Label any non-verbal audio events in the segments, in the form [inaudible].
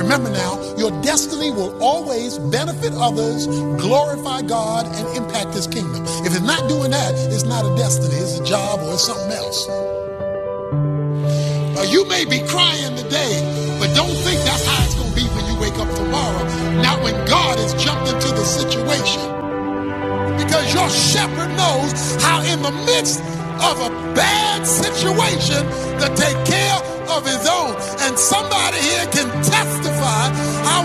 Remember now, your destiny will always benefit others, glorify God, and impact His kingdom. If it's not doing that, it's not a destiny, it's a job or it's something else. Now, you may be crying today, but don't think that's how it's going to be when you wake up tomorrow. Not when God has jumped into the situation. Because your shepherd knows how, in the midst of a bad situation, to take care of his own. And somebody here can testify how,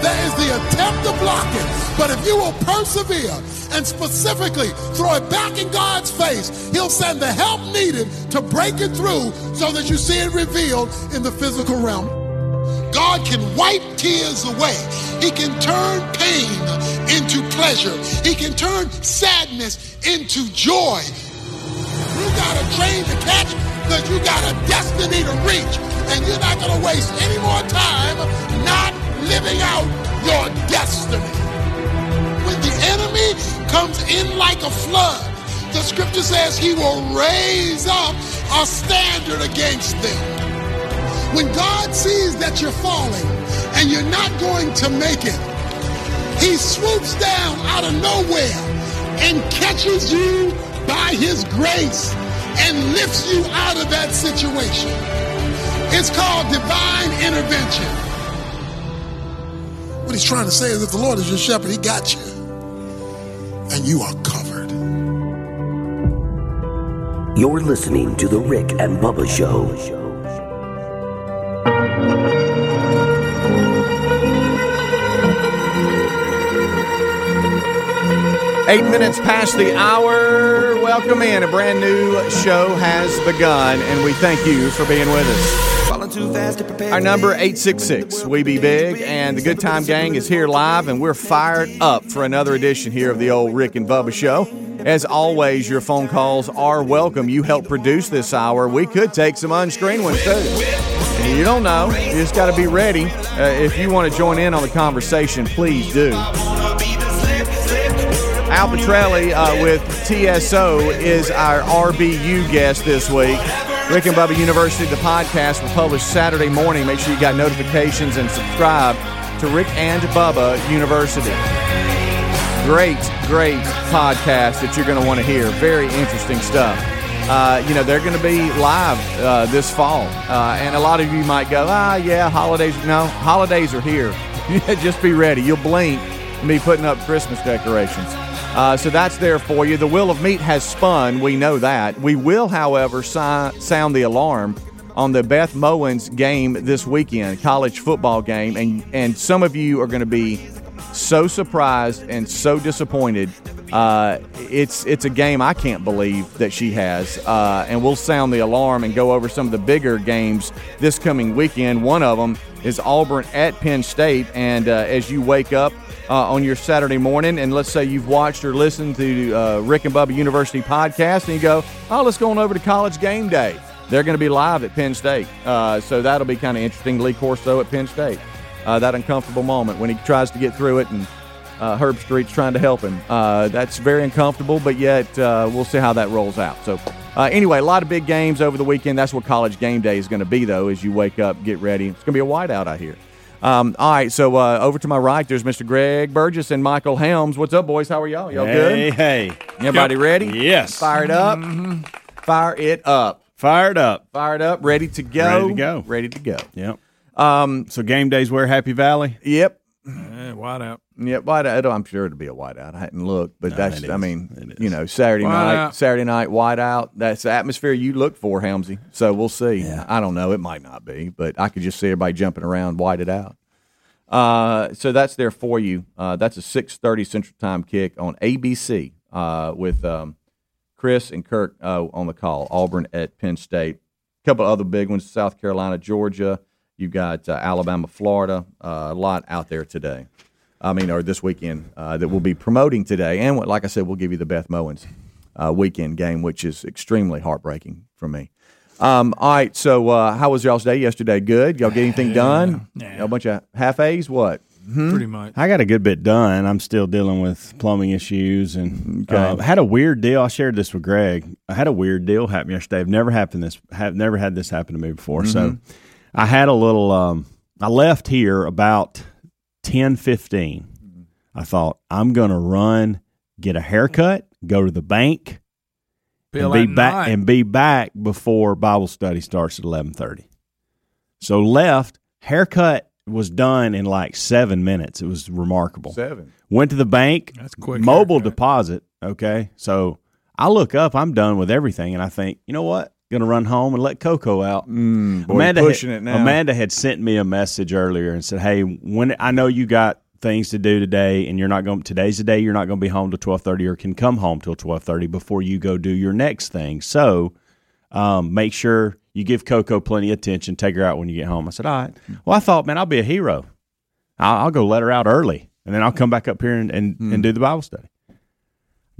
there is the attempt to block it. But if you will persevere and specifically throw it back in God's face, he'll send the help needed to break it through so that you see it revealed in the physical realm. God can wipe tears away. He can turn pain into pleasure. He can turn sadness into joy. You got a train to catch because you got a destiny to reach. And you're not going to waste any more time not living out your destiny. When the enemy comes in like a flood, the scripture says he will raise up a standard against them. When God sees that you're falling and you're not going to make it, he swoops down out of nowhere and catches you by his grace and lifts you out of that situation. It's called divine intervention. What he's trying to say is that the Lord is your shepherd, he got you, and you are covered. You're listening to The Rick and Bubba Show. Eight minutes past the hour. Welcome in. A brand new show has begun, and we thank you for being with us. Our number 866 We Be Big, and the Good Time Gang is here live, and we're fired up for another edition here of the old Rick and Bubba Show. As always, your phone calls are welcome. You help produce this hour. We could take some unscreened ones too. You don't know. You just got to be ready. Uh, if you want to join in on the conversation, please do. Al Petrelli uh, with TSO is our RBU guest this week. Rick and Bubba University, the podcast, will publish Saturday morning. Make sure you got notifications and subscribe to Rick and Bubba University. Great, great podcast that you're going to want to hear. Very interesting stuff. Uh, you know, they're going to be live uh, this fall. Uh, and a lot of you might go, ah, yeah, holidays. No, holidays are here. [laughs] Just be ready. You'll blink and be putting up Christmas decorations. Uh, so that's there for you. The wheel of meat has spun. We know that. We will, however, si- sound the alarm on the Beth Mowens game this weekend, college football game, and and some of you are going to be so surprised and so disappointed. Uh, it's it's a game I can't believe that she has, uh, and we'll sound the alarm and go over some of the bigger games this coming weekend. One of them is Auburn at Penn State, and uh, as you wake up uh, on your Saturday morning, and let's say you've watched or listened to uh, Rick and Bubba University podcast, and you go, "Oh, let's go on over to College Game Day." They're going to be live at Penn State, uh, so that'll be kind of interesting. Lee Corso at Penn State, uh, that uncomfortable moment when he tries to get through it, and uh, Herb Street's trying to help him. Uh, that's very uncomfortable, but yet uh, we'll see how that rolls out. So, uh, anyway, a lot of big games over the weekend. That's what College Game Day is going to be, though. As you wake up, get ready. It's going to be a whiteout, I hear. Um, all right, so uh, over to my right, there's Mr. Greg Burgess and Michael Helms. What's up, boys? How are y'all? Y'all Hey, good? hey. Everybody ready? Yes. Fire it up. Fire it up. Fired up. Fire it up. Ready to go. Ready to go. Ready to go. Yep. Um. So game days where Happy Valley. Yep. Yeah, wide out. Yep. Whiteout. I'm sure it'll be a whiteout. I hadn't looked, but that's, it I is. mean, It you know, Saturday night, Whiteout. Saturday night whiteout. That's the atmosphere you look for, Helmsy. So we'll see. I don't know. It might not be, but I could just see everybody jumping around, white it out. Uh, so that's there for you. Uh, that's a 6:30 Central Time kick on ABC uh, with um, Chris and Kirk uh, on the call. Auburn at Penn State. A couple other big ones: South Carolina, Georgia. You've got uh, Alabama, Florida. Uh, a lot out there today. I mean, or this weekend uh, that we'll be promoting today. And what, like I said, we'll give you the Beth Mowens uh, weekend game, which is extremely heartbreaking for me. Um, all right, so uh, how was y'all's day yesterday? Good. Y'all get anything done? Nah. Y'all A bunch of half A's. What? pretty much. I got a good bit done. I'm still dealing with plumbing issues and uh, had a weird deal. I shared this with Greg. I had a weird deal happen yesterday. I've never happened this. Have never had this happen to me before. So I had a little. Um, I left here about ten fifteen. I thought I'm gonna run, get a haircut, go to the bank, Bill and be at back night. and be back before Bible study starts at eleven thirty. So left haircut was done in like seven minutes. It was remarkable. Seven. Went to the bank. That's a quick Mobile haircut. deposit. Okay, so I look up. I'm done with everything, and I think, you know what? Gonna run home and let Coco out. Mm, boy, you're had- pushing it now. Mm-hmm. Amanda had sent me a message earlier and said, "Hey, when I know you got things to do today, and you're not going. Today's the day you're not going to be home till twelve thirty, or can come home till twelve thirty before you go do your next thing. So, um, make sure you give Coco plenty of attention. Take her out when you get home." I said, "All right." Well, I thought, man, I'll be a hero. I'll, I'll go let her out early, and then I'll come back up here and and, Hmm. and do the Bible study.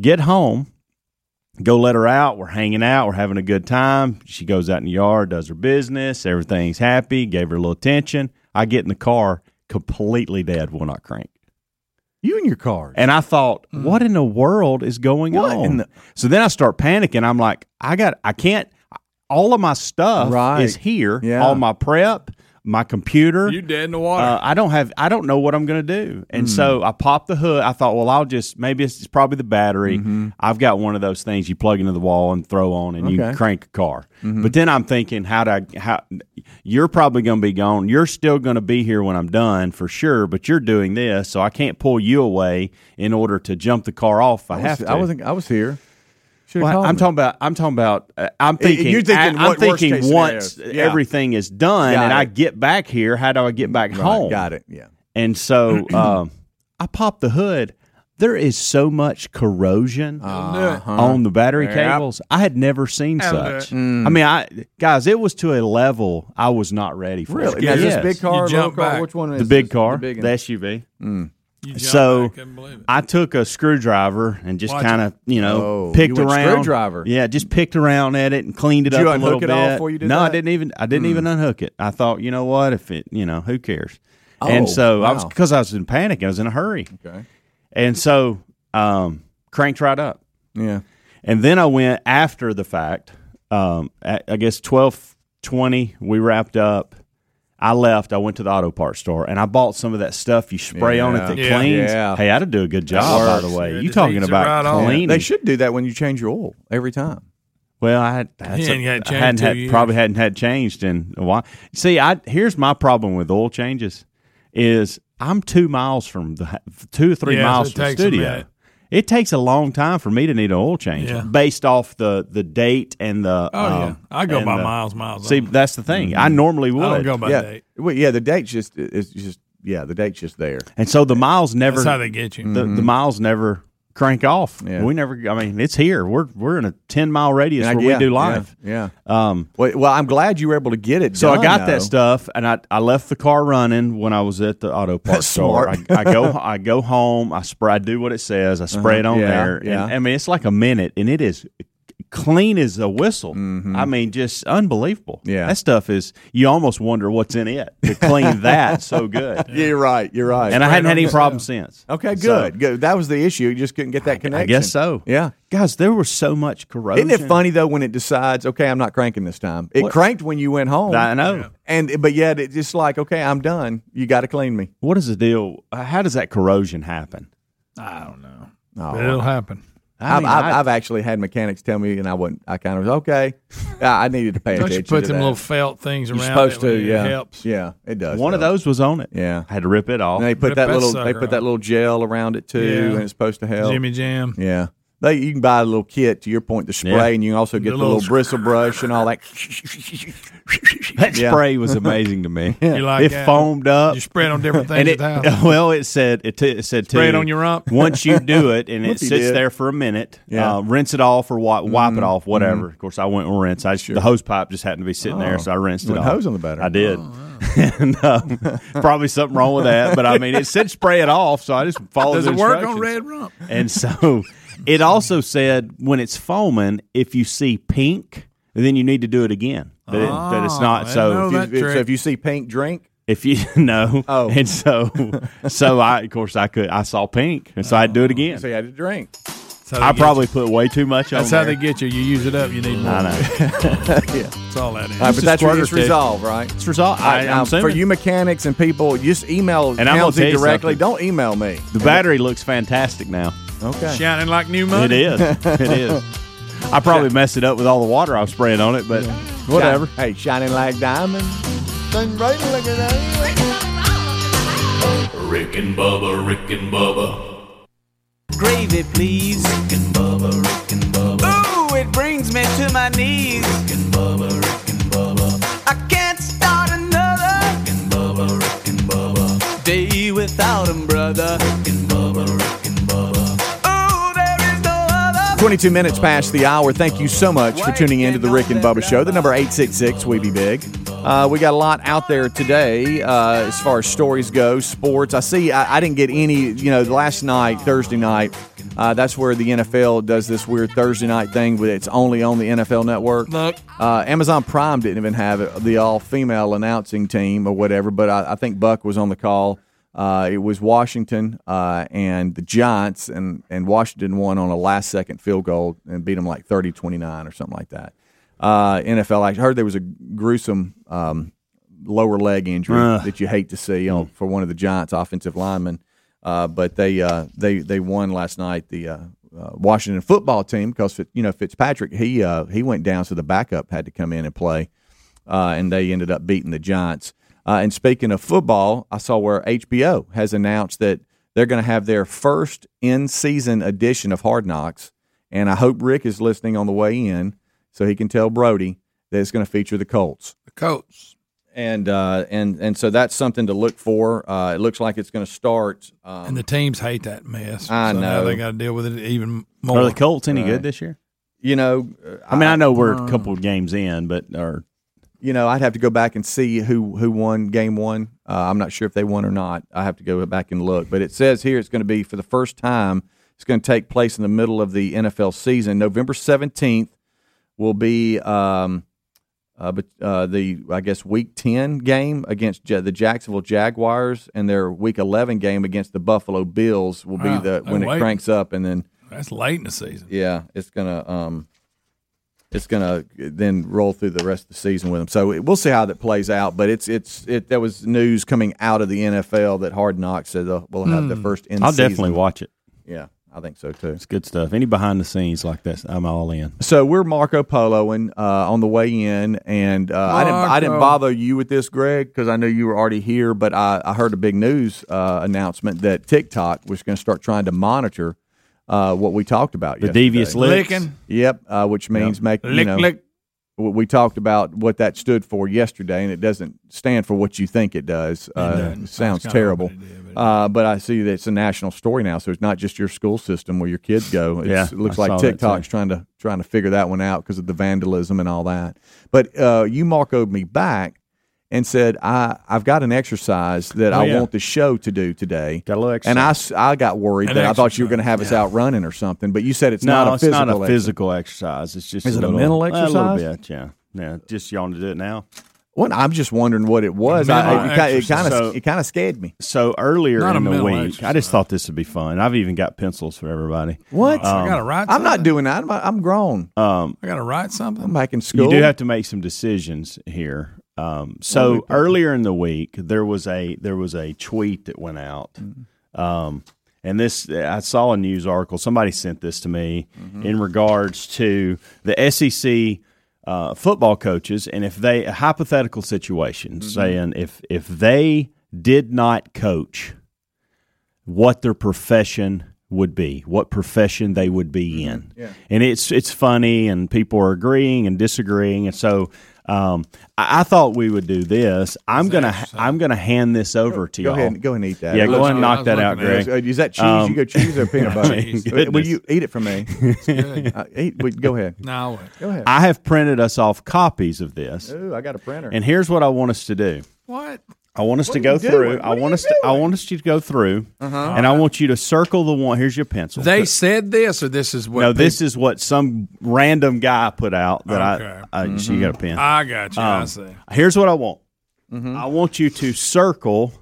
Get home go let her out. We're hanging out. We're having a good time. She goes out in the yard, does her business. Everything's happy. Gave her a little attention. I get in the car, completely dead, will not crank. You and your card. And I thought, what in the world is going What on? in the- so then I start panicking. I'm like, I got, I can't. All of my stuff Right. is here. Yeah. All my prep, my computer. You dead in the water. Uh, I don't have. I don't know what I'm going to do, Hmm. and so I popped the hood. I thought, well, I'll just maybe it's, it's probably the battery. Mm-hmm. I've got one of those things you plug into the wall and throw on, and you Okay. Mm-hmm. crank a car. But then I'm thinking, how do I? How you're probably going to be gone. You're still going to be here when I'm done for sure. But you're doing this, so I can't pull you away in order to jump the car off. if I, I, have was, to. I wasn't. I was here. Should Well, I'm talking about. I'm talking about. uh, I'm thinking. you're thinking I, am what worst thinking case once scenarios. Yeah. everything is done Got and I it. get back here, how do I get back home? Got it. Yeah. And [clears throat] so um, I popped the hood. There is so much corrosion on the battery cables. I had never seen That'll such. I mean, I guys, it was to a level I was not ready for. Really? Yeah, Is this big car, You or little jump car? back. Which one is the big this? car, the, big one. Mm. SUV. you jump so- back, couldn't believe it. I took a screwdriver and just Watch kind of, you know, Oh, picked you went around. screwdriver. Yeah, just picked around at it and cleaned it up Did you a little unhook it bit. all before you did no, I that? Hmm. didn't even. I didn't even unhook it. I thought, you know what? If it, you know, who cares? Oh, and so I was wow. because I was in panic. I was in a hurry, Okay. and so um, cranked right up. Yeah. And then I went after the fact. Um, at, I guess twelve twenty, we wrapped up. I left. I went to the auto parts store and I bought some of that stuff you spray on it that Yeah. cleans. Yeah. Hey, I would do a good job, by works. the way. Yeah, you just talking eats it about right off. cleaning? They should do that when you change your oil every time. Well, I, had- that's He ain't a- had I change hadn't two had, years. probably hadn't had changed in a while. See, I here's my problem with oil changes is I'm two miles from the ha- two or three Yeah, so miles it from the takes a studio. minute. It takes a long time for me to need an oil change Yeah. based off the the date and the. um, Oh, yeah. I go and by the- miles, miles. See, on it. that's the thing. I normally would. I don't go by yeah. date. Well, yeah. The date's just it's just yeah. The date's just there. and so the miles never That's how they get you. the, the miles never crank off. Mm-hmm. Yeah. We never. I mean, it's here. We're we're in a ten mile radius And I- where yeah, we do live. Yeah. Um, Well, well, I'm glad you were able to get it. So I done, got though. that stuff, and I, I left the car running when I was at the [laughs] auto parts That's store. I, smart. I go I go home. I spray. I do what it says. I spray it on Uh-huh. Yeah, there. yeah. And, I mean, it's like a minute, and it is clean as a whistle. I mean, just unbelievable. Mm-hmm. Yeah. that stuff is. You almost wonder what's in it to clean [laughs] that so good. Yeah, you're right. You're right. And I hadn't had it on any yourself. problems since. okay, So, good. good. That was the issue. You just couldn't get that connection. I guess so. Yeah. guys, there was so much corrosion. Isn't it funny though when it decides, okay, I'm not cranking this time. It What? cranked when you went home. I know. And but yet it's just like, okay, I'm done. You got to clean me. What is the deal? Uh, How does that corrosion happen? I don't know. Oh, But it'll happen. I've, mean, I've, I- I've actually had mechanics tell me, and I wouldn't. I kind of was okay. I I needed to pay Don't attention. you to put them that. little felt things around You're supposed it when to, yeah. It helps. Yeah, it does. One of though. those was on it. Yeah. I had to rip it off. And they put Rip that that little. They sucker put that off. little gel around it too, Yeah. and it's supposed to help. Jimmy Jam. Yeah. They, you can buy a little kit to your point, the spray, Yeah. and you can also get the, The little, little bristle brush and all that. [laughs] That Yeah. spray was amazing to [laughs] me. You like it that? foamed up. You spread on [laughs] different things and at it, the house. well, it said it, t- it said Spray it too, on your [laughs] rump. Once you [laughs] do it, and it Whoopie sits did. there for a minute, Yeah. uh, rinse it off or wipe, wipe it off, whatever. Of course, I went and rinsed. I just, the hose pipe just happened to be sitting there, so I rinsed You it went off. Oh, hose on the battery. I did, [laughs] and um, probably something wrong with that. But I mean, it said spray it off, so I [laughs] just followed Does the it work on instructions. red rump? And so it also said when it's foaming, if you see pink, then you need to do it again. That, it, that it's I not didn't so. know if that. you- If you- trick. so if you see pink, drink. If [laughs] you know, Oh. and so, so I of course I could I saw pink, and so I'd do it again. So you had to drink. That's how they I get probably put way too much you. That's on how there. they get you. You use it up. You need more. I know. [laughs] That's all that is. All right, but that's squirt it's or two. resolved, right? It's resolved. I, Now, am for assuming you mechanics and people, just email And I'm gonna tell Townsley you directly. something. Don't email me. the battery looks fantastic now. Okay. Shining like new money. It is. It [laughs] [laughs] is. I probably messed it up with all the water I was spraying on it, but whatever. Hey, shining like diamonds. Thing bright like a diamond. Rick and Bubba, Rick and Bubba. Gravy, please. Rick and Bubba, Rick and Bubba. Ooh, it brings me to my knees. Rick and Bubba, Rick and Bubba. I can't start another. Rick and Bubba, Rick and Bubba. Day without 'em, brother. Rick and Bubba, Rick and Bubba. Ooh, there is no other. 22 minutes past the hour. Thank you so much for tuning in to the Rick and Bubba Show. The number 866 We Be Big. Uh, we got a lot out there today uh, as far as stories go, sports. I see I, I didn't get any, you know, last night, Thursday night, uh, that's where the NFL does this weird Thursday night thing with it's only on the NFL network. Look. Uh, Amazon Prime didn't even have it, the all female announcing team or whatever, but I, I think Buck was on the call. Uh, it was Washington uh, and the Giants, and, and Washington won on a last second field goal and beat them like 30 29 or something like that. Uh, NFL, I heard there was a gruesome um, lower leg injury Ugh. that you hate to see you know, for one of the Giants offensive linemen. Uh, but they uh, they they won last night the uh, uh, Washington football team because you know Fitzpatrick he uh, he went down so the backup had to come in and play, uh, and they ended up beating the Giants. Uh, and speaking of football, I saw where HBO has announced that they're going to have their first in season edition of Hard Knocks, and I hope Rick is listening on the way in so he can tell Brody that it's going to feature the Colts The Colts. and uh, and and so that's something to look for. Uh, it looks like it's going to start. Um, And the teams hate that mess. I so Now know. they got to deal with it even more. Are the Colts any Right. good this year? you know, uh, I mean, I know we're a couple of games in, but or you know, I'd have to go back and see who who won game one. Uh, I'm not sure if they won or not. I have to go back and look. But it says here it's going to be for the first time. It's going to take place in the middle of the NFL season. November 17th will be um, uh, but uh, the I guess Week 10 game against Ja- the Jacksonville Jaguars, and their Week 11 game against the Buffalo Bills will be Wow, the they're when it waiting. cranks up, and then That's late in the season. yeah, it's gonna um, it's gonna then roll through the rest of the season with them. So it, we'll see how that plays out. But it's it's it. There was news coming out of the NFL that Hard Knocks said uh, will have the first. In I'll Hmm. definitely watch it. Yeah, I think so too. It's good stuff. Any behind the scenes like this, I'm all in. So we're Marco Poloing uh, on the way in, and uh, I didn't I didn't Marco. bother you with this, Greg, because I knew you were already here. But I, I heard a big news uh, announcement that TikTok was going to start trying to monitor uh, what we talked about. The yesterday. devious licks. Licking. Yep, uh, which means make you Lick, know, lick. w- we talked about what that stood for yesterday, and it doesn't stand for what you think it does. Uh, doesn't. it sounds That's kinda terrible. what it is, but- Uh, but I see that it's a national story now, so it's not just your school system where your kids go. It's, Yeah, it looks I like saw that TikTok's too. trying to trying to figure that one out because of the vandalism and all that. But uh, you marcoed me back and said I I've got an exercise that I Oh, yeah. want the show to do today. Got a little and I, s- I got worried An that I thought you were exercise, going to have us out running or something, but you said it's no, not a it's physical. not a exercise. physical exercise. It's just Is a it a little- mental A little exercise? bit, yeah, yeah. Just you want to do it now. Well, I'm just wondering what it was. I, Mental it, ki- it exercise. kind So- of it kind of scared me. So earlier Not a in the mental week, I exercise. just thought this would be fun. I've even got pencils for everybody. What? I got to write. I'm not something. doing that. I'm, I'm grown. I got to write I'm something. back in school. Um, You do have to make some decisions here. Um, so earlier in the week, there was a there was a tweet that went out, Mm-hmm. um, and this I saw a news article. Somebody sent this to me Mm-hmm. in regards to the SEC uh, football coaches, and if they a hypothetical situation Mm-hmm. saying if if they did not coach, what their profession would be, what profession they would be Mm-hmm. in. And it's it's funny, and people are agreeing and disagreeing, and so. Um, I, I thought we would do this. I'm gonna I'm gonna hand this over to go y'all. ahead. Go ahead and eat that. Yeah, It go looks ahead and good. I knock was that out, looking at it. Greg. good. Is that cheese? Um, you go cheese or [laughs] peanut butter? mean, Will goodness. you eat it for me? [laughs] uh, eat. Wait, go ahead. No, I wouldn't. Go ahead. I have printed us off copies of this, Ooh, I got a printer. and here's what I want us to do. What? I want us to go you through. doing? Uh-huh. I What are want you us. To, I want us you to go through, and I want you to circle the one. Here's your pencil. They said this, or this is what? no, this is what some random guy put out that Okay. I. I She got a Mm-hmm. pen. I got you. I Um, see. Here's what I want. I want you to circle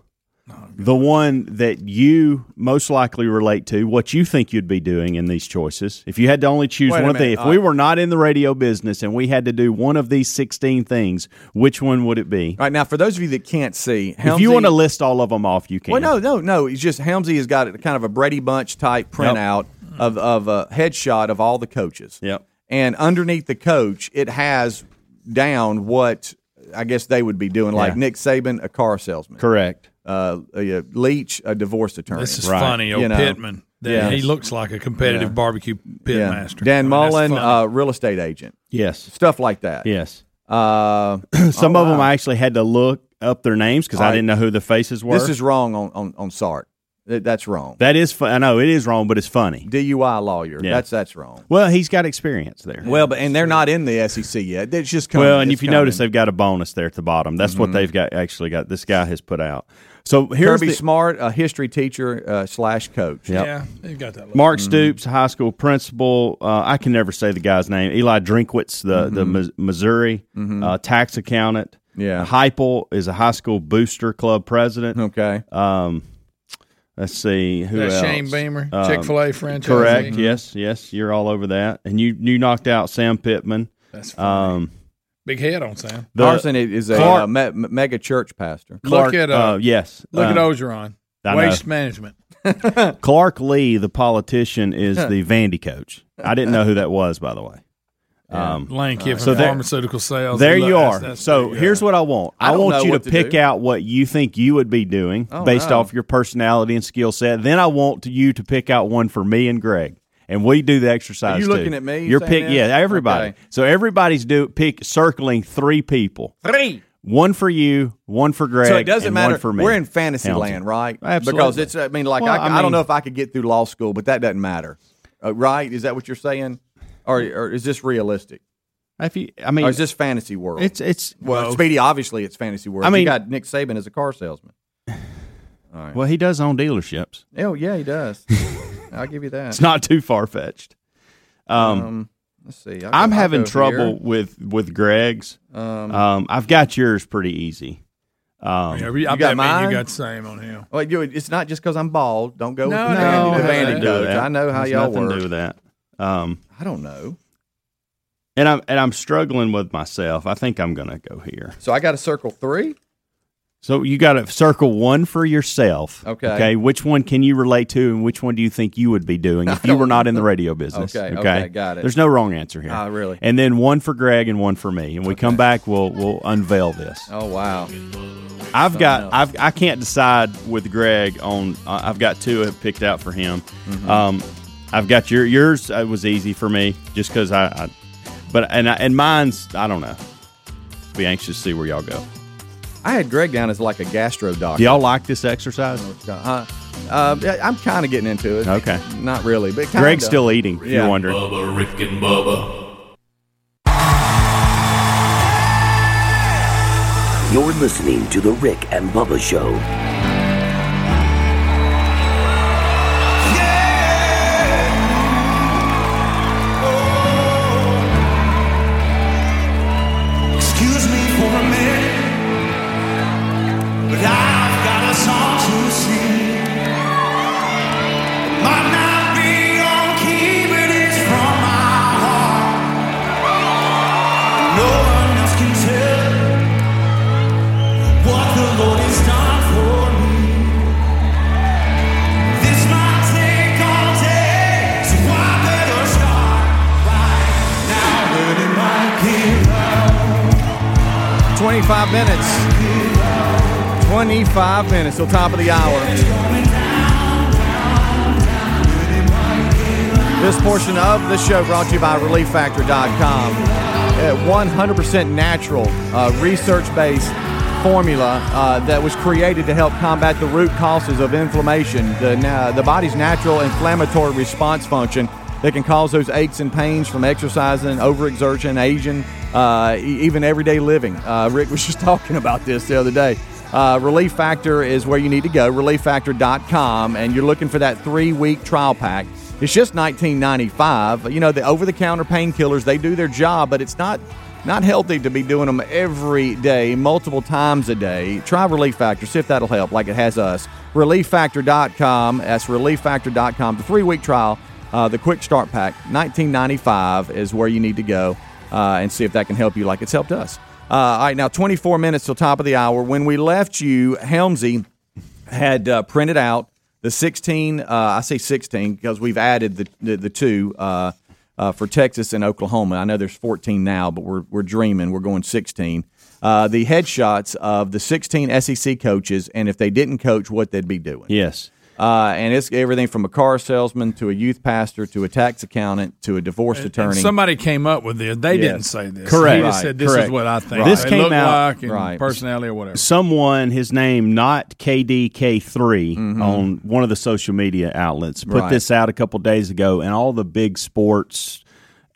Oh, the one that you most likely relate to, what you think you'd be doing in these choices. If you had to only choose Wait a one thing, minute, if uh, we were not in the radio business and we had to do one of these 16 things, which one would it be? All right, now for those of you that can't see, Helmsy, If you want to list all of them off, you can. well, no, no, no. It's just Helmsy has got a kind of a Brady Bunch type printout of of a headshot of all the coaches. Yep. And underneath the coach, it has down what I guess they would be doing, like Yeah. Nick Saban, a car salesman. Correct. Uh, uh, Leach, a divorce attorney. [laughs] This is Right. funny. Old You know. Pittman. That- Yes. He looks like a competitive barbecue pit Yeah. master. Dan I mean, that's Mullen, funny. uh, real estate agent. Yes. Stuff like that. Yes. Uh, [clears throat] Some of them I actually had to look up their names because I All right. didn't know who the faces were. this is wrong on on, on Sark. That- That's wrong. that is fu- I know it is wrong, but it's funny. DUI lawyer. Yeah. That's that's wrong. Well, he's got experience there. Well, but and they're not in the SEC yet. It's just coming. Well, and It's if you coming. Mm-hmm. notice, they've got a bonus there at the bottom. That's what they've got. Actually, got this guy has put out. So here's Kirby the- Smart, a history teacher uh, slash coach. Mm-hmm. Yep. yeah, he got that. look. Mark Stoops, high school principal. Uh, I can never say the guy's name. Eli Drinkwitz, the the Mis- Missouri uh, tax accountant. Mm-hmm. Yeah. Heipel is a high school booster club president. Okay. Um, let's see who That else. Shane Beamer, Um, Chick Fil A franchise. Mm-hmm. Correct. Yes. Yes. You're all over that, and you you knocked out Sam Pittman. That's funny. Um, big head on Sam. the- Carson is a Clark- uh, me- me- mega church pastor. Clark, look at uh, uh, yes. look at um, Ogeron. I know. [laughs] Waste management. Clark Lee, the politician, is the Vandy coach. I didn't know who that was, by the way. Um, Lane Kiffin, so there- pharmaceutical sales. there Look, you that's- are. that's so pretty good. here's what I want. I, I don't know want you to what to pick do. Oh, out what you think you would be doing based no. off your personality and skill set. Then I want you to pick out one for me and Greg. And we do the exercise. Are you too. looking at me You're saying pick, this? yeah, everybody. Okay. So everybody's do pick circling three people. Three. One for you, one for Greg. So it doesn't and matter. One for me. We're in fantasy Helmsy. land, right? Absolutely. Because it's. I mean, like Well, I, I I mean- don't know if I could get through law school, but that doesn't matter, uh, right? Is that what you're saying, or, or is this realistic, If you, I mean, or is this fantasy world? it's it's well, Speedy. Obviously, it's fantasy world. I you mean- got Nick Saban as a car salesman. well, he does own dealerships. Oh yeah, he [laughs] does. I'll give you that. It's not too far fetched. Um, Let's see. I'll go- I'm I'll having go trouble here. with with Greg's. Um, I've got yours pretty easy. Um, Yeah, we- I You got bet me and mine? you got Sam on him. Well, you, it's not just because I'm bald. Don't go No, with the, no, bandit- it the has bandit nothing to do coach. I know how Has y'all nothing work. to do with that. Um, I don't know. and I'm and I'm struggling with myself. I think I'm gonna go here. So I got to circle three. So you got to circle one for yourself. Okay. Okay. Which one can you relate to, and which one do you think you would be doing [laughs] if you were not in the radio business? Okay, okay, got it. There's no wrong answer here. Ah, really? And then one for Greg and one for me. And we come back, we'll we'll unveil this. Oh wow. I've got I've I can't decide with Greg on uh, I've got two I've picked out for him. Mm-hmm. Um, I've got your yours uh, was easy for me just because I, I but and I, and mine's I don't know. Be anxious to see where y'all go. I had Greg down as like a gastro doctor. Do y'all like this exercise? Uh, uh, yeah, I'm kind of getting into it. Okay. Not really, but kinda. Greg's still eating. If Yeah. You're wondering. Bubba, Rick and Bubba. You're listening to The Rick and Bubba Show. Excuse me for a minute, but I've got a song to sing. It might not be on key, but it's from my heart. No one else can tell what the Lord has done for me. This might take all day, so I better start right now. But it might give 25 minutes. 25 minutes till top of the hour. This portion of the show brought to you by ReliefFactor.com. A 100% natural, uh, research based formula uh, that was created to help combat the root causes of inflammation, the, na- the body's natural inflammatory response function that can cause those aches and pains from exercising, [laughs] overexertion, aging, uh, e- even everyday living. Uh, Rick was just talking about this the other day. Uh, Relief Factor is where you need to go, relieffactor.com, and you're looking for that three week trial pack. It's just 19.95. You know, the over the counter painkillers, they do their job, but it's not not healthy to be doing them every day, multiple times a day. Try Relief Factor, see if that'll help, like it has us. ReliefFactor.com, that's ReliefFactor.com. The three week trial, uh, the quick start pack, 1995 is where you need to go uh, and see if that can help you, like it's helped us. Uh, all right, now 24 minutes till top of the hour. When we left you, Helmsy had uh, printed out the 16. Uh, I say 16 because we've added the the, the two uh, uh, for Texas and Oklahoma. I know there's 14 now, but we're we're dreaming. We're going 16. Uh, the headshots of the 16 SEC coaches, and if they didn't coach, what they'd be doing. Yes. Uh, and it's everything from a car salesman to a youth pastor to a tax accountant to a divorce attorney. And somebody came up with this. They Yes. didn't say this. Correct. He just Right, said this correct. is what I think. This It came looked out- like and Right. personality or whatever. someone his name not KDK3 on one of the social media outlets put Right. this out a couple days ago and all the big sports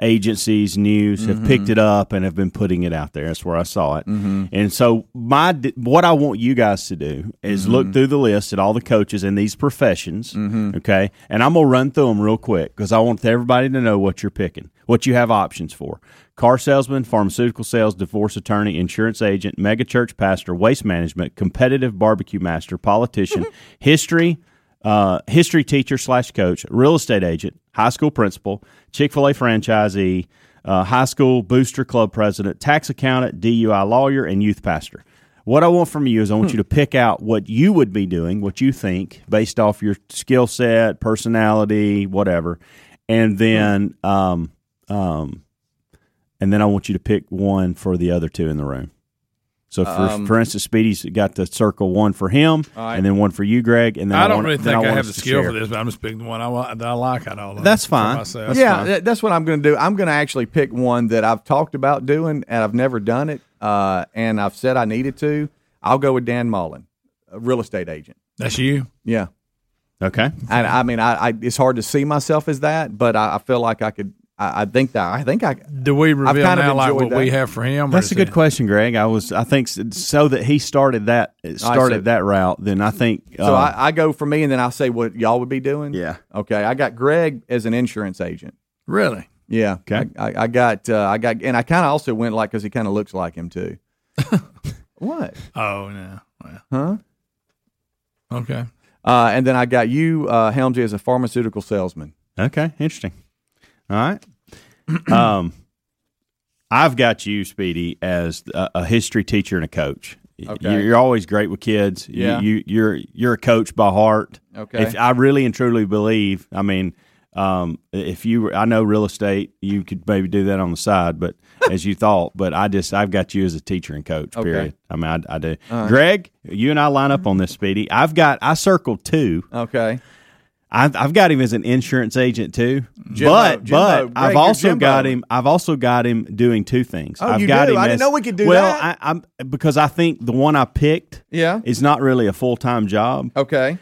agencies news have picked it up and have been putting it out there that's where I saw it Mm-hmm. and so my what I want you guys to do is look through the list at all the coaches in these professions okay and I'm going to run through them real quick cuz I want everybody to know what you're picking what you have options for car salesman, pharmaceutical sales, divorce attorney, insurance agent, megachurch pastor, waste management, competitive barbecue master, politician, history, uh, history teacher slash coach, real estate agent, high school principal, Chick fil A franchisee, uh, high school booster club president, tax accountant, DUI lawyer, and youth pastor. What I want from you is I want you to pick out what you would be doing, what you think, based off your skill set, personality, whatever, and then um, um, and then I want you to pick one for the other two in the room. So for for instance, Speedy's got to circle one for him, and then one for you, Greg, and then I, I don't want- really then think I, want have the us to skill share. for this, but I'm just picking the one I, wa- that I like out of all of them That's for fine. myself. That's yeah, fine. that- that's what I'm going to do. I'm going to actually pick one that I've talked about doing and I've never done it, uh, and I've said I needed to. I'll go with Dan Mullen, a real estate agent. That's you. Yeah, Okay, and I mean, I, I it's hard to see myself as that, but I, I feel like I could. I, I think that I think I. Do we reveal kind of now like enjoyed what we that. have for him? or that's is a good it- question, Greg. I was I think s- so that he started that started see. that route. Then I think uh, So I, I go for me, and then I'll say what y'all would be doing. Yeah. Okay. I got Greg as an insurance agent. Really? Yeah. Okay. I, I, I got. Uh, I got, and I kind of also went like because he kind of looks like him too. what? Oh, no. Well, Huh? okay. Uh, and then I got you, uh, Helmsy, as a pharmaceutical salesman. okay interesting. All right, [clears throat] um, I've got you, Speedy, as a, a history teacher and a coach. Y- Okay. You're always great with kids. You- Yeah. you, you're you're a coach by heart. Okay. If I really and truly believe, I mean, um, if you, were, I know real estate, you could maybe do that on the side, [laughs] but as you thought, but I just, I've got you as a teacher and coach. Period. I mean, I, I do. Greg, you and I line up on this, Speedy. I've got, I circled two. Okay. I've, I've got him as an insurance agent too, Jimbo, but Jimbo, but Greg, I've you're also Jimbo. got him. I've also got him doing two things. Oh, I've you got do? him I didn't as- know we could do well, that. I, I'm because I think the one I picked, Yeah. is not really a full time job. Okay.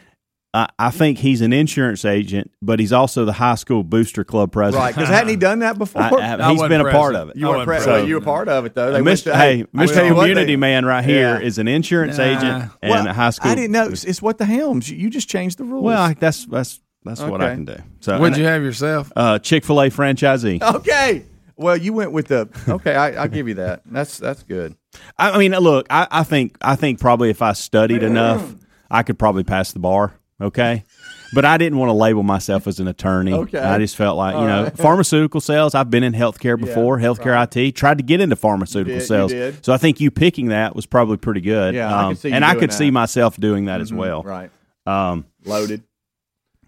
I, I think he's an insurance agent, but he's also the high school booster club president. Right. Because hadn't [laughs] he done that before? I- I- I he's wasn't been a present. part of it. you I were wasn't pre- present. well, you were part of it though. They Uh, went Mr. to- hey, I tell Mr. you what, they- Community Man right here is Yeah. an insurance Nah. agent and Well, a high school. I didn't know. It's, it's what the Helms. You, you just changed the rules. Well, I, that's that's that's what I Okay. can do. So, What'd you have yourself? uh, Chick Fil A [laughs] franchisee. [laughs] okay. Well, you went with the okay. I, I'll give you that. That's that's good. I, I mean, look, I, I think I think probably if I studied enough, I could probably pass the bar. Okay. But I didn't want to label myself as an attorney. Okay. I just felt like, you know, pharmaceutical sales, I've been in healthcare before, healthcare IT, tried to get into pharmaceutical You did, you sales. did. So I think you picking that was probably pretty good. Um, Yeah, I could see you and I doing could see that. Mm-hmm, myself doing that as well. Right. Um, Loaded.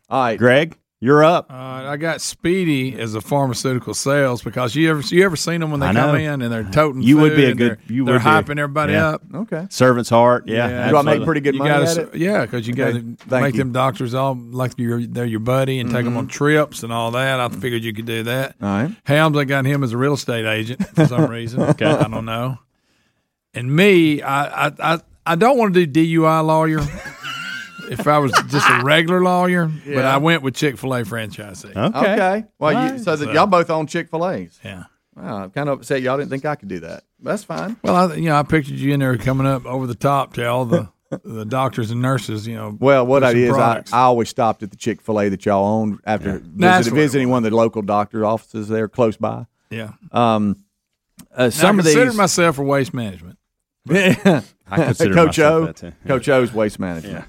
All right. Greg, you're up. Uh, I got Speedy as a pharmaceutical sales because you ever you ever seen them when they I come know. Uh, in and they're toting You would food be a and good- they're, you they're would be. hyping everybody Yeah. up. Okay. Servant's heart. Yeah. Do I make absolutely. pretty good You money gotta, at s- it? Yeah, because you got to thank you. make Mm-hmm. them doctors all like your they're your buddy and take them on trips and all that. I figured you could do that. All right. Helms, I got him as a real estate agent for [laughs] some reason. okay, I don't know. And me, I I I, I don't want to do DUI lawyer. if I was just a regular lawyer, but I went with Chick Fil A franchisee. Okay. Okay. Well, you, so that y'all both own Chick Fil A's. Yeah. Wow, I'm kind of upset y'all didn't think I could do that. That's fine. Well, I, you know, I pictured you in there coming up over the top to all the the doctors and nurses, you know. Well, what for I some did is I, products. I always stopped at the Chick Fil A that y'all owned after That's visit, what it visiting one of the local doctor offices there close by. yeah. Um, uh, Now, some I of consider these, myself for waste management. [laughs] [laughs] I consider [laughs] Coach myself O, that too. Yeah. Coach O's waste management.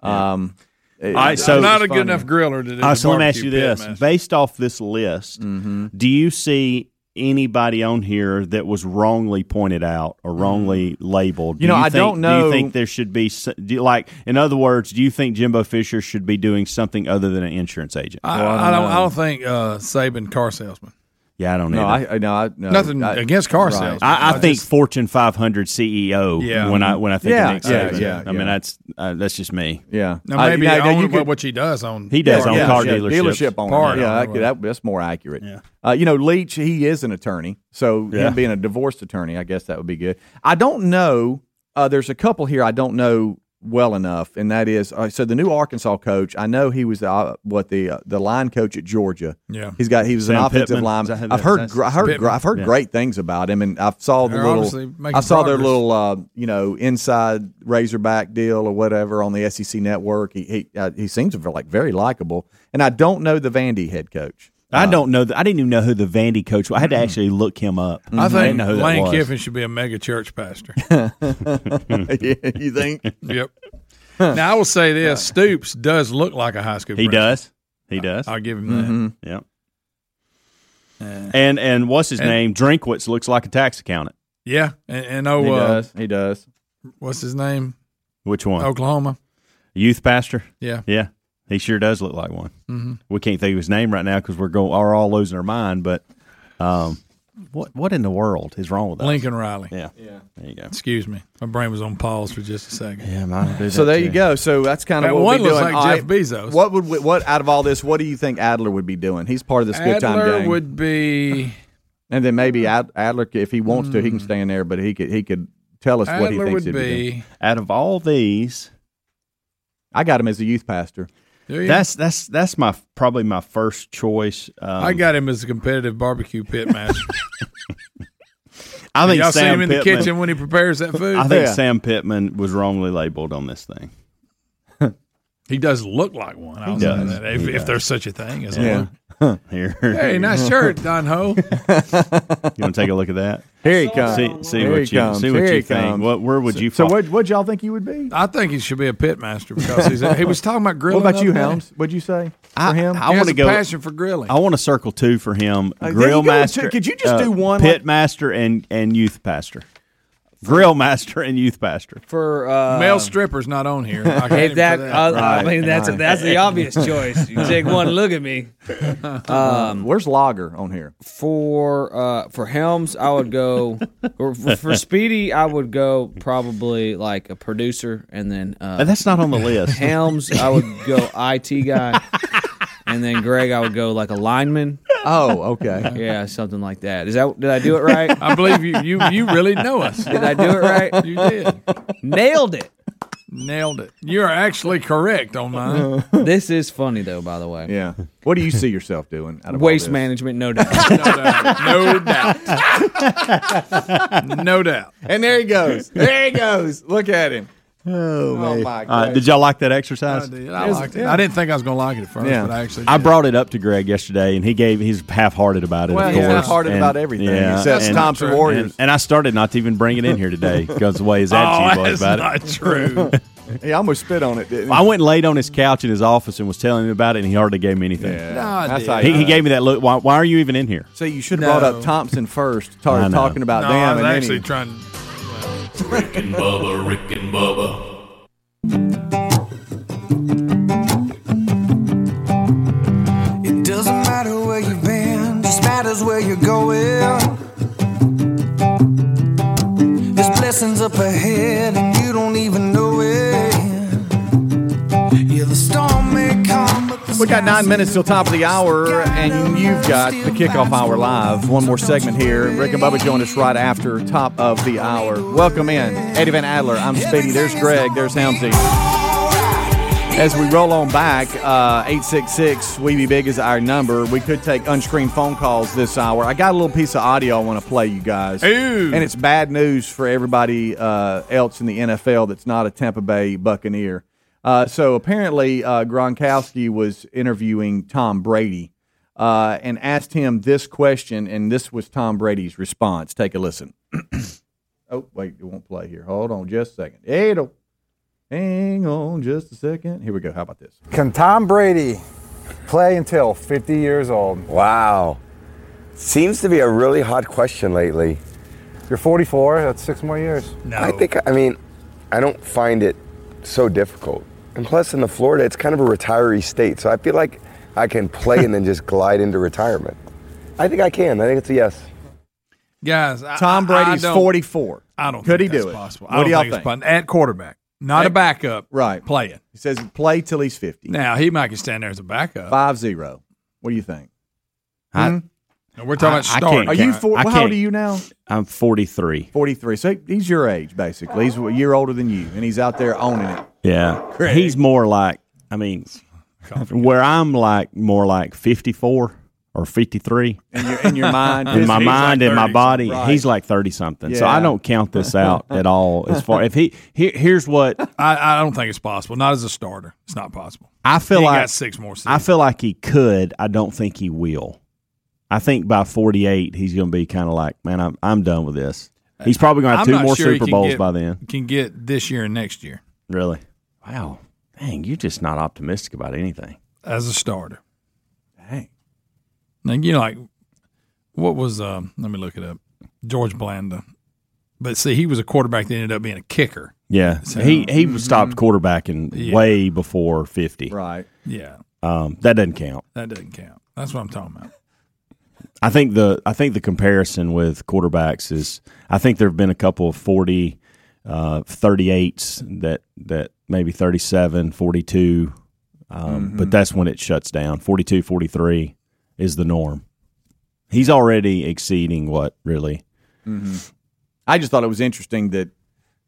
Um, all right, so- I'm not it's a good enough griller to do. All the right, so let me ask you barbecue this: pit master. based off this list, Mm-hmm. do you see anybody on here that was wrongly pointed out or wrongly Mm-hmm. labeled? You Do know, I think, don't Do know- you think there should be s- do you, like, in other words, do you think Jimbo Fisher should be doing something other than an insurance agent? I, I don't. I don't think uh, Saban car salesman. yeah, I don't know. No, I, I, I- no, I, no, Nothing I- against car right. salesmen. I, just- think Fortune 500 CEO. Yeah. E when I when I think Yeah, of Nick yeah, Saban. yeah, I mean yeah. that's uh, that's just me. Yeah, Now, I- maybe now- I, now own you could- what she does on. He does Yeah, on yeah. car yeah, dealerships. Dealership owner. Car yeah, that, owner, could- right. that- that's more accurate. Uh, you know, Leach, he is an attorney. So Yeah. him being a divorced attorney, I guess that would be good. I don't know. Uh, there's a couple here I don't know well enough, and that is uh, so the new Arkansas coach. I know he was uh, what the uh, the line coach at Georgia. Yeah. he's got he was an Sam offensive Pittman. Is lineman. that who I've that- heard that's- gr- I heard Pittman. gr- I've heard Yeah. great things about him, and I saw the They're obviously little making I saw their progress. little uh, you know inside Razorback deal or whatever on the SEC network. He he uh, he seems like very likable, and I don't know the Vandy head coach. Uh, I don't know. That, I didn't even know who the Vandy coach was. I had to Mm. actually look him up. I didn't think Mm-hmm. know who that Lane was. Kiffin should be a mega [laughs] church pastor. [laughs] yeah, you think? yep. Now I will say this: Stoops does look like a high school. He principal. does. He does. I'll give him that. Mm-hmm. Yep. and and what's his and- name? Drinkwitz looks like a tax accountant. Yeah, and, and oh, He uh, does. He does. what's his name? Which one? Oklahoma. Youth pastor. Yeah. Mm-hmm. Yeah, he sure does look like one. We can't think of his name right now because we're going are all losing our mind. But um, what what in the world is wrong with us? Lincoln Riley. Yeah. Yeah. There you go. Excuse me. My brain was on pause for just a second. Yeah, mine. So there you go. So that's kind of That what one we're looks doing. like All Jeff Bezos. What would we, what out of all this? What do you think Adler would be doing? He's part of this good time Adler gang, would [laughs] be Hmm. and then maybe Ad, Adler, if he wants to, he can stay in there. But he could he could tell us what he Adler thinks would he'd be. doing. be. Out of all these, I got him as a youth pastor. Do you? that's that's that's my probably my first choice. Um, I got him as a competitive barbecue pit master. [laughs] I think Sam Y'all see him in the Pittman- kitchen when he prepares that food. I think Yeah. Sam Pittman was wrongly labeled on this thing. he does look like one. I'll say does. that if, if there's such a thing as a Yeah. look. [laughs] Here, Hey, nice shirt, Don [laughs] Ho. [laughs] you want to take a look at that? Here he comes. See, see Here what he you comes. see what Here you he think. comes. What where would you? So fall? what what y'all think you would be? I think he should be a pit master because he's a, he was talking about What grilling. about the you, other day. Helms? What'd you say for I- him? I He has want to a go. passion for grilling. I want to circle two for him. there Uh, you grill go, master. uh, two. Could you just do one, Pit like- master and and youth pastor. Grill master and youth pastor. for uh, Male stripper's not on here. I hate him If for that, that. I, I mean, that's that's the obvious choice. You [laughs] take one look at me. Where's Lager on [laughs] here? Uh-huh. Um, For uh, for Helms, I would go. Or for, for Speedy, I would go probably like a producer, and then Uh, uh, That's not on the list. [laughs] Helms, I would go IT guy, and then Greg, I would go like a lineman. Oh, okay. Yeah, something like that. Is that did I do it right? I believe you, you. You really know us. Did I do it right? You did. Nailed it. Nailed it. You are actually correct on [laughs] mine. [laughs] This is funny though, by the way. yeah. What do you see yourself doing? Out of all Waste this? management, [laughs] no doubt. Uh, No doubt. No doubt. And there he goes. There he goes. Look at him. Oh, my All right, Uh, did y'all like that exercise? I did. I liked it. I didn't think I was going to like it at first, Yeah. but I actually. I did. brought it up to Greg yesterday, and he gave he's half hearted about it. Well, of he's course, half-hearted And- about everything Yeah, except and- Thompson Warriors. And, and I started not to even bring it in here today because the way his attitude [laughs] Oh, was that's about it. not true. He almost spit on it, didn't he? I went and laid on his couch in his office and was telling him about it, and he hardly gave me anything. I That's did. how He, you- he gave me that look. Why, why are you even in here? So you should have No. brought up Thompson first, started know. talking about No, I them, was and then actually he, trying. Rick and Bubba, Rick and Bubba. It doesn't matter where you've been, just matters where you're going. There's blessings up ahead, and you don't even know it. Yeah, the storm may come, but the we got nine sky's minutes till top of the hour, and you've got the kickoff hour live. One more segment here. Rick and Bubba join us right after top of the hour. Welcome in, Eddie Van Adler. I'm Speedy. There's Greg. There's Helmsy. alright. As we roll on back, uh, 866 We Be Big is our number. We could take unscreened phone calls this hour. I got a little piece of audio I want to play you guys. Ooh. And it's bad news for everybody uh, else in the NFL that's not a Tampa Bay Buccaneer. Uh, so apparently, uh, Gronkowski was interviewing Tom Brady uh, and asked him this question, and this was Tom Brady's response. Take a listen. oh, wait, it won't play here. Hold on just a second. It'll. Hang on just a second. Here we go. How about this? Can Tom Brady play until 50 years old? Wow. Seems to be a really hot question lately. You're 44, that's six more years. I think, I mean, I don't find it so difficult. And plus, in the Florida, it's kind of a retiree state. So I feel like I can play and then just glide into retirement. I think I can. I think it's a yes. guys. I- Tom I- I Brady's don't- 44. I don't. Could think he that's do it? Possible. What I do don't y'all think, it's think? possible. At quarterback, not a backup. Right. Playing. He says play till he's 50. Now he might can stand there as a backup. 5 0. What do you think? I, And hmm? we're talking I- [laughs] about I starting. can't Are you count. four, I how old can't- are you now? I'm 43. 43. So he's your age, basically. He's a year older than you, and he's out there owning it. Yeah. He's more like, I mean, where I'm like more like 54 or 53 In your, in your [laughs] mind. in my He's like mind and my 30 body. something. He's like 30 something. So Yeah. I don't count this out at all as far if he, he here's what I, I don't think it's possible. Not as a starter. It's not possible. I feel He like got six more I seasons. feel like he could. I don't think he will. I think by 48 he's going to be kind of like, man, I'm I'm done with this. He's probably going to I'm have two not more sure he Super can Bowls get- by then. Can get this year and next year Really? Wow. Dang, you're just not optimistic about anything. as a starter. Dang. Like you know, like what was? Um, let me look it up. George Blanda. But see, he was a quarterback that ended up being a kicker. Yeah. he he mm-hmm. stopped quarterbacking way before 50. Right. Yeah, Um, that doesn't count. that doesn't count. That's what I'm talking about. I think the I think the comparison with quarterbacks is I think there have been a couple of 40 uh 38s that that maybe 37, 42 um, Mm-hmm. but that's when it shuts down. 42, 43 is the norm. He's already exceeding what really. Mm-hmm. I just thought it was interesting that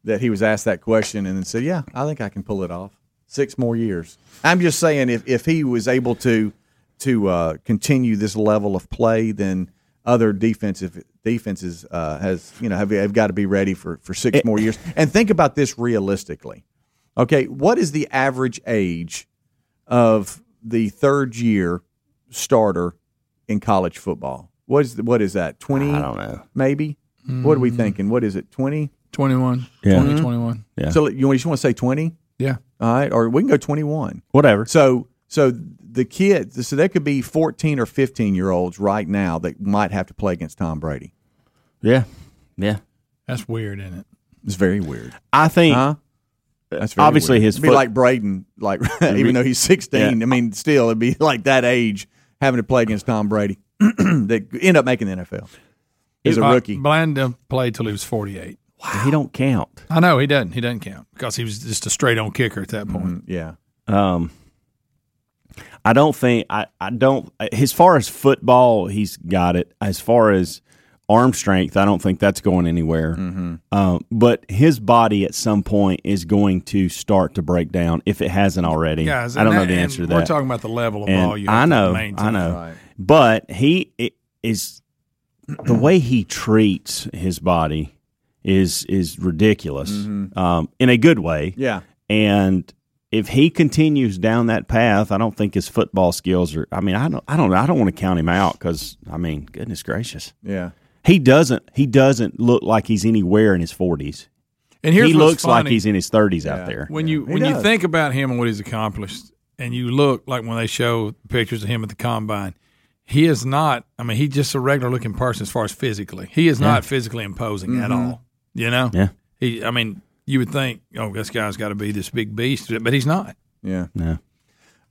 that he was asked that question and then said, "Yeah, I think I can pull it off. Six more years." I'm just saying, if if he was able to to uh, continue this level of play, then other defensive defenses uh, has you know have, have got to be ready for for six Eh. more years. And think about this realistically. Okay, what is the average age of the third year starter in college football? What is what is that? Twenty? I don't know. Mm. maybe. What are we thinking? What is it? Twenty? Twenty one. Yeah. Twenty twenty one. Yeah. Mm-hmm. So you just want to say twenty? Yeah. All right, or we can go twenty-one. Whatever. So so the kids, so there could be fourteen or fifteen year olds right now that might have to play against Tom Brady. Yeah. Yeah. That's weird, isn't it? It's very weird. I think Huh? That's very Obviously weird. his It'd be foot- like Braden, like [laughs] even though he's sixteen, Yeah. I mean, still it'd be like that age having to play against Tom Brady. [clears throat] they end up making the NFL. He's a Bla- rookie. Blanda played till he was forty eight. he don't count. I know he doesn't. He doesn't count because he was just a straight on kicker at that point. Yeah. Um, I don't think I, I don't as far as football he's got it as far as arm strength I don't think that's going anywhere. Mm-hmm. Um, but his body at some point is going to start to break down if it hasn't already. Guys, I don't and know that- the and answer to that. We're talking about the level of And all you. I have to know, maintain. I know. Right. But he i- is the way he treats his body is is ridiculous Mm-hmm. um, in a good way. Yeah. And if he continues down that path, I don't think his football skills are. I mean, I don't, I don't, I don't want to count him out because I mean, goodness gracious, Yeah. he doesn't, he doesn't look like he's anywhere in his forties. And here's He what's looks like funny. he's in his thirties out there. when you He when you does. think about him and what he's accomplished, and you look like when they show pictures of him at the combine, he is not. I mean, he's just a regular looking person as far as physically. He is not physically imposing at Mm-hmm. all. You know. Yeah. He. I mean, you would think, oh, this guy's got to be this big beast, but he's not. Yeah. No.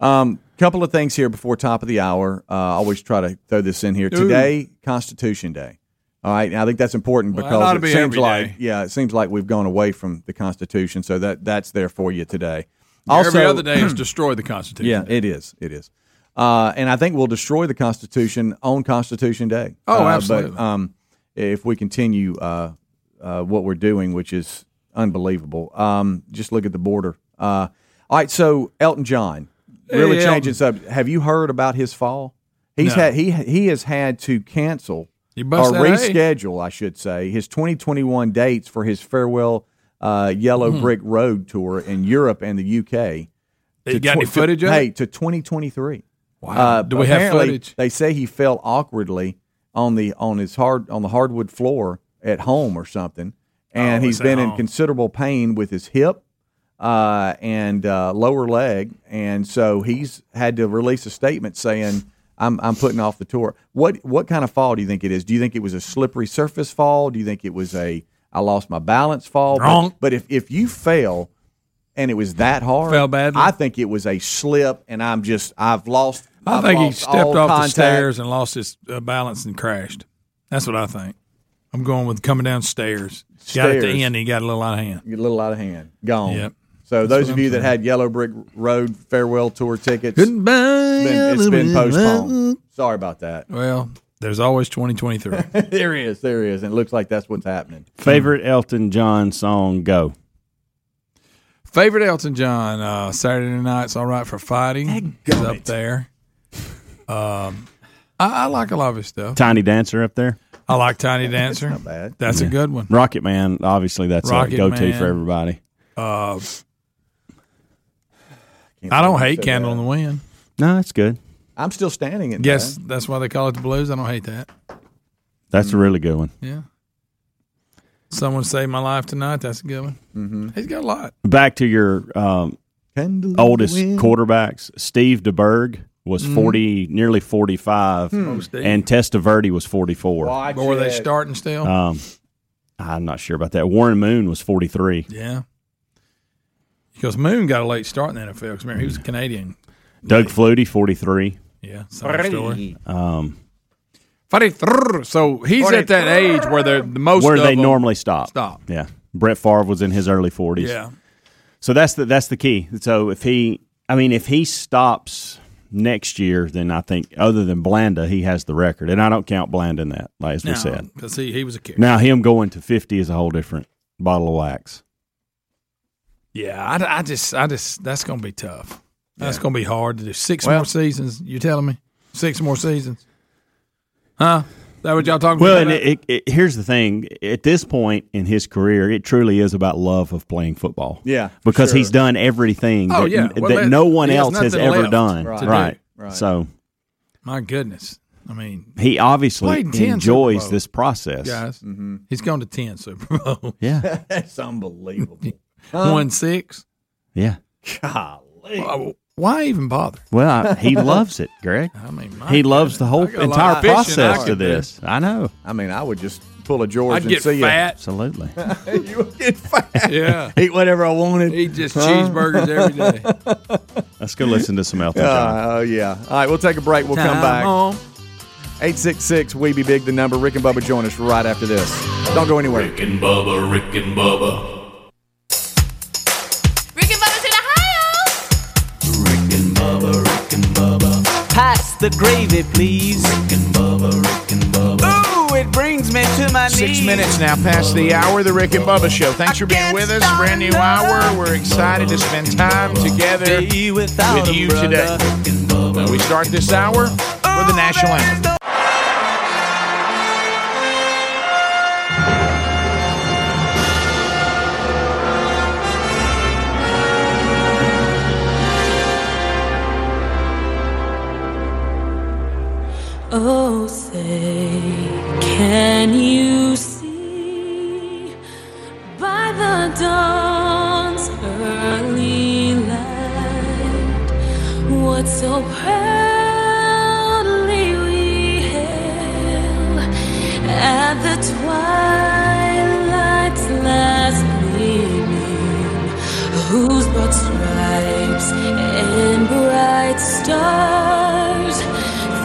Um, couple of things here before top of the hour. Uh, I always try to throw this in here. Today, Constitution Day. All right, and I think that's important Well, that because ought to it be seems every day. like yeah, it seems like we've gone away from the Constitution, so that that's there for you today. Every other day [clears throat] is destroy the Constitution. yeah, it is, it is, uh, and I think we'll destroy the Constitution on Constitution Day. Oh, Uh, but, absolutely. um, if we continue uh, uh, what we're doing, which is unbelievable. Um, just look at the border. Uh, All right, so Elton John, really Hey, changing subject. Have you heard about his fall? He's No. had he he has had to cancel or bust that A. reschedule, I should say, his 2021 dates for his farewell uh, Yellow Hmm. Brick Road tour in Europe and the UK. You got any tw- footage of hey, it? to 2023. Wow. Do we have footage? Uh, They say he fell awkwardly on the on his hard on the hardwood floor at home or something, and Oh, he's it's at been in home. considerable pain with his hip uh, and uh, lower leg, and so he's had to release a statement saying. I'm, I'm putting off the tour. What what kind of fall do you think it is? Do you think it was a slippery surface fall? Do you think it was a I lost my balance fall? But- Wrong. But, if, if you fail and it was that hard, Fell badly? I think it was a slip, and I'm just I've lost. I I've think he lost stepped all off the contact. stairs and lost his uh, balance and crashed. That's what I think. I'm going with coming down stairs. Got at Stairs. the end, he got a little out of hand. Get a little out of hand. Gone. Yep. So That's those what of I'm you that saying. had Yellow Brick Road farewell tour tickets, Goodbye, it's been, it's been Yellow Brick postponed. Sorry about that. Well, there's always 2023. there he is. [laughs] There he is. And it looks like that's what's happening. Favorite Elton John song? Go. [laughs] Favorite Elton John, uh, Saturday Night's All Right for Fighting. He's up there. Um, I, I like a lot of his stuff. Tiny Dancer up there. I [laughs] like Tiny Dancer. That's a Yeah. good one. Rocket Man, obviously, that's Rocket a go-to Man. for everybody. Uh, I don't believe you hate said Candle in that. the Wind. No, that's good. I'm still standing in. Yes, that. that's why they call it the blues. I don't hate that. That's a Mm. really good one. Yeah. Someone saved my life tonight. That's a good one. Mm-hmm. He's got a lot. Back to your um, Candle in the oldest wind. quarterbacks. Steve DeBerg was Mhm. forty, nearly forty-five, Hmm. Oh, Steve. and Testaverde was forty-four. Watch But were they it. starting still? Um, I'm not sure about that. Warren Moon was forty-three. yeah. Because Moon got a late start in the NFL. 'cause remember, he was a Canadian. Doug Flutie, forty-three. Yeah. Same story. Um, Forty three. So he's at that age where they're the most where of they them- normally stop. Stop. Yeah. Brett Favre was in his early forties. Yeah. So that's the that's the key. So if he, I mean, if he stops next year, then I think other than Blanda, he has the record, and I don't count Blanda in that, like as we said. Because he, he was a kicker. Now him going to fifty is a whole different bottle of wax. Yeah, I, I just, I just, that's going to be tough. That's going to be hard to do. Six Well- more seasons. You telling me? Six more seasons? Huh? That what y'all talking Well, and about? it, it, it- here's the thing: at this point in his career, it truly is about love of playing football. Yeah, for because sure. he's done everything Oh, that, yeah. Well, that that- no one he has else has nothing ever left done. to Right. do. Right. Right. So My goodness. I mean, he obviously Played 10 Super enjoys Bowls. this process. guys, Mm-hmm. he's gone to 10 Super Bowl. Yeah. [laughs] [laughs] That's unbelievable. Won six. Yeah. Golly. Why- Why even bother? Well, I, [laughs] he loves it, Greg. I mean, my He loves the whole I got a lot entire of fishing I process to could do. this. I know. I mean, I would just pull a George I'd and get see fat. Absolutely. [laughs] you. you would get fat. Yeah. Eat whatever I wanted. Eat just cheeseburgers every day. [laughs] Let's go listen to some Elton John. Uh, oh yeah. All right, we'll take a break. We'll come back. home. 866 We Be Big, the number. Rick and Bubba join us right after this. Don't go anywhere. Rick and Bubba, Rick and Bubba. Rick and Bubba's in Ohio. Pass the gravy, please. Rick and Bubba, Rick and Bubba. Ooh, it brings me to my knees. Six minutes now past the hour, the Rick and Bubba Show. Thanks for being with us. Brand new hour. We're excited to spend time together with Be without a you brother. today. We start this hour with the national anthem. Oh, say, can you see by the dawn's early light what so proudly we hail at the twilight's last gleaming, whose broad stripes and bright stars?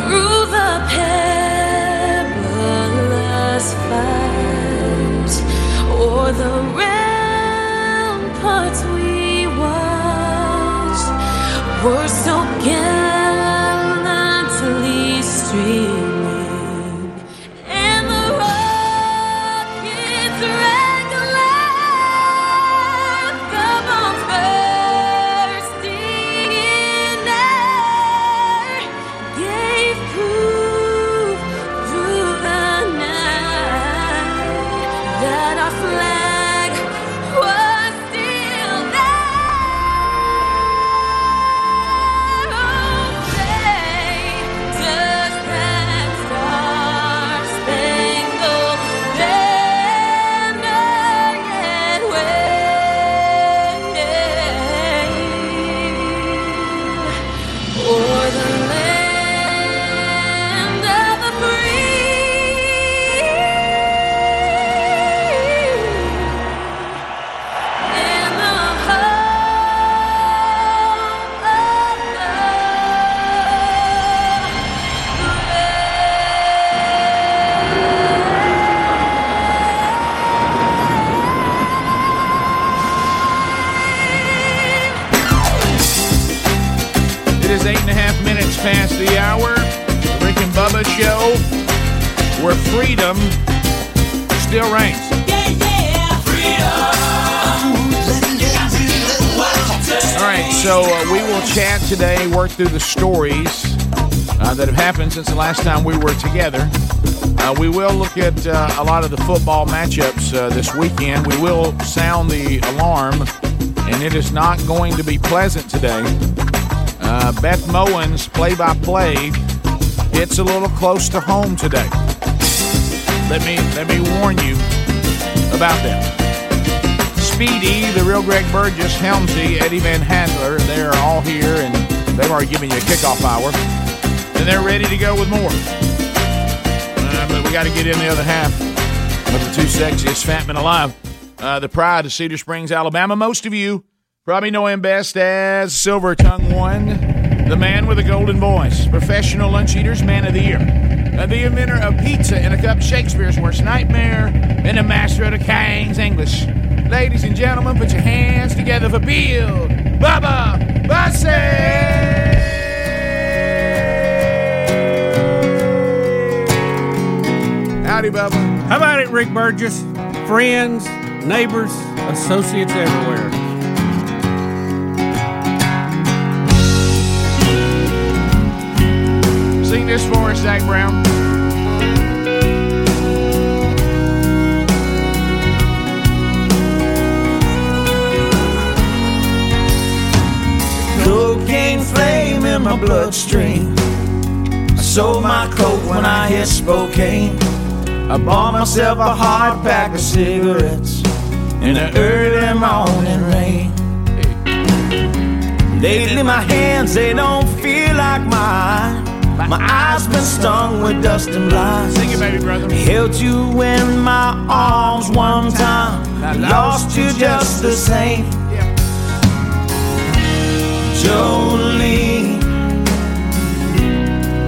through the perilous fight, o'er the ramparts we watched, were so gallantly streaming, and the rockets rang aloud, the bombs burst where freedom still reigns. All right, so uh, we will chat today, work through the stories uh, that have happened since the last time we were together. Uh, we will look at uh, a lot of the football matchups uh, this weekend. We will sound the alarm, and it is not going to be pleasant today. Uh, Beth Mowens, play by play, hits a little close to home today. Let me let me warn you about that. Speedy, the real Greg Burgess, Helmsy, Eddie Van Handler, they are all here and they've already given you a kickoff hour. And they're ready to go with more. Uh, but we got to get in the other half of the two sexiest fat men alive. Uh, the pride of Cedar Springs, Alabama. Most of you probably know him best as Silver Tongue One, the man with a golden voice, professional lunch eaters, man of the year, uh, the inventor of pizza in a cup, Shakespeare's worst nightmare, and the master of the King's English. Ladies and gentlemen, put your hands together for Bill Bubba Bussey. Howdy, Bubba. How about it, Rick Burgess? Friends, neighbors, associates everywhere. Sing this for us, Zach Brown. Cocaine flame in my bloodstream. I sold my coke when I hit Spokane. I bought myself a hard pack of cigarettes in the early morning rain. Lately, my hands they don't feel like mine. My eyes been stung with dust and blinds. Sing it, baby brother. Held you in my arms one time, lost you just the same. Jolene,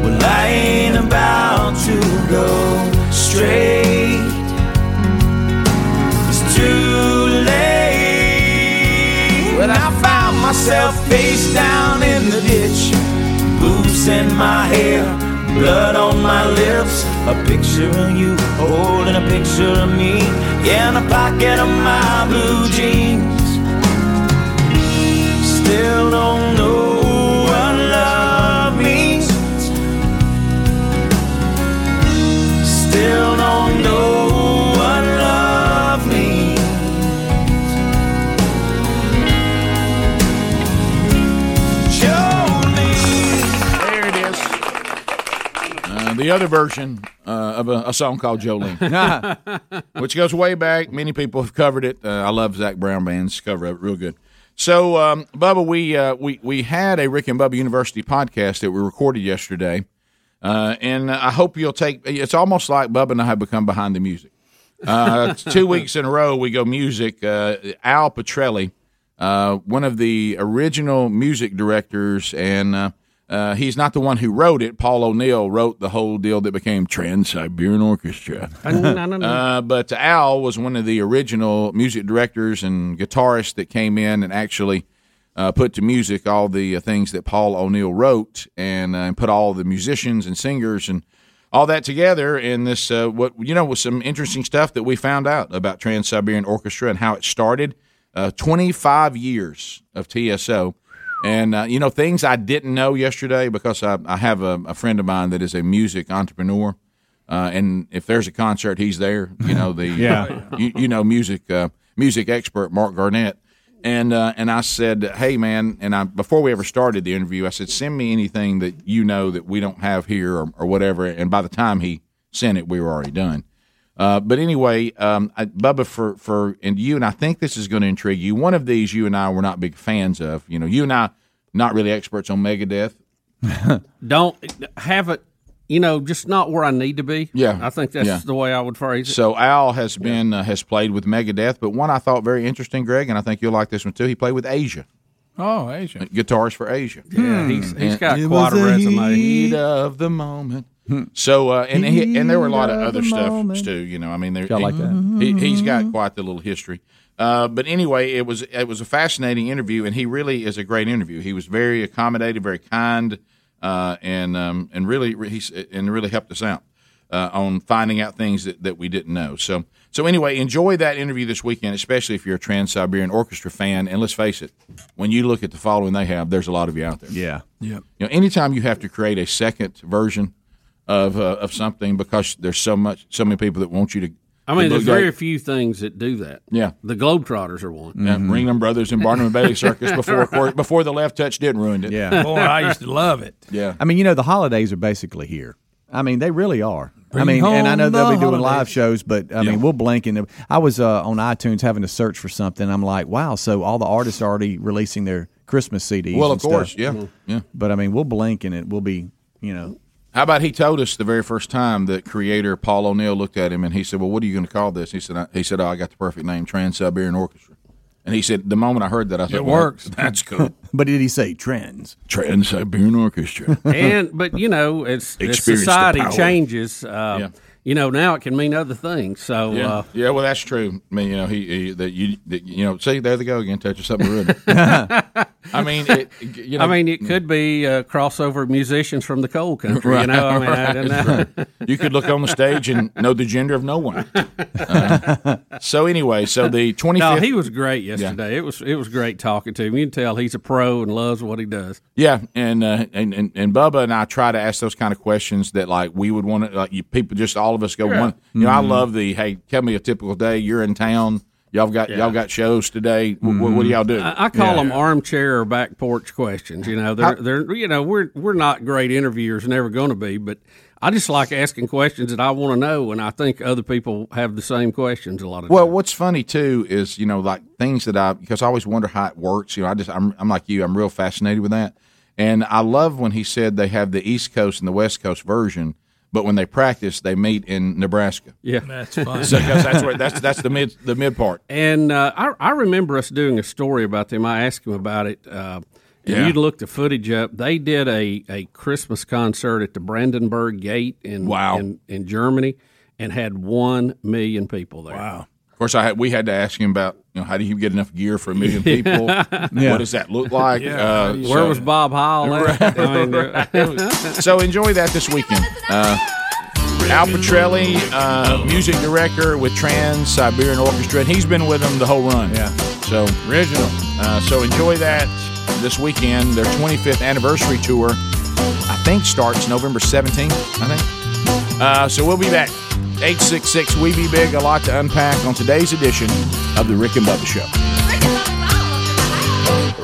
well, I ain't about to go straight. It's too late. When I found myself face down in the ditch, boots in my hair, blood on my lips, a picture of you holding a picture of me, yeah, in the pocket of my blue jeans. Still don't know what love means. Still don't know what love means. Jolene. There it is. Uh, the other version uh, of a, a song called Jolene, [laughs] which goes way back. Many people have covered it. Uh, I love Zach Brown Band's cover of it, real good. So, um, Bubba, we uh, we we had a Rick and Bubba University podcast that we recorded yesterday, uh, and I hope you'll take. It's almost like Bubba and I have become behind the music. Uh, it's two weeks in a row, we go music. Uh, Al Petrelli, uh, one of the original music directors, and uh, uh, he's not the one who wrote it. Paul O'Neill wrote the whole deal that became Trans Siberian Orchestra. Uh, but Al was one of the original music directors and guitarists that came in and actually uh, put to music all the uh, things that Paul O'Neill wrote and, uh, and put all the musicians and singers and all that together in this uh, what you know was some interesting stuff that we found out about Trans Siberian Orchestra and how it started. Uh, 25 years of TSO. And uh, you know things I didn't know yesterday because I, I have a, a friend of mine that is a music entrepreneur, uh, and if there's a concert, he's there. You know the Yeah. [laughs] you, you know music uh, music expert Mark Garnett, and uh, and I said, hey man, and I before we ever started the interview, I said, send me anything that you know that we don't have here or, or whatever. And by the time he sent it, we were already done. Uh, but anyway, um, I, Bubba, for for and you and I think this is going to intrigue you. One of these you and I were not big fans of. You know, you and I not really experts on Megadeth. Don't have it, you know, just not where I need to be. Yeah. I think that's Yeah. the way I would phrase it. So Al has been uh, has played with Megadeth, but one I thought very interesting, Greg, and I think you'll like this one too. He played with Asia, Oh, Asia. guitarist for Asia. Yeah, he's- Hmm. he's And- got It quite was a the resume. Heat of the moment. So uh, and he, and there were a lot of other stuff moment. too. You know, I mean, there, I like he, that. He, he's got quite the little history. Uh, but anyway, it was it was a fascinating interview, and he really is a great interview. He was very accommodating, very kind, uh, and um, and really he's and really helped us out. uh, on finding out things that, that we didn't know. So, so anyway, enjoy that interview this weekend, especially if you're a Trans Siberian Orchestra fan. And let's face it, when you look at the following they have, there's a lot of you out there. Yeah. Yep. You know, anytime you have to create a second version of uh, of something because there's so much, so many people that want you to. I mean, to there's look great. very few things that do that. Yeah. The Globetrotters are one. Yeah, Ringling Brothers and Barnum and [laughs] Bailey Circus before of course, before the left touch did ruined it. Yeah. Boy, I used to love it. Yeah. I mean, you know, the holidays are basically here. I mean, they really are. I Bring mean, and I know home they'll be the doing holidays. live shows, but I mean, we'll blink. And I was uh, on iTunes having to search for something. I'm like, wow, so all the artists are already releasing their Christmas CDs. Well, and of course, stuff. Mm-hmm. yeah, yeah. But I mean, we'll blink and it will be, you know. How about he told us the very first time that creator Paul O'Neill looked at him and he said, "Well, what are you going to call this?" He said, I, "He said, oh, I got the perfect name, Trans Siberian Orchestra." And he said, "The moment I heard that, I thought, It well, works. [laughs] That's cool. but did he say trans? Trans Siberian Orchestra. and but you know, it's, it's Experience the society power. changes. Uh, You know, now it can mean other things. So yeah, uh, yeah. Well, that's true. I mean, you know, he, he that you that, you know, see, there they go again, touching something ruined. [laughs] I mean, it, you know, I mm. mean, it could be uh, crossover musicians from the [laughs] coal country. You know, I mean, I don't know. Right. You could look on the stage and know the gender of no one. Uh, so anyway, so the twenty [laughs] fifth. No, he was great yesterday. It was it was great talking to him. You can tell he's a pro and loves what he does. Yeah, and, uh, and and and Bubba and I try to ask those kind of questions that like we would want to like you people just all of us go Yeah. one. You know, I Mhm. love the hey, tell me a typical day. You're in town. Y'all got y'all got shows today. Wh- wh- Mm-hmm. Mm-hmm. What do y'all do? I, I call Yeah. them armchair or back porch questions. You know, they're I- they're you know we're we're not great interviewers, never going to be, but I just like asking questions that I want to know, and I think other people have the same questions a lot of. Well, what's funny too is you know like things that I because I always wonder how it works. You know, I just I'm I'm like you. I'm real fascinated with that, and I love when he said they have the East Coast and the West Coast version, but when they practice, they meet in Nebraska. Yeah, that's fun. [laughs] So, 'cause that's where that's that's the mid the mid part. And uh, I, I remember us doing a story about them. I asked him about it. Uh, and Yeah. You'd look the footage up. They did a, a Christmas concert at the Brandenburg Gate in, Wow. in in Germany and had one million people there. Wow. Of course, I had, we had to ask him about you know how do you get enough gear for a [laughs] million people? Yeah. What does that look like? Uh, Yeah. Where was Bob Howell [laughs] at? I mean, uh, so enjoy that this weekend. Uh, Al Petrelli, uh, music director with Trans Siberian Orchestra, and he's been with them the whole run. Yeah. So original. Uh, so enjoy that this weekend. Their 25th anniversary tour, I think, starts November 17th. I think. Uh, so we'll be back. 866 We Be Big. A lot to unpack on today's edition of the Rick and Bubba Show.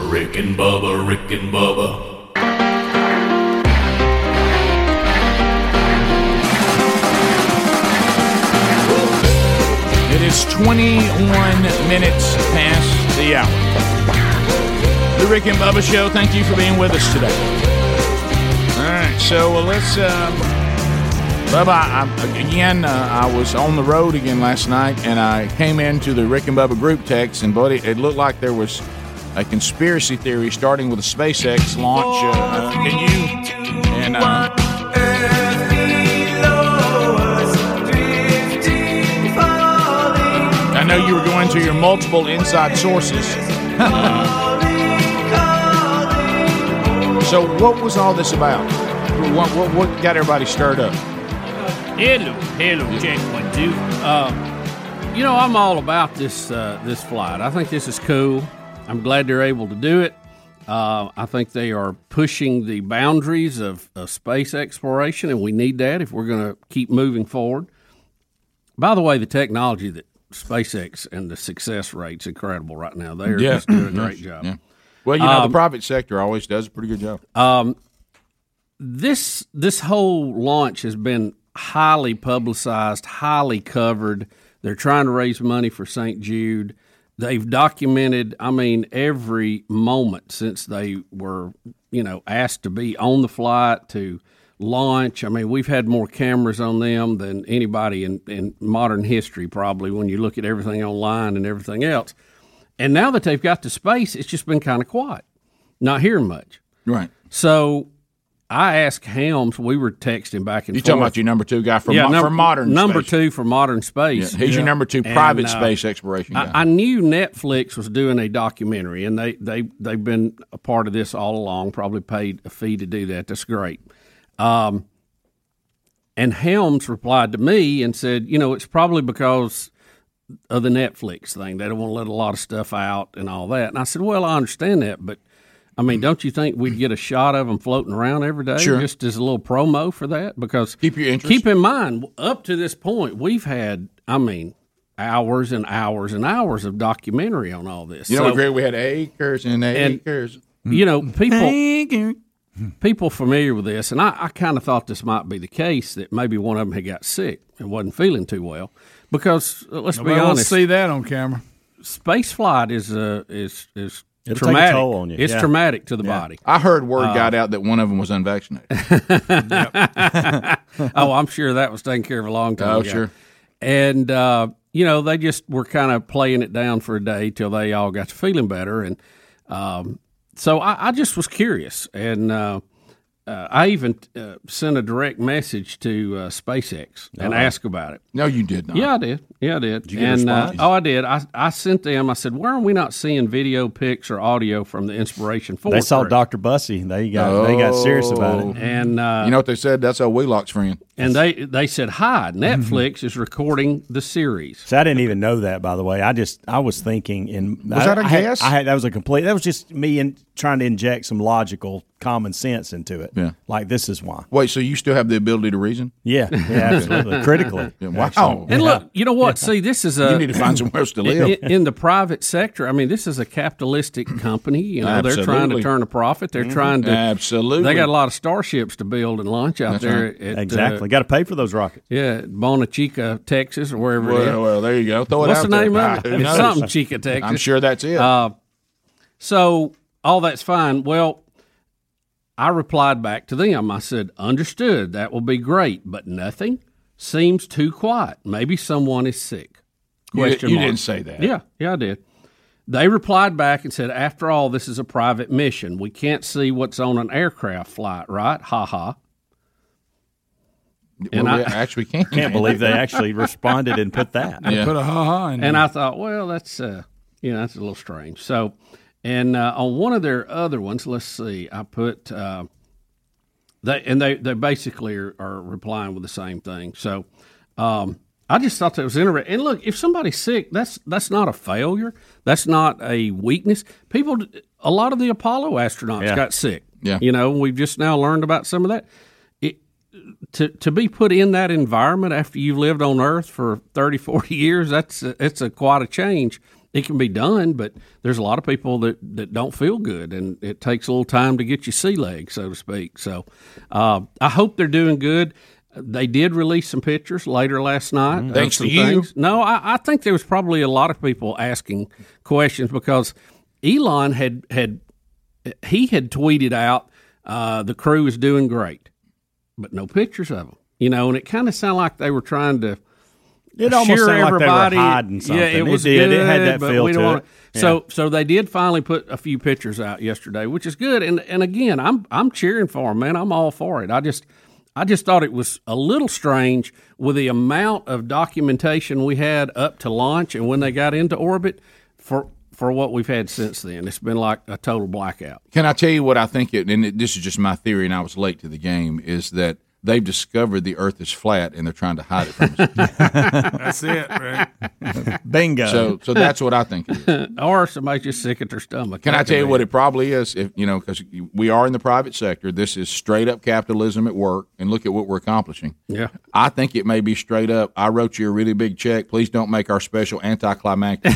Rick and Bubba, Rick and Bubba. It is 21 minutes past the hour. The Rick and Bubba Show. Thank you for being with us today. All right, so well, let's, um, Bubba. I, I- again, uh, I was on the road again last night, and I came into the Rick and Bubba group text, and buddy, it looked like there was a conspiracy theory starting with a SpaceX launch. Uh, uh, can you? And uh, I know you were going to your multiple inside sources. [laughs] so, what was all this about? What, what, what got everybody stirred up? Hello, hello, Jack One Two. Um, you know, I'm all about this uh, this flight. I think this is cool. I'm glad they're able to do it. Uh, I think they are pushing the boundaries of, of space exploration, and we need that if we're going to keep moving forward. By the way, the technology that SpaceX and the success rate's incredible right now. They are Yeah. Mm-hmm. just doing a great job. Yeah. Well, you know, Um, the private sector always does a pretty good job. Um, this this whole launch has been highly publicized, highly covered. They're trying to raise money for St. Jude. They've documented, I mean, every moment since they were, you know, asked to be on the flight to launch. I mean, we've had more cameras on them than anybody in, in modern history, probably, when you look at everything online and everything else. And now that they've got to space, it's just been kind of quiet, not hearing much. Right. So I asked Helms. We were texting back and You forth. talking about your number two guy for, Yeah, mo- num- for modern number space. two for modern space. uh, Yeah, he's your number two private space exploration guy. I, I knew Netflix was doing a documentary, and they they they've been a part of this all along. Probably paid a fee to do that. That's great. Um, And Helms replied to me and said, you know, it's probably because of the Netflix thing. They don't want to let a lot of stuff out and all that. And I said, well, I understand that, but I mean, don't you think we'd get a shot of them floating around every day Sure. just as a little promo for that? Because keep your interest. Keep in mind, up to this point, we've had, I mean, hours and hours and hours of documentary on all this. You know, So- so, Greg, we had acres and And- acres. you know, people people familiar with this, and I, I kind of thought this might be the case that maybe one of them had got sick and wasn't feeling too well. Because uh, let's Nobody be wants honest, to see that on camera. space flight is uh, is is It'll take a traumatic. toll on you, It's yeah. traumatic to the Yeah. body. I heard word Uh, got out that one of them was unvaccinated. [laughs] [laughs] oh, I'm sure that was taken care of a long time Oh, ago. sure. And, uh, you know, they just were kind of playing it down for a day till they all got to feeling better. And um, so I, I just was curious. And uh, uh, I even uh, sent a direct message to uh, SpaceX and Oh. asked about it. No, you did not. Yeah, I did. Yeah, I did. Did you get a and, uh, [laughs] response? oh, I did. I, I sent them, I said, why are we not seeing video, pics, or audio from the Inspiration 4? They saw Doctor Bussy. They got they got serious Oh. about it. And uh, you know what they said? That's old Wheelock's friend. and they they said hi netflix is recording the series So Mm-hmm. I didn't even know that, by the way. I just I was thinking, and Was I, that a I had- guess? I had that was a complete. That was just me in, trying to inject some logical common sense into it. Yeah. like this is why. Wait, so you still have the ability to reason? Yeah, yeah, [laughs] absolutely, critically. [laughs] Yeah, wow. Actually. and look you know what see this is a You need to find somewhere else to live. in, in the private sector i mean this is a [clears throat] capitalistic company you know they're trying to Absolutely. turn a profit they're Mhm. trying to Absolutely. they got a lot of starships to build and launch out That's there right. at, uh, Exactly. got to pay for those rockets yeah at bona chica texas or wherever it is Well, well, there you go. Throw it What's out the name there. of it? Ah, who It's knows? something Chica, Texas. I'm sure that's it. Uh, so all that's fine. Well, I replied back to them. I said, "Understood. That will be great, but nothing seems too quiet. Maybe someone is sick." You- Question you mark. didn't say that. Yeah, yeah, I did. They replied back and said, "After all, this is a private mission. We can't see what's on an aircraft flight, right? Ha ha." Well, we actually can't. Can't believe they actually responded and put that. Yeah. Put a ha-ha in And there. I thought, well, that's uh, you know, that's a little strange. So, and uh, on one of their other ones, let's see, I put uh, they and they they basically are, are replying with the same thing. So, um, I just thought that was interesting. And look, if somebody's sick, that's that's not a failure. That's not a weakness. People, d- a lot of the Apollo astronauts Yeah. got sick. Yeah. you know, we've just now learned about some of that. It, to to be put in that environment after you've lived on earth for 30 40 years that's a, it's a quite a change it can be done but there's a lot of people that that don't feel good and it takes a little time to get your sea legs so to speak so uh, i hope they're doing good they did release some pictures later last night. of Mm-hmm. Thanks some to you. things. No, I, I think there was probably a lot of people asking questions because Elon had had he had tweeted out uh, the crew is doing great, but no pictures of them. You know, and it kind of sounded like they were trying to. It almost assure sounded like they were everybody- hiding something. Yeah, it, It was did. Good, It had that but feel we don't to wanna- it. So, so they did finally put a few pictures out yesterday, which is good. And and again, I'm I'm cheering for them, man. I'm all for it. I just I just thought it was a little strange with the amount of documentation we had up to launch and when they got into orbit for for what we've had since then. It's been like a total blackout. Can I tell you what I think? It, and it, this is just my theory, and I was late to the game. Is that they've discovered the Earth is flat, and they're trying to hide it from us. [laughs] [laughs] That's it, [laughs] [laughs] right? Bingo. So, so that's what I think. or somebody's just sick at their stomach. Can I That tell you be what it probably is? If you know, because we are in the private sector, this is straight up capitalism at work. And look at what we're accomplishing. Yeah. [laughs] I think it may be straight up. I wrote you a really big check. Please don't make our special anticlimactic.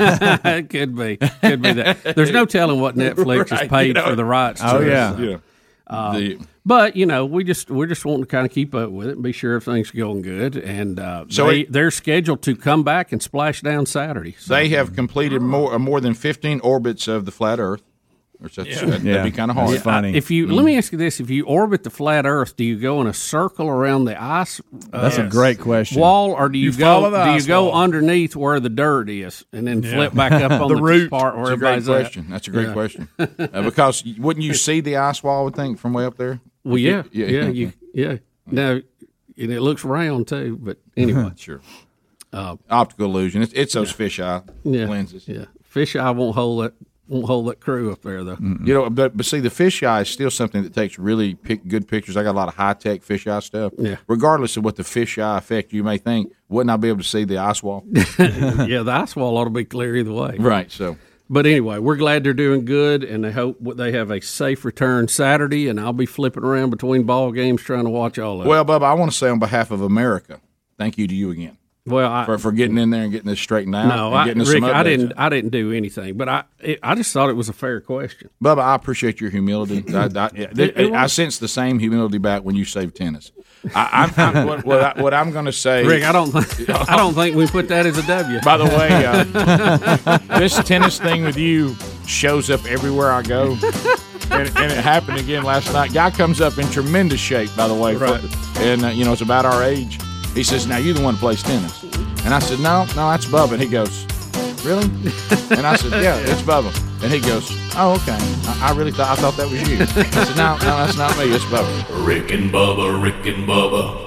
it could be. Could be that. There's no telling what [laughs] Netflix has Right, paid you know. for the rights. to Oh, it, yeah. so. Yeah. Uh, The- but you know, we just we're just wanting to kind of keep up with it and be sure everything's going good. And uh, So they, it- they're scheduled to come back and splash down Saturday. So oh. They have completed more uh, more than fifteen orbits of the flat Earth. Or so- Yeah. That'd that'd be kind of hard. Mm-hmm. Yeah, I- If you let me ask you this: If you orbit the flat Earth, do you go in a circle around the ice? uh, That's a great question. Wall, or do you, You go? follow the Do you ice go wall. underneath where the dirt is, and then Yeah. flip back [laughs] up on the, part where It's a great everybody's at? question. That's a great Yeah. [laughs] question. Uh, because wouldn't you see the ice wall? I would think from way up there. Well, yeah, [laughs] yeah, yeah, you, yeah. Now, and it looks round too. But anyway, [laughs] Uh, sure. optical illusion. It's, it's those fisheye Yeah. lenses. Yeah, fish eye won't hold that won't hold that crew up there though. You know, but, but see, the fisheye is still something that takes really pic- good pictures. I got a lot of high tech fisheye stuff. Yeah. Regardless of what the fisheye effect you may think, wouldn't I be able to see the ice wall? [laughs] yeah, the ice wall ought to be clear either way. Right, so. But anyway, we're glad they're doing good, and I hope what- they have a safe return Saturday. And I'll be flipping around between ball games trying to watch all of it. Well, Bubba, I want to say on behalf of America, thank you to you again well, I, for, for getting in there and getting this straightened out. no, and I, getting us Rick, some I updates. didn't. I didn't do anything, but I it, I just thought it was a fair question. Bubba, I appreciate your [clears throat] humility. I, I, It- it I was- sense the same humility back when you saved tennis. I, [laughs] I, I, what, what, I, what I'm going to say, Rick, I [laughs] don't. [laughs] I don't think we put that as a W. By the way, [laughs] uh, this tennis thing with you shows up everywhere [laughs] I go. And, and it happened again last night. Guy comes up in tremendous shape, by the way. for- Right. and, uh, you know, it's about our age. He says, Now, you're the one who plays tennis. And I said, No, no, that's Bubba. And he goes, Really? [laughs] And I said, Yeah, [laughs] it's Bubba. And he goes, Oh, okay. I, I really thought I thought that was you. I said, No, no, that's not me. It's Bubba. Rick and Bubba, Rick and Bubba.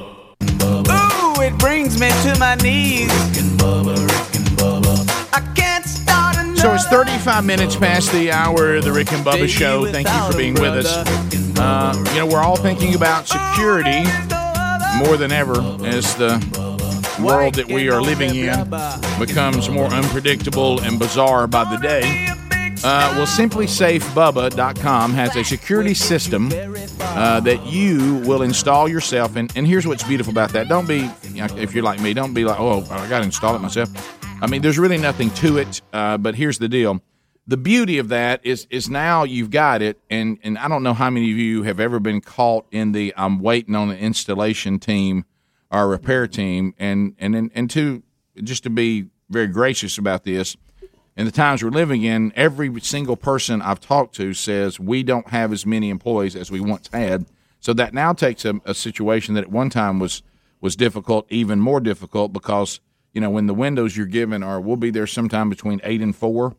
Ooh, it brings me to my knees. I can't start another. So it's 35 minutes past the hour of the Rick and Bubba show. Thank you for being with us. Uh, you know, we're all thinking about security more than ever as the world that we are living in becomes more unpredictable and bizarre by the day. Uh, well, simplysafebubba.com has a security system uh, that you will install yourself. And, and here's what's beautiful about that. Don't be, you know, if you're like me, don't be like, oh, I got to install it myself. I mean, there's really nothing to it. Uh, but here's the deal. The beauty of that is is now you've got it, and, and I don't know how many of you have ever been caught in the I'm waiting on the installation team our repair team and and and, and to just to be very gracious about this in the times we're living in every single person i've talked to says we don't have as many employees as we once had so that now takes a, a situation that at one time was was difficult even more difficult because you know when the windows you're given are we'll be there sometime between eight and four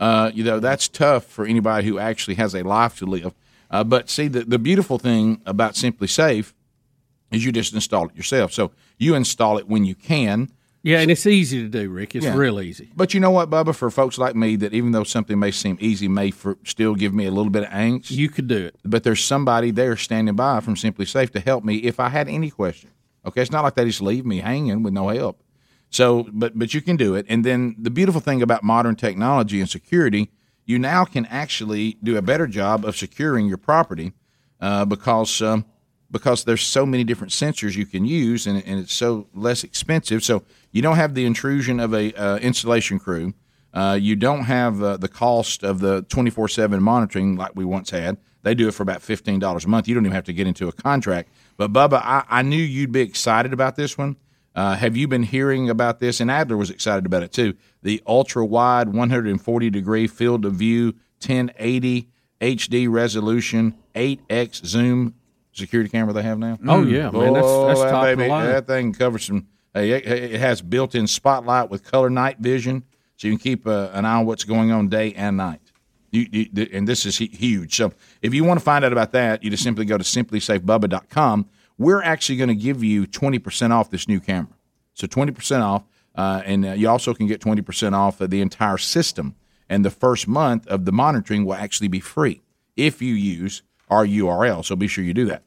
uh, you know that's tough for anybody who actually has a life to live uh, but see the, the beautiful thing about simply safe is you just install it yourself. So you install it when you can. Yeah, and it's easy to do, Rick. It's Yeah. real easy. But you know what, Bubba? For folks like me, that even though something may seem easy, may for, still give me a little bit of angst. You could do it. But there's somebody there standing by from Simply Safe to help me if I had any question. Okay, it's not like they just leave me hanging with no help. So, but but you can do it. And then the beautiful thing about modern technology and security, you now can actually do a better job of securing your property uh, because um, because there's so many different sensors you can use, and, and it's so less expensive. So you don't have the intrusion of a uh, installation crew. Uh, you don't have uh, the cost of the 24/7 monitoring like we once had. They do it for about fifteen dollars a month. You don't even have to get into a contract. But Bubba, I, I knew you'd be excited about this one. Uh, have you been hearing about this? And Adler was excited about it too. The ultra wide 140 degree field of view, 1080 HD resolution, 8x zoom security camera they have now. Oh, yeah, man, that's- Boy, that's that top of the baby- line. That thing covers some. Hey, it, it has built in spotlight with color night vision, so you can keep uh, an eye on what's going on day and night. You, you, th- and this is hu- huge. So if you want to find out about that, you just simply go to simplysafebubba.com. We're actually going to give you 20% off this new camera. So 20% off. Uh, and uh, you also can get 20% off of the entire system. And the first month of the monitoring will actually be free if you use our URL. So be sure you do that.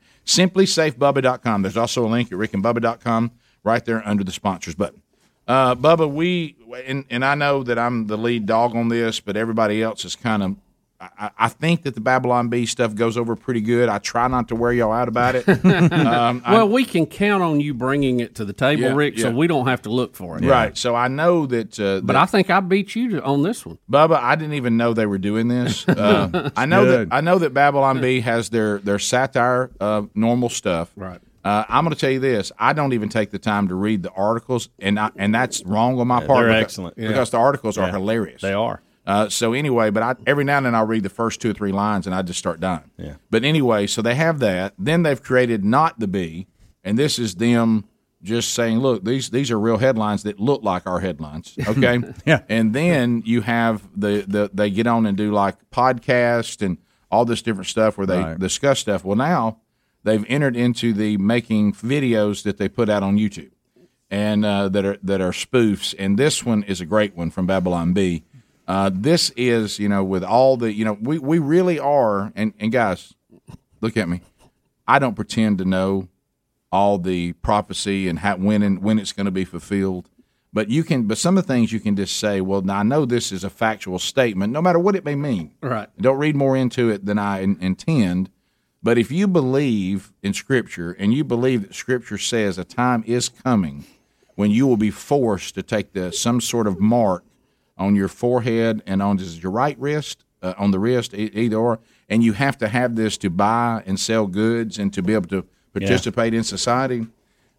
SimplySafeBubba.com. There's also a link at rickandbubba.com right there under the sponsors button. Uh, Bubba, we and, and I know that I'm the lead dog on this, but everybody else is kind of. I, I- I think that the Babylon Bee stuff goes over pretty good. I try not to wear y'all out about [laughs] it. [laughs] um, I- well, we can count on you bringing it to the table, Yeah, Rick, so yeah. we don't have to look for it. Right. So I know that. Uh, But I think I beat you to, on this one. Bubba, I didn't even know they were [laughs] doing this. Uh, I know Good. that I know that Babylon B has their their satire uh, normal stuff. Right. Uh, I'm going to tell you this. I don't even take the time to read the articles, and I, and that's wrong on my Yeah, part. they're because- excellent. because Yeah. the articles are Yeah. hilarious. They are. Uh, so anyway, but I, every now and then I'll read the first two or three lines and I just start dying. Yeah. But anyway, so they have that. Then they've created not the bee, and this is them just saying, look, these these are real headlines that look like our headlines. Okay. yeah. And then you have the, the they get on and do like podcast and all this different stuff where they Right. discuss stuff. Well, now they've entered into the making videos that they put out on YouTube and uh, that are that are spoofs. And this one is a great one from Babylon B Uh, this is, you know, with all the, you know, we, we really are, and, and guys, look at me. I don't pretend to know all the prophecy and how, when and when it's going to be fulfilled. But you can, but some of the things you can just say, well, now I know this is a factual statement, no matter what it may mean. Right. Don't read more into it than I in- intend. But if you believe in Scripture and you believe that Scripture says a time is coming when you will be forced to take the, some sort of mark on your forehead and on is it your right wrist, uh, on the wrist, e- either or, and you have to have this to buy and sell goods and to be able to participate in society.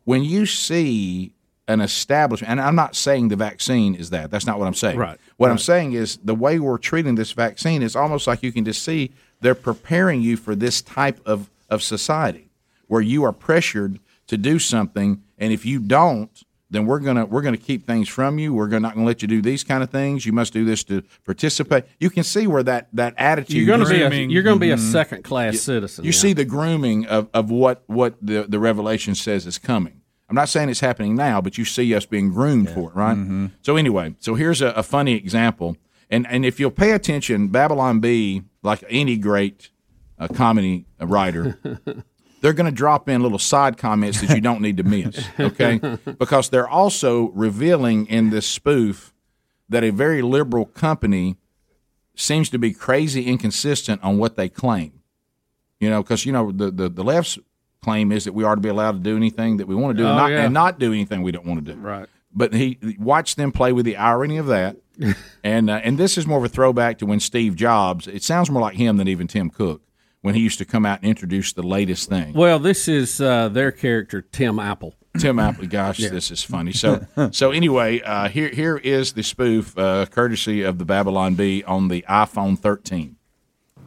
When you see an establishment, and I'm not saying the vaccine is that. That's not what I'm saying. Right. What I'm saying is the way we're treating this vaccine is almost like you can just see they're preparing you for this type of, of society where you are pressured to do something, and if you don't, then we're gonna we're gonna keep things from you. We're gonna, not gonna let you do these kind of things. You must do this to participate. You can see where that that attitude You're going to be a, you're going to be a second class citizen. Mm-hmm. you see the grooming of, of what what the, the revelation says is coming. I'm not saying it's happening now, but you see us being groomed for it, right? So anyway, so here's a, a funny example, and and if you'll pay attention, Babylon B, like any great uh, comedy writer, [laughs] they're going to drop in little side comments that you don't need [laughs] to miss, okay? Because they're also revealing in this spoof that a very liberal company seems to be crazy inconsistent on what they claim. You know, because you know the, the the left's claim is that we are to be allowed to do anything that we want to do, Oh, and, not, yeah. and not do anything we don't want to do. Right. But he watch them play with the irony of [laughs] that, and uh, and this is more of a throwback to when Steve Jobs. It sounds more like him than even Tim Cook when he used to come out and introduce the latest thing. Well, this is uh, their character Tim Apple. Tim Apple, gosh, this is funny. [clears throat] [laughs] So, so anyway, uh, here here is the spoof, uh, courtesy of the Babylon Bee on the iPhone 13.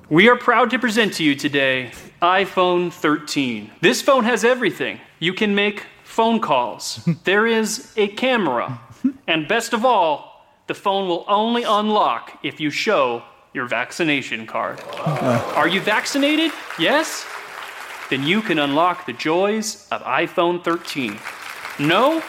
We are proud to present to you today iPhone 13. This phone has everything. You can make phone calls, [laughs] there is a camera, and best of all, the phone will only unlock if you show your vaccination card. Are you vaccinated? Yes? Then you can unlock the joys of iPhone 13. No?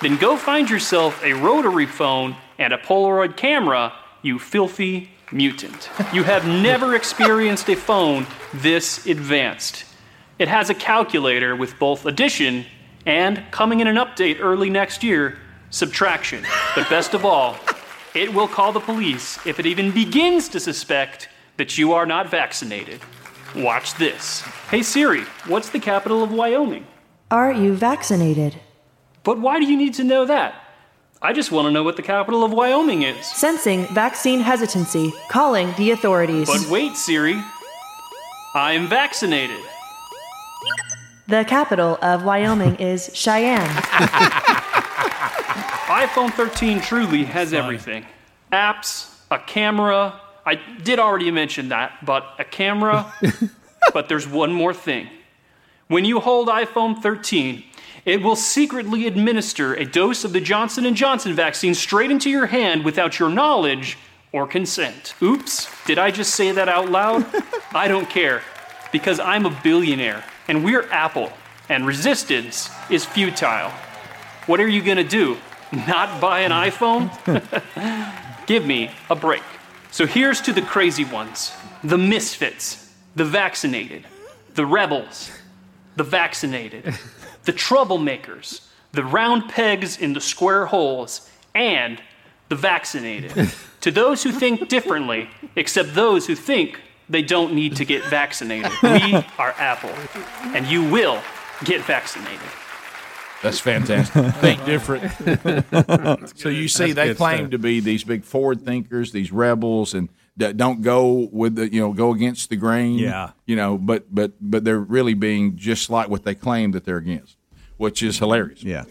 Then go find yourself a rotary phone and a Polaroid camera, you filthy mutant. You have never experienced a phone this advanced. It has a calculator with both addition and, coming in an update early next year, subtraction. But best of all, it will call the police if it even begins to suspect that you are not vaccinated. Watch this. Hey Siri, what's the capital of Wyoming? Are you vaccinated? But why do you need to know that? I just want to know what the capital of Wyoming is. Sensing vaccine hesitancy, calling the authorities. But wait, Siri. I'm vaccinated. [laughs] The capital [laughs] of Wyoming is Cheyenne. iPhone 13 truly has everything apps, a camera. I did already mention that, but a camera. but there's one more thing. When you hold iPhone 13, it will secretly administer a dose of the Johnson & Johnson vaccine straight into your hand without your knowledge or consent. Oops, did I just say that out loud? I don't care because I'm a billionaire and we're Apple and resistance is futile. What are you going to do? Not buy an iPhone? Give me a break. So here's to the crazy ones, the misfits, the vaccinated, the rebels, the vaccinated, the troublemakers, the round pegs in the square holes, and the vaccinated. to those who think differently, except those who think they don't need to get vaccinated, we are Apple, and you will get vaccinated. That's [laughs] fantastic. Think different. so you see, That's they good claim stuff. to be these big forward thinkers, these rebels, and that don't go with the you know go against the grain. Yeah. you know, but but but they're really being just like what they claim that they're against, which is hilarious. Yeah.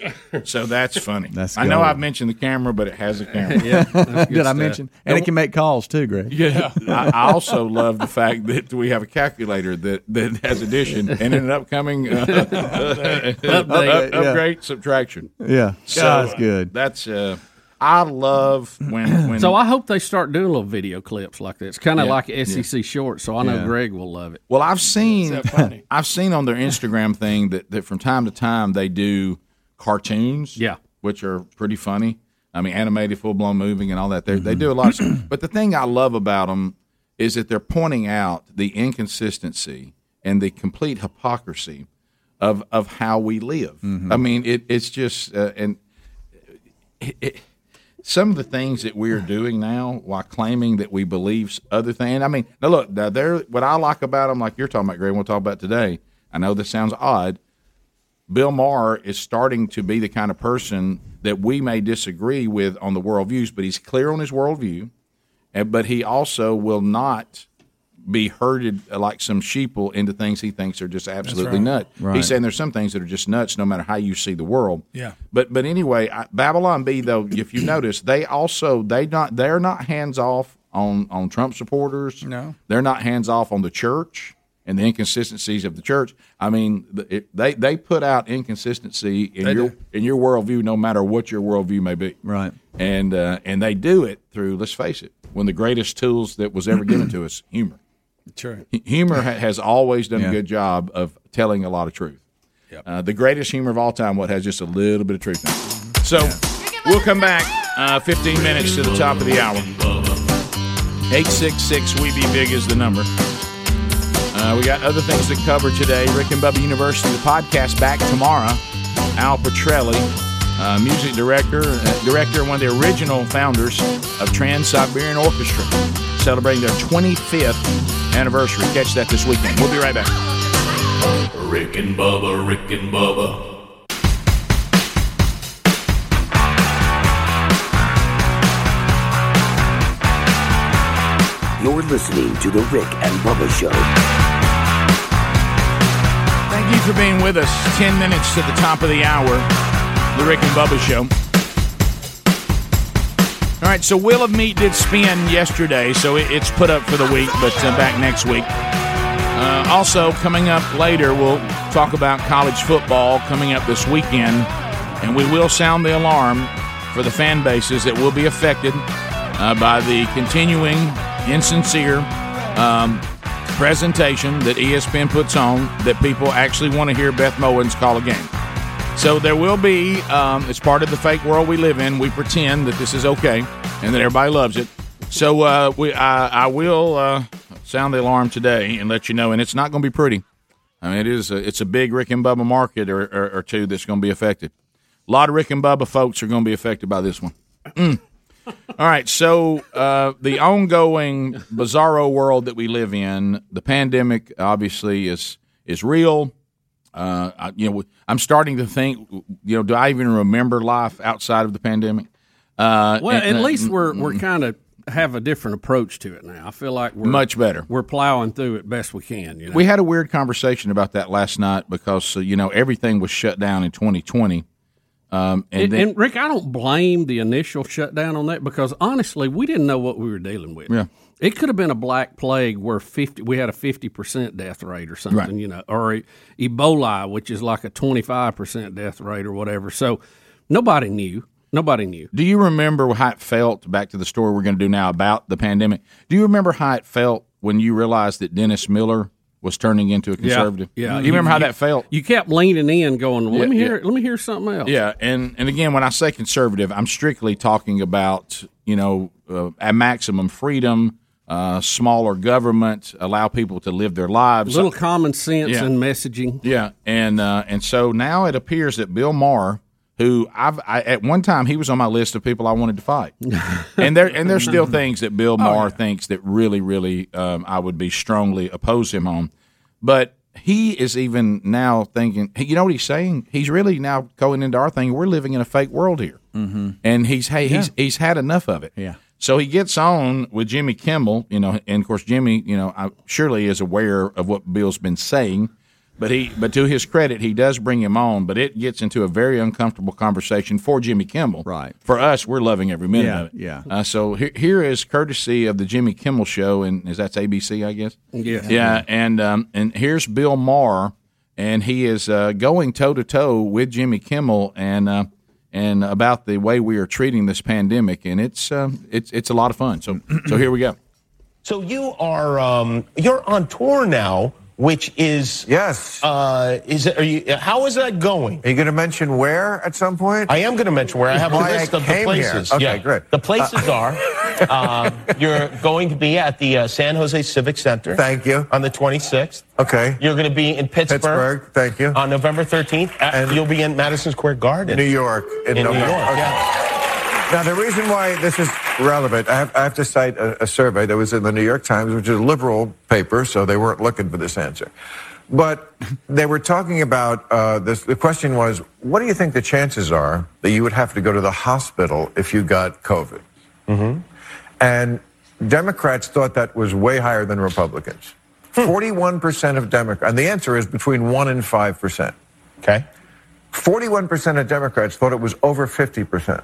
So that's funny. That's I know gold. I've mentioned the camera, but it has a [laughs] camera. [laughs] Did I mention? And it can make calls too, Greg. Yeah, I [laughs] I also love the fact that we have a calculator that, that has addition and an upcoming uh, up- [laughs] Update, up- yeah. upgrade subtraction. Yeah, that's good. That's uh, I love when when So I hope they start doing little video clips like that. It's kind of Yeah. like SEC shorts. So I know Yeah. Greg will love it. Well, I've seen [laughs] I've seen on their Instagram thing that, that from time to time they do cartoons. Yeah. Which are pretty funny. I mean, animated, full blown moving, and all that. They they do a lot. Of stuff. But the thing I love about them is that they're pointing out the inconsistency and the complete hypocrisy of of how we live. I mean, it, it's just uh, and it, it, some of the things that we are doing now, while claiming that we believe s- other things. I mean, now look, now there. What I like about them, like you're talking about, Greg, we'll talk about today. I know this sounds odd. Bill Maher is starting to be the kind of person that we may disagree with on the worldviews, but he's clear on his worldview, and but he also will not be herded uh, like some sheeple into things he thinks are just absolutely right. nuts. Right. He's saying there's some things that are just nuts, no matter how you see the world. Yeah. But but anyway, I, Babylon B though, if you notice, they also they not they're not hands off on on Trump supporters. No. They're not hands off on the church and the inconsistencies of the church. I mean, the- it, they they put out inconsistency in They your do. in your worldview, no matter what your worldview may be. Right. And uh, and they do it through. Let's face it, one of the greatest tools that was ever given to us, [clears throat] humor. True. H- Humor ha- has always done Yeah. a good job of telling a lot of truth. Uh, the greatest humor of all time, what has just a little bit of truth in it. So we'll come back uh, [laughs] 15 minutes to the top of the hour. 866 We Be Big is the number. Uh, we got other things to cover today. Rick and Bubba University, the podcast back tomorrow. Al Petrelli, uh, music director, uh, director, one of the original founders of Trans Siberian Orchestra, celebrating their 25th anniversary. Catch that this weekend. We'll be right back. Rick and Bubba, Rick and Bubba. You're listening to the Rick and Bubba Show. Thank you for being with us. 10 minutes to the top of the hour, the Rick and Bubba Show. All right, so Will of Meat did spin yesterday, so it, it's put up for the week, but uh, back next week. Uh, also, coming up later, we'll talk about college football coming up this weekend, and we will sound the alarm for the fan bases that will be affected uh, by the continuing insincere um, presentation that E ESPN puts on that people actually want to hear Beth Mowens call a game. So there will be, um, it's part of the fake world we live in. We pretend that this is okay and that everybody loves it. So uh, we, I, I will uh, sound the alarm today and let you know. And it's not going to be pretty. I mean, it is. A, it's a big Rick and Bubba market or, or, or two that's going to be affected. A lot of Rick and Bubba folks are going to be affected by this one. Mm. All right, so uh, the ongoing bizarro world that we live in, the pandemic obviously is is real. Uh, I, you know, I'm starting to think, you know, do I even remember life outside of the pandemic? Uh, Well, and- mm-hmm. at least we're we're kind of have a different approach to it now. I feel like we're much better. We're plowing through it best we can. You know, We had a weird conversation about that last night because uh, you know everything was shut down in 2020, um, and, and, then and Rick, I don't blame the initial shutdown on that because honestly, we didn't know what we were dealing with. Yeah. It could have been a black plague where fifty we had a fifty percent death rate or something, Right. you know, or e- Ebola, which is like a twenty five percent death rate or whatever. So nobody knew. Nobody knew. Do you remember how it felt? Back to the story we're going to do now about the pandemic. Do you remember how it felt when you realized that Dennis Miller was turning into a conservative? Yeah. You remember how that felt? You kept leaning in, going, well, Yeah, "Let me hear. yeah. it. Let me hear something else." Yeah, and and again, when I say conservative, I'm strictly talking about you know uh, at maximum freedom, uh, smaller government, allow people to live their lives, little common sense Yeah. and messaging. Yeah, and uh, and so now it appears that Bill Maher, who I've I, at one time he was on my list of people I wanted [laughs] to fight, and there and there's still things that Oh, Bill Maher thinks that really really um, I would be strongly oppose him on, but he is even now thinking you know what he's saying he's really now going into our thing we're living in a fake world here Mm-hmm. and he's hey he's he's had enough of it. Yeah. So he gets on with Jimmy Kimmel, you know, and of course Jimmy, you know, I, surely is aware of what Bill's been saying, but he but to his credit, he does bring him on, but it gets into a very uncomfortable conversation for Jimmy Kimmel. Right. For us, we're loving every minute Yeah, of it. yeah. Uh, so here, here is courtesy of the Jimmy Kimmel show, and is that's ABC, I guess. Yeah. Yeah, and um, and here's Bill Maher, and he is uh, going toe to toe with Jimmy Kimmel, and uh, and about the way we are treating this pandemic, and it's um, it's it's a lot of fun. So so here we go. So you are um, you're on tour now which is yes. Uh, is it, are you? How is that going? Are you going to mention where at some point? I am going to mention where. I have a Why I list of the came here. places. Okay, yeah. great. Uh, The places are. um, you're going to be at the uh, San Jose Civic Center. Thank you. On the 26th. Okay. You're going to be in Pittsburgh. Pittsburgh. Thank you. On November 13th, Uh, you'll be in Madison Square Garden. New York in In, New November. York. Okay. Yeah. Now, the reason why this is relevant, I have, I have to cite a, a survey that was in the New York Times, which is a liberal paper, so they weren't looking for this answer. But they were talking about uh, this. The question was, what do you think the chances are that you would have to go to the hospital if you got COVID? Mm-hmm. And Democrats thought that was way higher than Republicans. Hmm. 41% of Democrats, and the answer is between 1 and 5%. Okay. 41% of Democrats thought it was over 50%.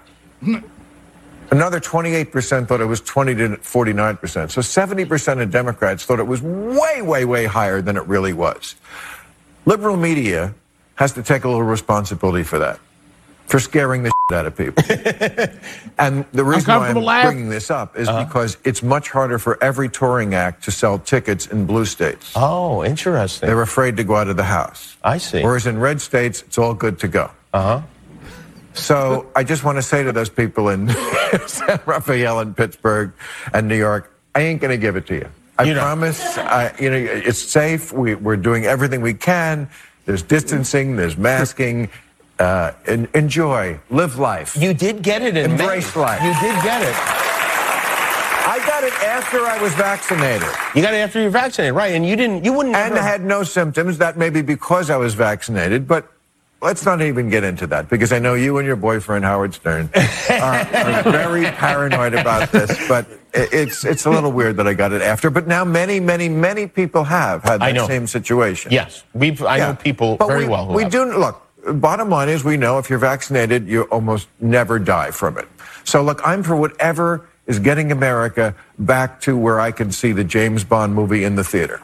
Another 28% thought it was 20 to 49%. So 70% of Democrats thought it was way, way, way higher than it really was. Liberal media has to take a little responsibility for that, for scaring the shit out [laughs] of people. and the reason why I'm Uncomfortable laugh? bringing this up Uh-huh. is because it's much harder for every touring act to sell tickets in blue states. Oh, interesting. They're afraid to go out of the house. I see. Whereas in red states, it's all good to go. Uh huh. So I just want to say to those people in [laughs] San Rafael and Pittsburgh and New York, I ain't going to give it to you. I promise. I, you know, it's safe. We, we're doing everything we can. There's distancing. There's masking. Uh, en- enjoy. Live life. You did get it in Embrace May. life. You did get it. I got it after I was vaccinated. You got it after you're vaccinated, right? And you didn't. You wouldn't. And I had no symptoms. That may be because I was vaccinated, but. Let's not even get into that because I know you and your boyfriend [laughs] Howard Stern are, are very paranoid about this. But i- it's it's a little weird that I got it after. But now many, many, many people have had I that know. same situation. Yes, we. I know people But very we, well. Who we have. do look. Bottom line is, we know if you're vaccinated, you almost never die from it. So look, I'm for whatever is getting America back to where I can see the James Bond movie in the theater.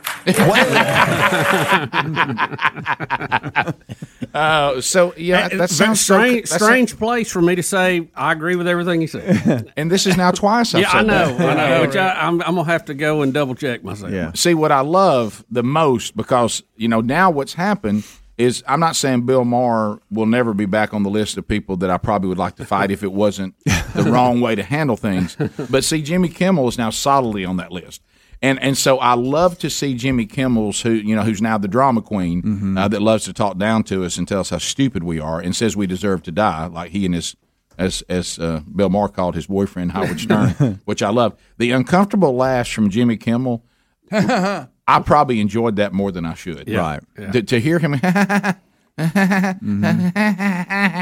Uh, so yeah, that, that That's sounds so- strange. that sounds- strange place for me to say I agree with everything you said. [laughs] and this is now twice. I've yeah, said I know. that. I know. Which I, I'm, I'm gonna have to go and double check myself. See what I love the most because you know now what's happened is I'm not saying Bill Maher will never be back on the list of people that I probably would like to fight if it wasn't the wrong way to handle things. But see, Jimmy Kimmel is now solidly on that list. And, and so I love to see Jimmy Kimmel's who you know who's now the drama queen uh, that loves to talk down to us and tell us how stupid we are and says we deserve to die like he and his as as uh, Bill Maher called his boyfriend Howard Stern, which I love. The uncomfortable laughs from Jimmy Kimmel [laughs] I probably enjoyed that more than I should. Yeah. Right. Yeah. To, to hear him, [laughs] Mm-hmm.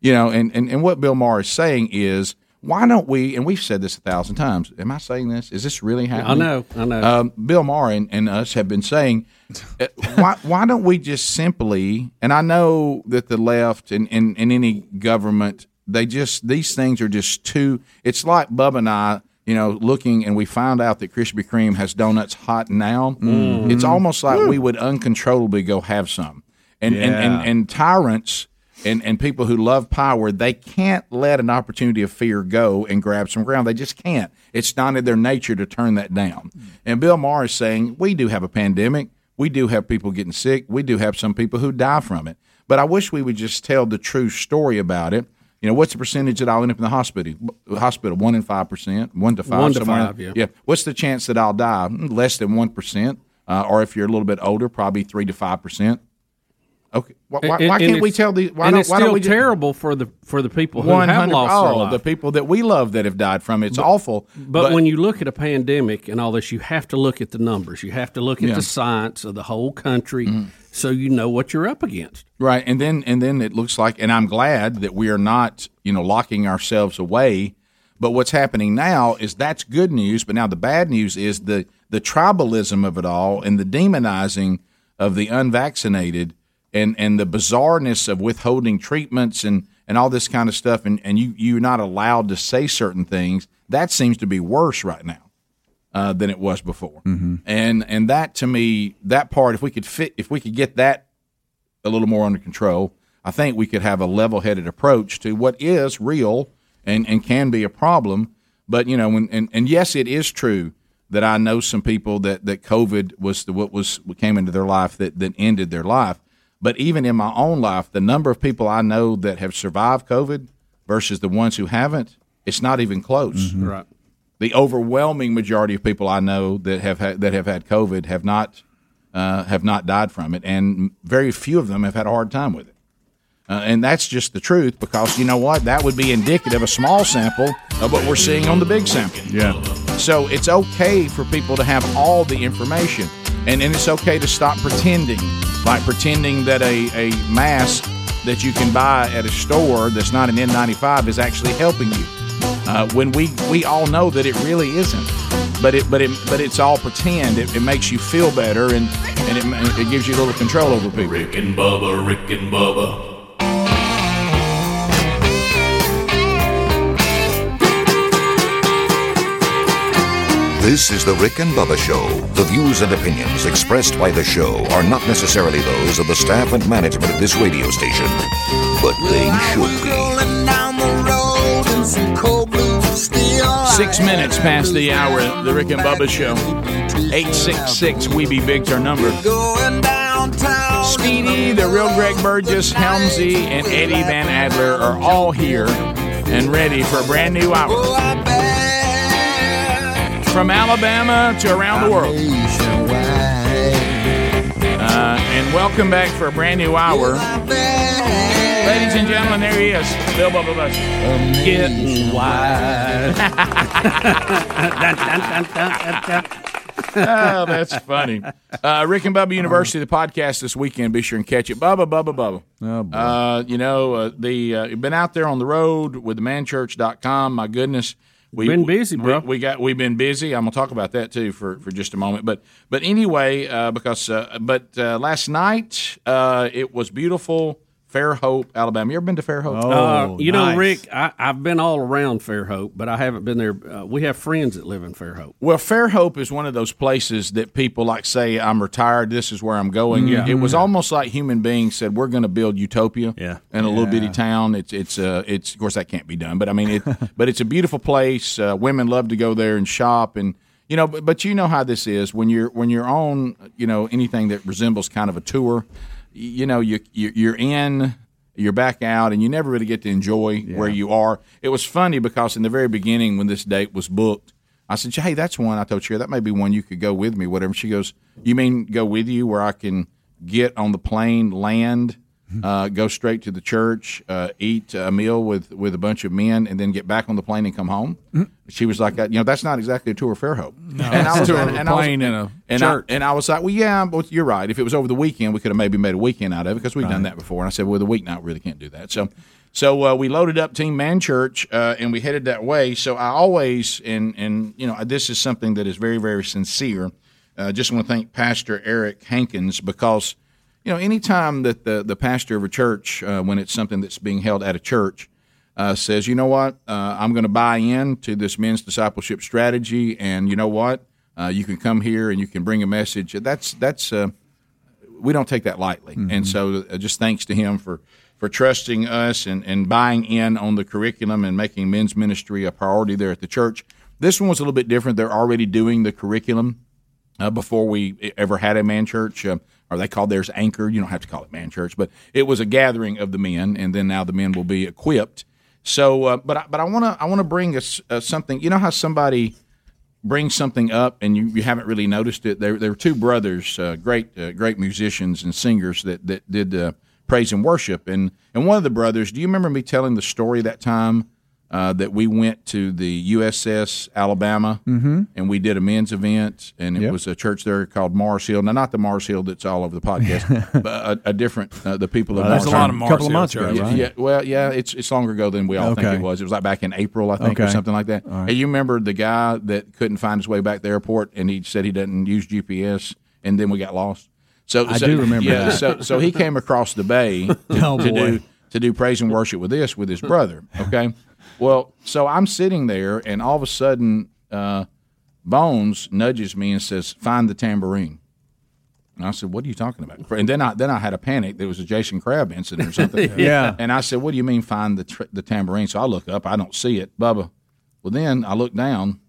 you know, and, and, and what Bill Maher is saying is, why don't we, and we've said this a thousand times, am I saying this? Is this really I happening? know, I know. Um, Bill Maher and, and us have been saying, [laughs] uh, why, why don't we just simply, and I know that the left and, and, and any government, they just, these things are just too, it's like Bubba and I, you know, looking and we found out that Krispy Kreme has donuts hot now. Mm-hmm. Mm. It's almost like we would uncontrollably go have some. And, and, Yeah. and, and tyrants and, and people who love power, they can't let an opportunity of fear go and grab some ground. They just can't. It's not in their nature to turn that down. And Bill Maher is saying, we do have a pandemic. We do have people getting sick. We do have some people who die from it. But I wish we would just tell the true story about it. You know, what's the percentage that I'll end up in the hospital? Hospital, one in five percent, one to five. One to somewhere in- five, yeah. yeah. What's the chance that I'll die? Mm, Less than one percent, uh, or if you're a little bit older, probably three to five percent. Okay. Why, why, And- why and can't we it's- tell the? Why and don't, it's why still don't we just- terrible for the for the people who have 100 lost their oh, life. the people that we love that have died from it. It's awful. But, when you look at a pandemic and all this, you have to look at the numbers. You have to look at Yeah. Mm. the science of the whole country, so you know what you're up against. [laughs] Right, and then and then it looks like, and I'm glad that we are not, you know, locking ourselves away. But what's happening now is that's good news. But now the bad news is the the tribalism of it all and the demonizing of the unvaccinated and and the bizarreness of withholding treatments and and all this kind of stuff. And and you you're not allowed to say certain things. That seems to be worse right now uh, than it was before. Mm-hmm. And and that to me, that part, if we could fit, if we could get that a little more under control, I think we could have a level headed approach to what is real and, and can be a problem. But, you know, when, and, and yes, it is true that I know some people that that COVID was the, what was what came into their life that that ended their life. But even in my own life, the number of people I know that have survived COVID versus the ones who haven't, it's not even close. Right. The overwhelming majority of people I know that have had, that have had COVID have not uh, have not died from it, and very few of them have had a hard time with it. Uh, and that's just the truth because you know what? That would be indicative, a small sample, of what we're seeing on the big sample. Yeah. So it's okay for people to have all the information. And, and it's okay to stop pretending, like pretending that a, a mask that you can buy at a store that's not an N95 is actually helping you. Uh, when we, we all know that it really isn't. But it but it but it's all pretend. It, it makes you feel better and, and it, ma- it gives you a little control over people. Rick and Bubba, Rick and Bubba. This is the Rick and Bubba Show. The views and opinions expressed by the show are not necessarily those of the staff and management of this radio station, but they should be. Six minutes past the hour, the Rick and Bubba Show. 866 We Be Big's our number. Speedy, the real Greg Burgess, Helmsy, and Eddie Van Adler are all here and ready for a brand new hour. From Alabama to around the world. Uh, and welcome back for a brand new hour. Ladies and gentlemen, there he is, Bill Bubba Bush. Get [laughs] oh, that's funny. Uh, Rick and Bubba University, the podcast this weekend. Be sure and catch it. Bubba, Bubba, Bubba. Oh, uh, you know, uh, the uh, been out there on the road with themanchurch.com. My goodness. We've Been busy, bro. We, we got we've been busy. I'm gonna talk about that too for, for just a moment. But but anyway, uh, because uh, but uh, last night uh, it was beautiful, Fairhope, Alabama. You ever been to Fairhope? uh, you know, Rick, I, I've been all around Fairhope, but I haven't been there. Uh, we have friends that live in Fairhope. Well, Fairhope is one of those places that people like say, "I'm retired. This is where I'm going." Yeah. It was almost like human beings said, "We're going to build utopia." Yeah. In a little Yeah. bitty town, it's it's uh, it's of course that can't be done, but I mean, it, [laughs] but it's a beautiful place. Uh, women love to go there and shop, and you know, but, but you know how this is when you're when you're on, you know, anything that resembles kind of a tour, you know, you you- you're in. You're back out, and you never really get to enjoy where you are. It was funny because in the very beginning, when this date was booked, I said, "Hey, that's one." I told Cher that may be one you could go with me, whatever. She goes, "You mean go with you where I can get on the plane, land, Mm-hmm. uh, go straight to the church, uh, eat a meal with with a bunch of men, and then get back on the plane and come home?" She was like, "You know, that's not exactly a tour of Fairhope." Mm-hmm. No, and I it's was a tour of a and I was- plane and a and I- church. and I was like, "Well, yeah, but you're right. If it was over the weekend, we could have maybe made a weekend out of it because we've done that before." And I said, "Well, the weeknight we really can't do that." So, so uh, we loaded up Team Man Church uh, and we headed that way. So I always and and you know this is something that is very very sincere. Uh, just want to thank Pastor Eric Hankins because you know anytime that the the pastor of a church uh, when it's something that's being held at a church uh, says, you know what, uh, I'm going to buy in to this men's discipleship strategy, and you know what, uh, you can come here and you can bring a message. That's that's uh, we don't take that lightly, and so uh, just thanks to him for for trusting us and and buying in on the curriculum and making men's ministry a priority there at the church. This one was a little bit different. They're already doing the curriculum uh, before we ever had a man church, uh, or they called theirs anchor. You don't have to call it man church, but it was a gathering of the men, and then now the men will be equipped. So, uh, but I, but I want to I want to bring us uh, something. You know how somebody brings something up and you, you haven't really noticed it. There there were two brothers, uh, great uh, great musicians and singers that that did uh, praise and worship. And and one of the brothers, do you remember me telling the story that time uh, that we went to the USS Alabama? Mm-hmm. and we did a men's event, and it Yep. was a church there called Mars Hill. Now, not the Mars Hill that's all over the [laughs] podcast, but a, a different uh, the people of Well, Mars there's a lot of Hill. Mars Couple of Hill months ago, Yeah, right? yeah, well, yeah, it's it's longer ago than we all Okay. think it was. It was like back in April, I think, or Okay. something like that. All right. Hey, you remember the guy that couldn't find his way back to the airport, and he said he doesn't use GPS, and then we got lost. So I so- do remember Yeah, that. so so he came across the bay to, [laughs] Oh, to boy. do to do praise and worship with this with his brother. Okay, well, so I'm sitting there, and all of a sudden. Uh, Bones nudges me and says, "Find the tambourine." And I said, "What are you talking about?" And then I then I had a panic. There was a Jason Crab incident or [laughs] something. Yeah. And I said, "What do you mean find the tr- the tambourine?" So I look up. I don't see it, Bubba. Well, then I look down,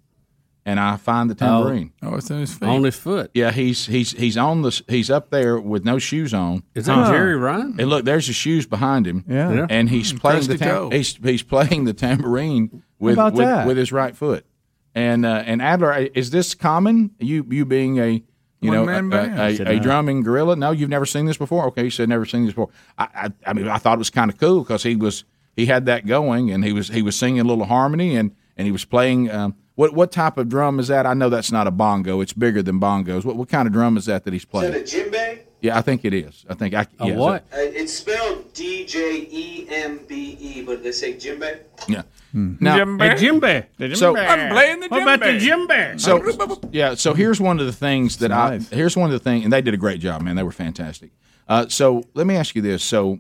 and I find the tambourine. Oh, it's on his feet. On his foot. Yeah, he's he's he's on the he's up there with no shoes on. Is that Huh. Jerry Ryan? And look, there's the shoes behind him. Yeah. Yeah. and he's Mm, playing the Crusty Joe. tam- he's he's playing the tambourine with about with, that? with his right foot. And uh, and Adler, I- is this common? You you being a you know One-man band. a, Said a, a no. drumming gorilla? No, you've never seen this before. Okay, you said never seen this before. I I, I mean, I thought it was kind of cool because he was he had that going and he was he was singing a little harmony and and he was playing. Um, what what type of drum is that? I know that's not a bongo. It's bigger than bongos. What what kind of drum is that that he's playing? djembe? Yeah, I think it is. I think I A yeah, so- what? Uh, it's spelled D J E M B E, but they say djembe. Yeah. Now, Jimbe. Hmm. So, What about the djembe? So yeah, so here's one of the things that I here's one of the things, and they did a great job, man. They were fantastic. Uh, so let me ask you this: so,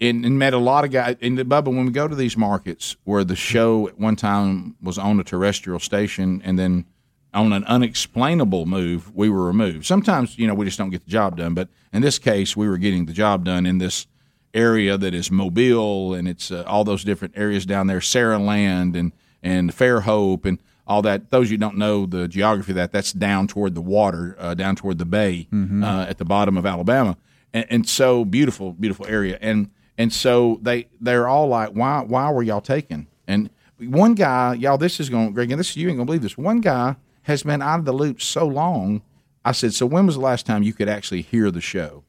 and, and met a lot of guys. And Bubba, when we go to these markets where the show at one time was on a terrestrial station, and then on an unexplainable move, we were removed. Sometimes you know we just don't get the job done, but in this case, we were getting the job done in this area that is Mobile and it's uh, all those different areas down there, Sarah Land and and Fairhope and all that. Those you don't know the geography of that that's down toward the water, uh, down toward the bay Mhm. uh, at the bottom of Alabama, and, and so beautiful, beautiful area. And and so they they're all like, why why were y'all taken? And one guy, y'all, this is going, Greg, and this you ain't gonna believe this. One guy has been out of the loop so long. I said, so when was the last time you could actually hear the show?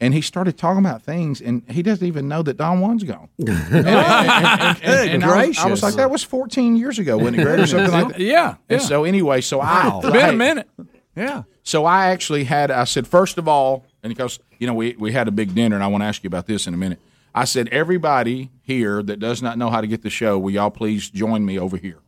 and he started talking about things, and he doesn't even know that Don Juan's gone. and and- and- and- and I, was, I was like, that was 14 years ago, wasn't it, Greg, or something like that? Yeah, And yeah. so anyway, so Wow. [laughs] I Been a minute. Yeah. So I actually had I said first of all, and because you know we we had a big dinner, and I want to ask you about this in a minute. I said everybody here that does not know how to get the show, will y'all please join me over here?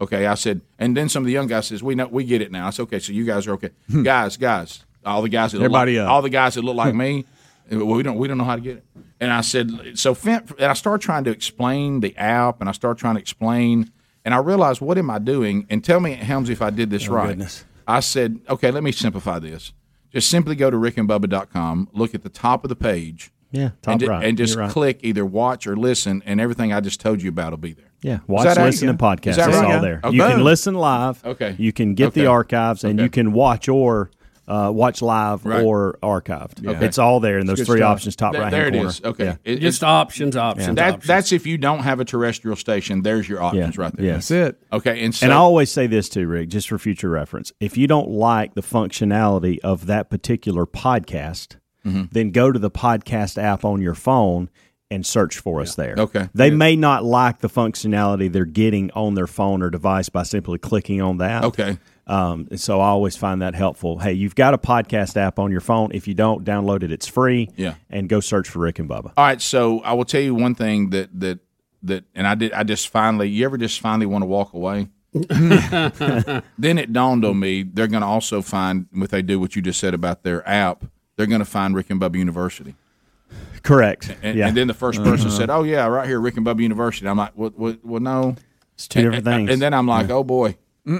Okay, I said, and then some of the young guys says, "We know, we get it now." I said, "Okay, so you guys are okay, guys, guys, all the guys that look Hmm. Everybody like, up. all the guys that look [laughs] like me, well, we don't we don't know how to get it." And I said, "So," Fent, and I start trying to explain the app, and I start trying to explain, and I realize, what am I doing? And tell me, Helms, if I did this Oh, right. goodness. I said, "Okay, let me simplify this. Just simply go to rickandbubba.com, look at the top of the page, Yeah, top and, ju- right. and just You're right. click either watch or listen, and everything I just told you about will be there." Yeah, Is watch, that how you listen, do and it? podcast. Is that It's right? all there. Oh, you can boom. listen live. Okay. You can get Okay. the archives, and you can watch or uh, watch live Right. or archived. Okay. It's all there in those Good three stuff. options, top There- right There hand it corner. is. Okay, Yeah. It- Just it- options, options, That- options. That's if you don't have a terrestrial station. There's your options right there. Yeah. That's it. Okay, and so and I always say this too, Rick, just for future reference. If you don't like the functionality of that particular podcast, Mm-hmm. then go to the podcast app on your phone and search for us there. Okay. They may not like the functionality they're getting on their phone or device by simply clicking on that. Okay. Um, and so I always find that helpful. Hey, you've got a podcast app on your phone. If you don't, download it. It's free. Yeah. And go search for Rick and Bubba. All right, so I will tell you one thing that that that, and I did. I just finally. You ever just finally want to [laughs] walk away? [laughs] then it dawned on me they're going to also find if they do what you just said about their app, they're going to find Rick and Bubba University. Correct. And, yeah. and then the first person Uh-huh. said, "Oh yeah, right here, Rick and Bubba University." I'm like, "Well, well, well no, it's two different things. Mm. And then I'm like, "Oh boy,"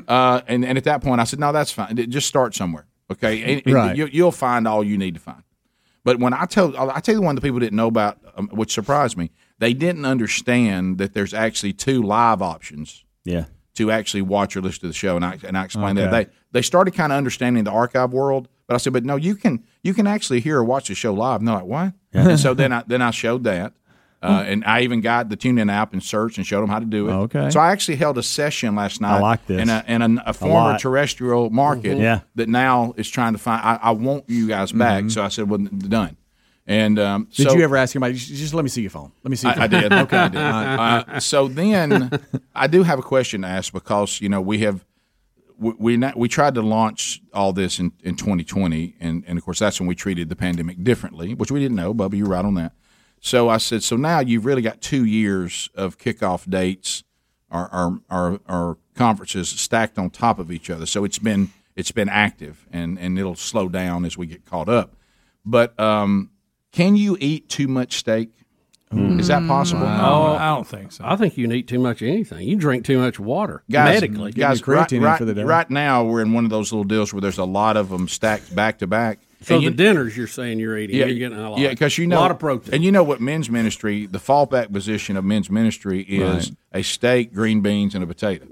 uh, and and at that point I said, "No, that's fine. Just start somewhere, okay? And, and Right. you, you'll find all you need to find." But when I tell, I tell you one the people didn't know about, um, which surprised me, they didn't understand that there's actually two live options Yeah. to actually watch or listen to the show, and I and I explained Okay. that they they started kind of understanding the archive world, but I said, but no, you can you can actually hear or watch the show live. And they're like, what? and so then I then I [laughs] showed that, uh, and I even got the TuneIn app and searched and showed them how to do it. Oh, Okay. So I actually held a session last night. like this. in a in a, a former lot. terrestrial market Mm-hmm. Mhm. Yeah. that now is trying to find. I, I want you guys back, so I said, well, done. And um, Mm-hmm. Did so, you ever ask anybody? Just, just let me see your phone. Let me see. Your I, I phone." [laughs] did. Okay. I did. All right. Uh, so then, I do have a question to ask because you know we have we we, not, we tried to launch all this in, in 2020, and and of course that's when we treated the pandemic differently, which we didn't know. Bubba, you're right on that. So I said, so now you've really got two years of kickoff dates, our our our, our conferences stacked on top of each other. So it's been it's been active, and and it'll slow down as we get caught up. But um, can you eat too much steak? Is that possible? Wow. I don't think I think you need too much of anything. You drink too much water. Guys, medically, guys, right, right, right now we're in one of those little deals where there's a lot of them stacked back to back, So And the you- dinners you're saying you're eating, you're getting a lot. yeah, because you a know lot of protein. and you know what men's ministry. The fallback position of men's ministry is a steak, green beans, and a [laughs] potato.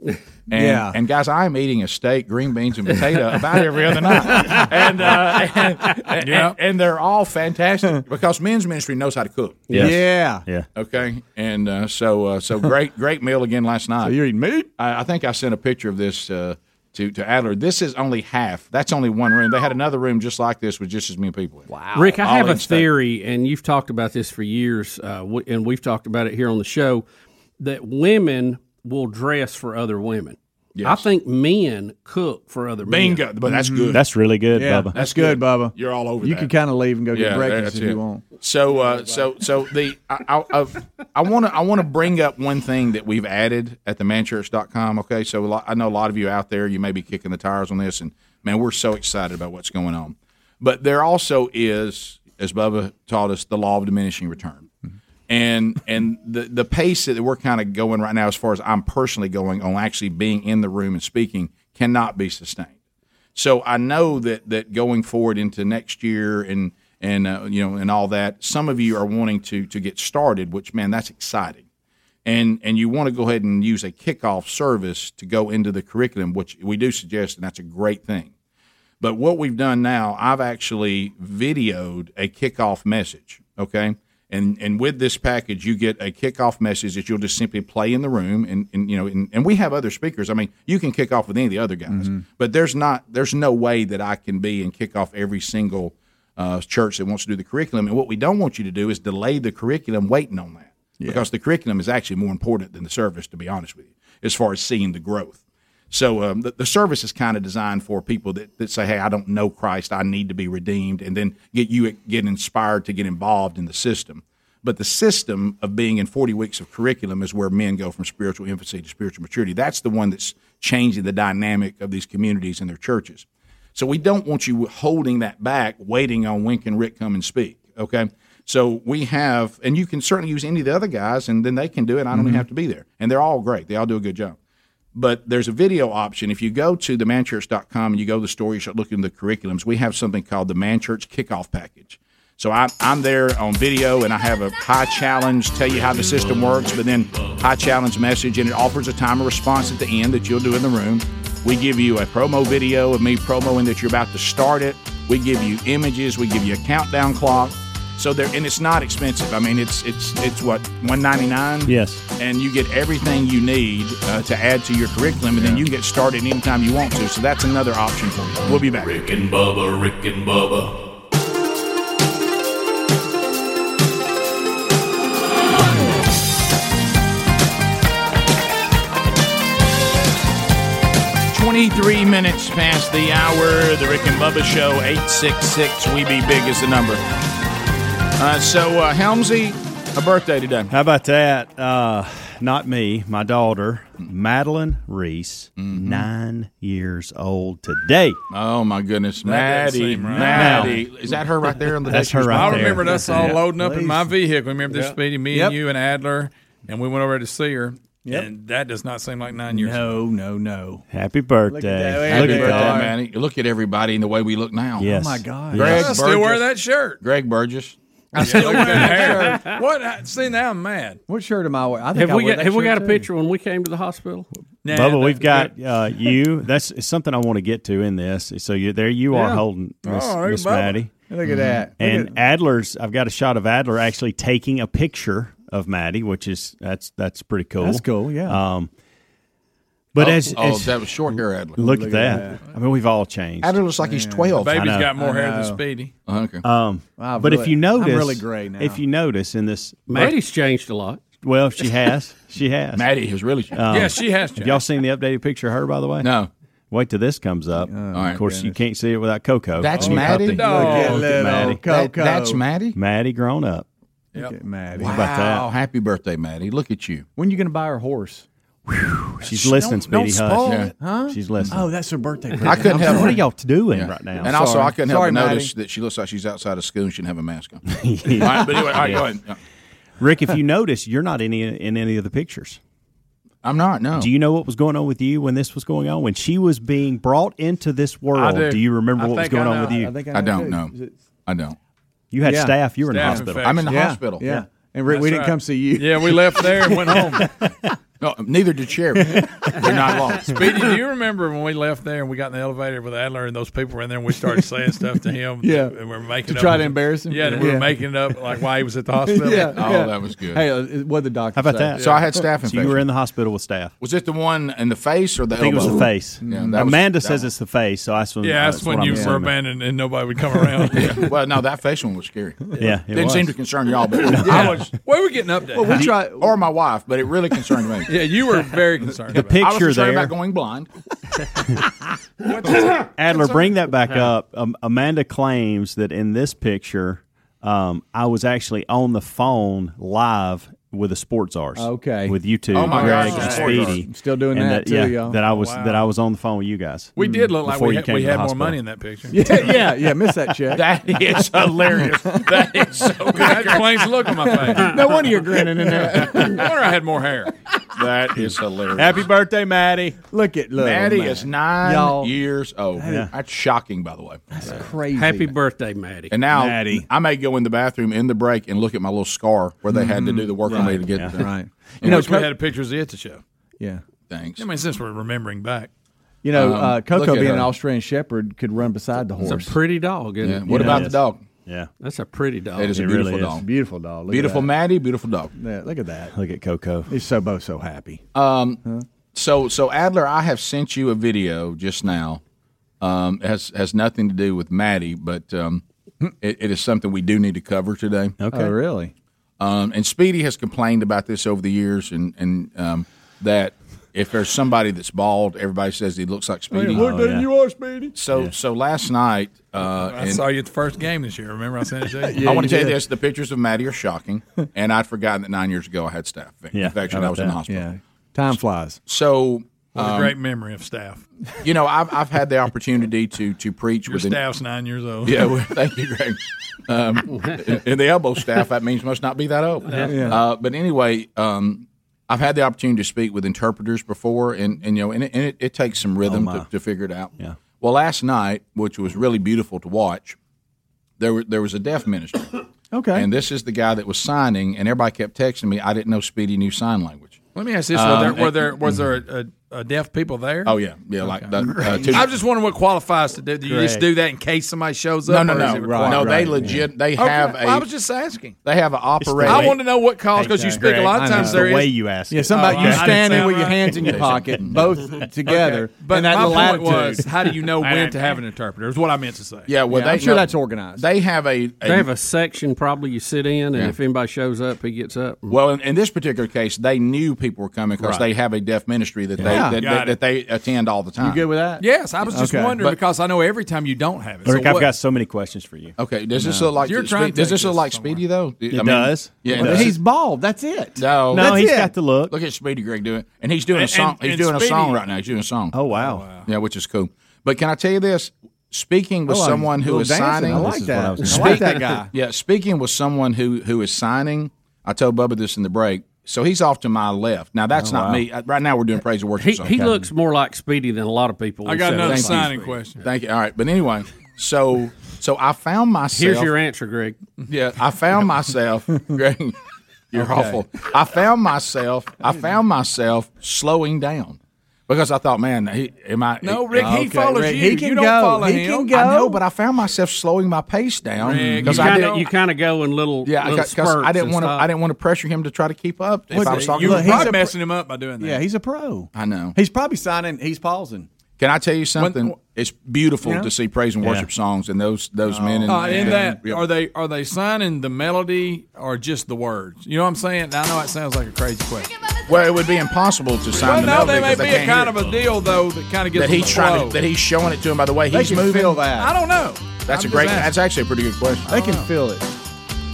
And, Yeah. and guys, I am eating a steak, green beans, and potato about [laughs] every [laughs] other night, and uh, and, and- and they're all [laughs] fantastic because men's ministry knows how to cook. Yes. Yeah. yeah. Okay, and uh, so uh, so great great meal again last night. you're eating meat? I, I think I sent a picture of this. Uh, to, to Adler, this is only half. That's only one room. They had another room just like this with just as many people. In. Wow, Rick, I have a theory, and you've talked about this for years, uh, w- and we've talked about it here on the show that women will dress for other women. I think men cook for other Bingo, men. but Mm-hmm. that's good. That's really good, Yeah, Bubba. that's good, Bubba. You're all over You that. can kind of leave and go get Yeah, breakfast that's if it. you want. So, uh, so, so the I I want to I want to bring up one thing that we've added at themanchurch.com. Okay, so a lot, I know a lot of you out there, you may be kicking the tires on this, and man, we're so excited about what's going on. But there also is, as Bubba taught us, the law of diminishing return, and and the the pace that we're kind of going right now, as far as I'm personally going on, actually being in the room and speaking, cannot be sustained. So I know that that going forward into next year and and uh, you know and all that, some of you are wanting to to get started, which man, that's exciting. And and you want to go ahead and use a kickoff service to go into the curriculum, which we do suggest, and that's a great thing. But what we've done now, I've actually videoed a kickoff message. Okay. And, and with this package, you get a kickoff message that you'll just simply play in the room, and, and you know, and, and we have other speakers. I mean, you can kick off with any of the other guys, but there's not, there's no way that I can be and kick off every single uh, church that wants to do the curriculum. And what we don't want you to do is delay the curriculum, waiting on that, because the curriculum is actually more important than the service. To be honest with you, as far as seeing the growth. So um, the, the service is kind of designed for people that, that say, "Hey, I don't know Christ. I need to be redeemed," and then get you get inspired to get involved in the system. But the system of being in forty weeks of curriculum is where men go from spiritual infancy to spiritual maturity. That's the one that's changing the dynamic of these communities and their churches. So we don't want you holding that back, waiting on when can Rick come and speak. Okay. So we have, and you can certainly use any of the other guys, and then they can do it. I don't even have to be there, and they're all great. They all do a good job but there's a video option. If you go to themanchurch.com and you go to the store, you should look in the curriculums. We have something called the Man Church Kickoff Package. So I'm, I'm there on video and I have a high challenge, tell you how the system works, but then high challenge message, and it offers a time of response at the end that you'll do in the room. We give you a promo video of me promoing that you're about to start it. We give you images, we give you a countdown clock. So there, and it's not expensive. I mean, it's it's it's what one ninety nine. Yes. and you get everything you need uh, to add to your curriculum, and then you can get started anytime you want to. So that's another option for you. We'll be back. Rick and Bubba, Rick and Bubba. Twenty three minutes past the hour. The Rick and Bubba Show eight six six. We be big is the number. Uh, so uh, Helmsy, a birthday today. How about that? Uh, not me, my daughter, Madeline Reese, nine years old today. Mm-hmm. Oh my goodness, Maddie, Maddie, is that her right there on [laughs] the? That's her right I there. remember us all Yeah. loading up in my vehicle. Remember this, Yeah. Speedy? Me Yep. and you and Adler, and we went over to see her. Yep. And that does not seem like nine years. Oh, No, ago. no, no. Happy birthday. Happy Look at birthday, that. Maddie. Look at everybody and the way we look now. Yes. Oh, my God. Greg I Burgess. still wear that shirt. Greg Burgess. I still wear [laughs] that shirt. What? See now I'm mad. What shirt am I wearing? I Have we got, have we got a picture? picture when we came to the hospital? Bubba, we've got uh, [laughs] you. That's it's something I want to get to in this. So you there you are Yeah. holding Miss, Oh, hey, Miss Bubba. Maddie. Mm-hmm. Look at that. Look And Adler's I've got a shot of Adler actually taking a picture of Maddie, which is that's that's pretty cool. That's cool, yeah. Um but oh, as, oh, as- that was short hair, Adler. Look, at that. I mean, we've all changed. Adler looks like he's twelve. I know. Speedy. Okay. Um, Wow, I've but if really- you I'm notice, really gray now. If you notice in this, Maddie's changed a lot. Well, she [laughs] has. She has. Um, Maddie has really changed. Yeah, she has Have y'all seen the updated picture of her? By the way, No. Oh, Wait till this comes up. of course, you can't see it without Coco. That's Our new puppy. Maddie? Look at Look little at Maddie. Coco. That- that's Maddie? Maddie grown up. Look at Maddie. Wow! Happy birthday, Maddie. Look at you. When you going to buy her horse? She's listening, Don't- Speedy don't spoil Hush. it, huh? She's listening. Oh, that's her birthday. I couldn't help. What are y'all doing right now? And also, I couldn't help Sorry, but Maddie. notice that she looks like she's outside of school and shouldn't have a [laughs] mask on. All right, but anyway, all right, go ahead. [laughs] Rick, if you notice, you're not in any, in any of the pictures. I'm not. No. Do you know what was going on with you when this was going on? When she was being brought into this world, do. you remember I what was think I going on know. with you? I think I I know, don't too. know. Is it- I don't. You had staff. You were in the hospital. I'm in the hospital. Yeah. And Rick, we didn't come see you. Yeah, we left there and went home. [laughs] No, neither did Sherry. We're not [laughs] long. Speedy, do you remember when we left there and we got in the elevator with Adler and those people were in there and we started saying stuff to him? Yeah. and we we're making To up, try to embarrass him? Yeah, and we Yeah. were making it up like why he was [laughs] at the hospital. Oh, Hey, uh, what the doctor? How about say? that? So I had staff So you were infection. in the hospital with staff. Was it the one in the face or the? I think it was elbow? the face. Yeah, that was- Amanda that says one. it's the face, so that's when. Yeah, that's when what you I'm were assuming. abandoned and nobody would come around. Yeah. [laughs] Well, no, that face one was scary. Yeah, it didn't was. seem to concern [laughs] y'all, but I was. Where we getting updated? Well, we tried, or my wife, but it really concerned me. Yeah, you were [laughs] very concerned. The about it. I was picture concerned there. about going [laughs] blind. Adler, bring that back Yeah. up. Um, Amanda claims that in this picture, um, I was actually on the phone live with the sports arts. Okay. with you two, Oh my Greg gosh, and sports Speedy. arts. Still doing And that too, yeah, y'all. That I was Wow. that I was on the phone with you guys. We did look like Before we, you had, came we to the had more hospital. money [laughs] in that picture. Yeah, yeah, yeah. Miss that check. [laughs] that is hilarious. That is so. I had a plain look on my face. No wonder you're grinning in there. Or I had more hair. That is hilarious. Happy birthday, Maddie. Look at little Maddie Matt. is 9 Y'all- years old. Yeah. That's shocking, by the way. That's crazy. Happy birthday, Maddie. And now Maddie. I may go in the bathroom in the break and look at my little scar where they had to do the work on me to get there. Right. You You know, know, we Co- had pictures of it to show. Yeah. Thanks. I mean, since we're remembering back, You know, Um, uh, look Coco at being an her. Australian Shepherd could run beside the horse. It's a pretty dog. Isn't Yeah. it? What You about know? the dog? Yeah. That's a pretty Oh, dog. It is a beautiful dog. Beautiful dog. Look at beautiful that. Maddie, beautiful dog. Yeah, look at that. Look at Coco. He's so both so happy. Um, so so Adler, I have sent you a video just now. Um, it has has nothing to do with Maddie, but um, it, it is something we do need to cover today. Okay. Oh, really? Um, and Speedy has complained about this over the years, and and um, that if there's somebody that's bald, everybody says he looks like Speedy. Oh, Oh, are, Speedy. So so last night, uh, I and saw you at the first game this year. Remember, I sent it [laughs] to you. I want to tell you this: the pictures of Maddie are shocking, and I'd forgotten that nine years ago I had staff infection. I was in the hospital. Yeah. Time flies. So What a um, great memory of staff. [laughs] you know, I've, I've had the opportunity to to preach Your with an- staff's nine years old. [laughs] Yeah, well, thank you, Greg. Um, and the elbow staff that means must not be that old. [laughs] Yeah. Yeah. Uh, but anyway, um, I've had the opportunity to speak with interpreters before, and, and you know, and, it, and it, it takes some rhythm Oh, my. to, to figure it out. Yeah. Well, last night, which was really beautiful to watch, there were, there was a deaf minister, Okay. and this is the guy that was signing, and everybody kept texting me. I didn't know Speedy knew sign language. Let me ask this: Um, were, there, were there was there a, a, a deaf people there? Oh yeah, yeah, like the, uh, two- I was just wondering what qualifies to do. Do you just Correct. do that in case somebody shows No, up? no, or is no. it Right, no, required? they legit. They Okay. have a. Well, I was just asking. They have an operator. I want to know what cause because you speak a lot of times there is Yeah, somebody Oh, I you didn't standing sound with your right. hands in your pocket, both together. [laughs] Okay. But and that my little point attitude. was, how do you [laughs] know when to have an interpreter? Is what I meant to say. Yeah, well, Yeah, they, I'm sure no, that's organized. They have a. They have a section probably you sit in, and Yeah. if anybody shows up, he gets up. well, in, in this particular case, they knew people were coming because Right. they have a deaf ministry that Yeah. they Got that, that, that they attend all the time. with that? Yes, I was just Okay. wondering But- because I know every time you don't have it. Rick, so I've what- uh, got so many questions for you. Okay, does this No. look like You're Spe- trying to Does take this look this like Speedy though? It I mean, does. Yeah, It and does. this- He's bald. That's it. no, No, he's he's got the look. Look at Speedy Greg doing, it. and he's doing And- a song. and- he's and doing a Speedy- song right now. He's doing a song. Oh wow. Yeah, which is cool. But can I tell you this? Speaking with Oh, I'm someone who little is dancing. signing, I like This is that. what I was gonna Speak- say. I like that guy. [laughs] Yeah, speaking with someone who who is signing. I told Bubba this in the break. So he's off to my left. Now that's Oh, not wow. me. Uh, Right now we're doing praise and worship. He, song. he looks more like Speedy than a lot of people. we said. Thank you. Thank you. All right, but anyway, so so I found myself. Here's your answer, Greg. Yeah, I found myself. [laughs] Greg, you're Okay. awful. I found myself. I found myself slowing down because I thought, man, he, am I? No, Rick, he Okay, follows Rick, you. You don't follow him. I know, but I found myself slowing my pace down You because Mm-hmm. I kind of didn't. you kind of go in little yeah, little because I didn't want to. I to. didn't want to pressure him to try to keep up. If I was talking, you to were him. probably [laughs] messing him up by doing that. Yeah, he's a pro. I know. He's probably signing. He's pausing. Can I tell you something? it's beautiful Yeah. to see praise and Yeah. worship songs and those those men and, Uh, in and- that, yeah. are they are they signing the melody or just the words? You know what I'm saying? I know it sounds like a crazy question. Well, it would be impossible to Well, sign no, the they melody may 'cause be can't a kind hear of it. a deal though that kind of gets that them he's the trying flow. to, that he's showing it to him by the way They he's can moving. feel that. I don't know. That's I'm a great. just Oh. asking. That's actually a pretty good question. They can feel it.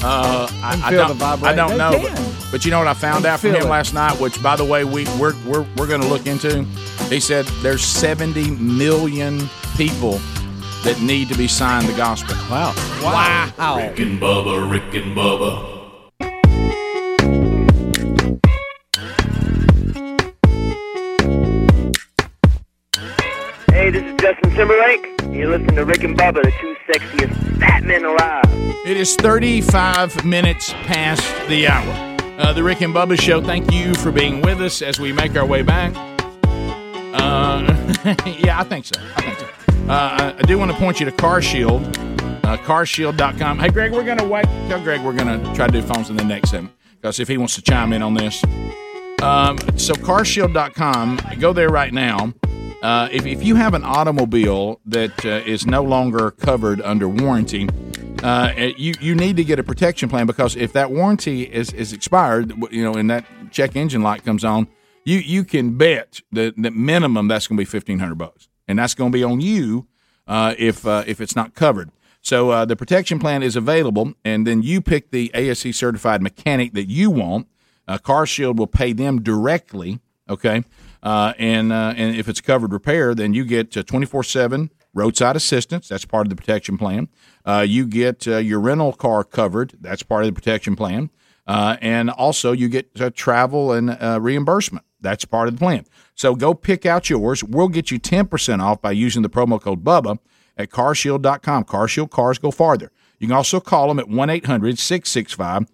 Uh, I, They I feel don't, the I vibrate. don't They know, can. but, but you know what I found They out from feel him it. last night, which by the way we we're we're, we're going to look into. He said there's 70 million people that need to be signed the gospel. Wow. Wow. Rick and Bubba, Rick and Bubba. Timberlake. You listen to Rick and Bubba, the two sexiest fat men alive. It is 35 minutes past [laughs] the hour. Uh, the Rick and Bubba Show, thank you for being with us as we make our way back. Uh, [laughs] yeah, I think so. I think so. Uh, I- I do want to point you to Car Shield, uh, carshield.com. Hey, Greg, we're going to wait. Tell Greg we're going to try to do phones in the next segment because if he wants to chime in on this. Um, so, carshield.com, go there right now. Uh, if, if you have an automobile that uh, is no longer covered under warranty, uh, it- you you need to get a protection plan because if that warranty is, is expired, w- you know, and that check engine light comes on, you you can bet that the minimum that's going to be fifteen hundred bucks, and that's going to be on you uh, if uh, if it's not covered. So uh, the protection plan is available, and then you pick the ASC certified mechanic that you want. Uh, Car Shield will pay them directly. Okay, uh, and uh, and if it's covered repair, then you get twenty four seven roadside assistance. That's part of the protection plan. Uh, you get uh, your rental car covered. That's part of the protection plan. Uh, and also, you get uh, travel and uh, reimbursement. That's part of the plan. So go pick out yours. We'll get you 10% off by using the promo code BUBBA at carshield.com. Carshield cars go farther. You can also call them at 1 800 665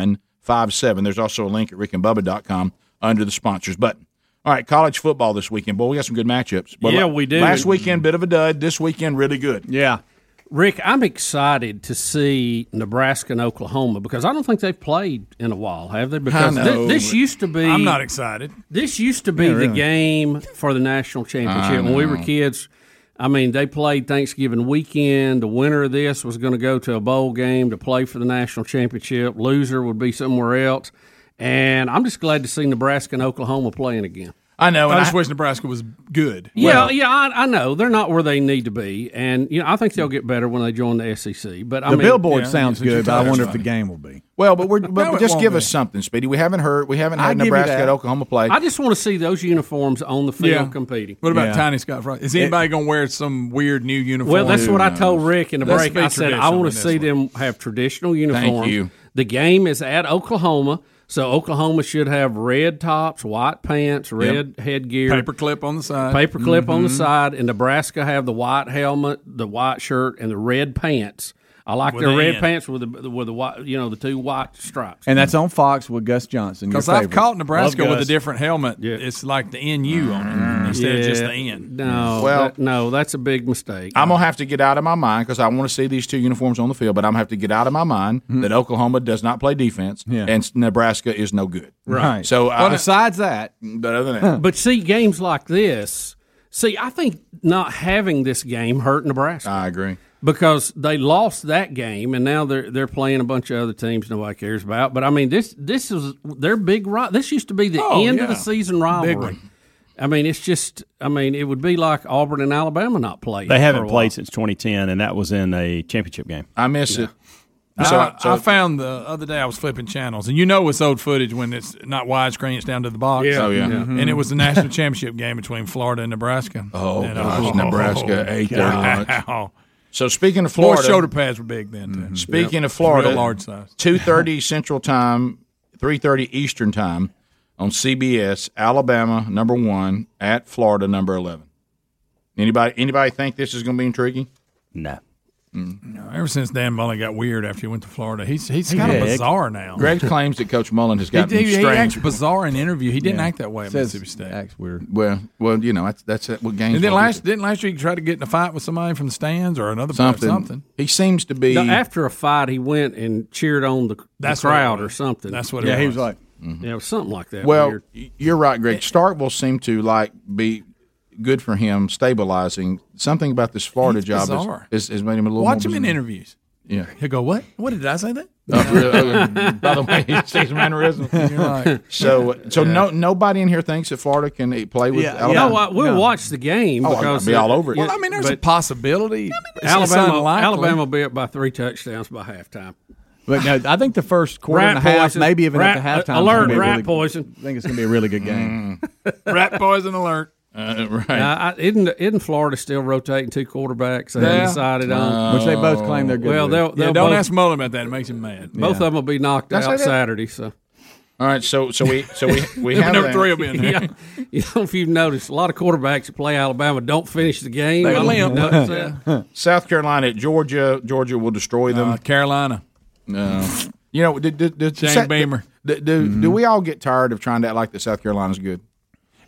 2157. There's also a link at rickandbubba.com under the sponsors button. All right, college football this weekend. Boy, we got some good matchups. Well, Yeah, la- we do. Last weekend, bit of a dud. This weekend, really good. Yeah. Rick, I'm excited to see Nebraska and Oklahoma because I don't think they've played in a while, have they? Because thi- know, this but used to be. I'm not excited. This used to be Yeah, the really. game for the national championship I when we know. were kids. I mean, they played Thanksgiving weekend. The winner of this was going to go to a bowl game to play for the national championship. Loser would be somewhere else. And I'm just glad to see Nebraska and Oklahoma playing again. I know. I and just I- wish Nebraska was good. Yeah, yeah, I, I know they're not where they need to be, and you know I think they'll get better when they join the SEC. But I the mean, billboard sounds good, but I wonder if the game will be. Well, but we're [laughs] but No, it just won't give be. us something, Speedy. We haven't heard. We haven't I had give you Nebraska that. at Oklahoma play. I just want to see those uniforms on the field competing. What about Tiny Scott Frost? Is It- anybody going to wear some weird new uniform? Well, that's what I told knows? Rick in the Let's break. be I said I traditional want in to this see them have traditional uniforms. you. The game is at Oklahoma, so Oklahoma should have red tops, white pants, red headgear, Paperclip on the side. paper clip on the Mhm. side, and Nebraska have the white helmet, the white shirt, and the red pants. I like With their the red end. pants with the with the white, you know, the two white stripes. And that's on Fox with Gus Johnson. your Because I've favorite. caught Nebraska Love with a Gus. different helmet. It's like the NU on it instead of just the N. Mm. No, Well- that- no, that's a big mistake. I'm gonna have to get out of my mind because I want to see these two uniforms on the field, but I'm gonna have to get out of my mind Mm-hmm. that Oklahoma does not play defense and s- Nebraska is no good. Right. So, Well, besides that, but other than [laughs] that, But see, games like this, see, I think not having this game hurt Nebraska. I agree because they lost that game, and now they're they're playing a bunch of other teams nobody cares about. But I mean, this this is their big ri- This used to be the Oh, end of the yeah. season Big rivalry. one. I mean, it's just. I mean, it would be like Auburn and Alabama not playing. They for a haven't while. played since 2010, and that was in a championship game. Uh, I miss it. I- I, found the other day I was flipping channels, and you know it's old footage when it's not widescreen; it's down to the box. Mm-hmm. Yeah. Oh, yeah. Mhm. And it [laughs] was the national championship game between Florida and Nebraska. Oh, and, gosh, Nebraska [laughs] ate their oh, God. [laughs] lunch. So speaking of Florida, Mm-hmm. Boy, shoulder pads were big then. Too. Speaking Yep. of Florida, Real large size. two thirty Central Time, three thirty Eastern Time on CBS. Alabama number one at Florida number eleven. Anybody anybody think this is going to be intriguing? No. No, ever since Dan Mullen got weird after he went to Florida, he's he's kind of Greg- bizarre now. [laughs] Greg claims that Coach Mullen has He, gotten he, he strange. acts bizarre in interview. He didn't act that way at Says Mississippi State. Acts weird. Well, well, you know that's that's what games. And then will do. last didn't last year he try to get in a fight with somebody from the stands or another something. something. He seems to be. No, after a fight, he went and cheered on the, the That's what it crowd or was. something. That's what it Yeah, he was. was like- yeah, it was something like that. well, Weird. y- you're right, Greg. Starkville seemed to like be good for him, stabilizing something about this Florida He's job has, bizarre. has, has made him a little. Watch more him in bizarre. interviews. Yeah. He'll [laughs] go, What? What did I say that? [laughs] Uh, really, uh, by [laughs] the way, he says mannerism. You're right. So, so no, nobody in here thinks that Florida can eh, play with Alabama. No, I, we'll watch the game Oh, I'll because be all over it. Well, Well, I mean, there's a but possibility. Alabama, Alabama will be up by three touchdowns by halftime. [laughs] But no, I think the first quarter and a Rat half, poison. maybe even Rat- uh, at the halftime, alert, it's gonna be a rat really, poison. I think it's going to be a really [laughs] good Mm, game. Rat poison alert. Uh, right. Uh, I, isn't isn't Florida still rotating two quarterbacks? They Yeah. Uh, haven't decided on Which they both claim they're good Well, with. they'll, Yeah, they'll don't both, ask Mullen about that. It makes him mad. both of them will be knocked Did I say out that? Saturday. So All right, so so we [laughs] so we we have that. yeah. You know, if you've noticed, a lot of quarterbacks that play Alabama don't finish the game. They I don't limp. notice that. South Carolina at Georgia. Georgia will destroy Uh, them. Carolina. No. You know, do, do, do, Shane Sa- Beamer. Do, do, Mm-hmm. do we all get tired of trying to act like that South Carolina's good?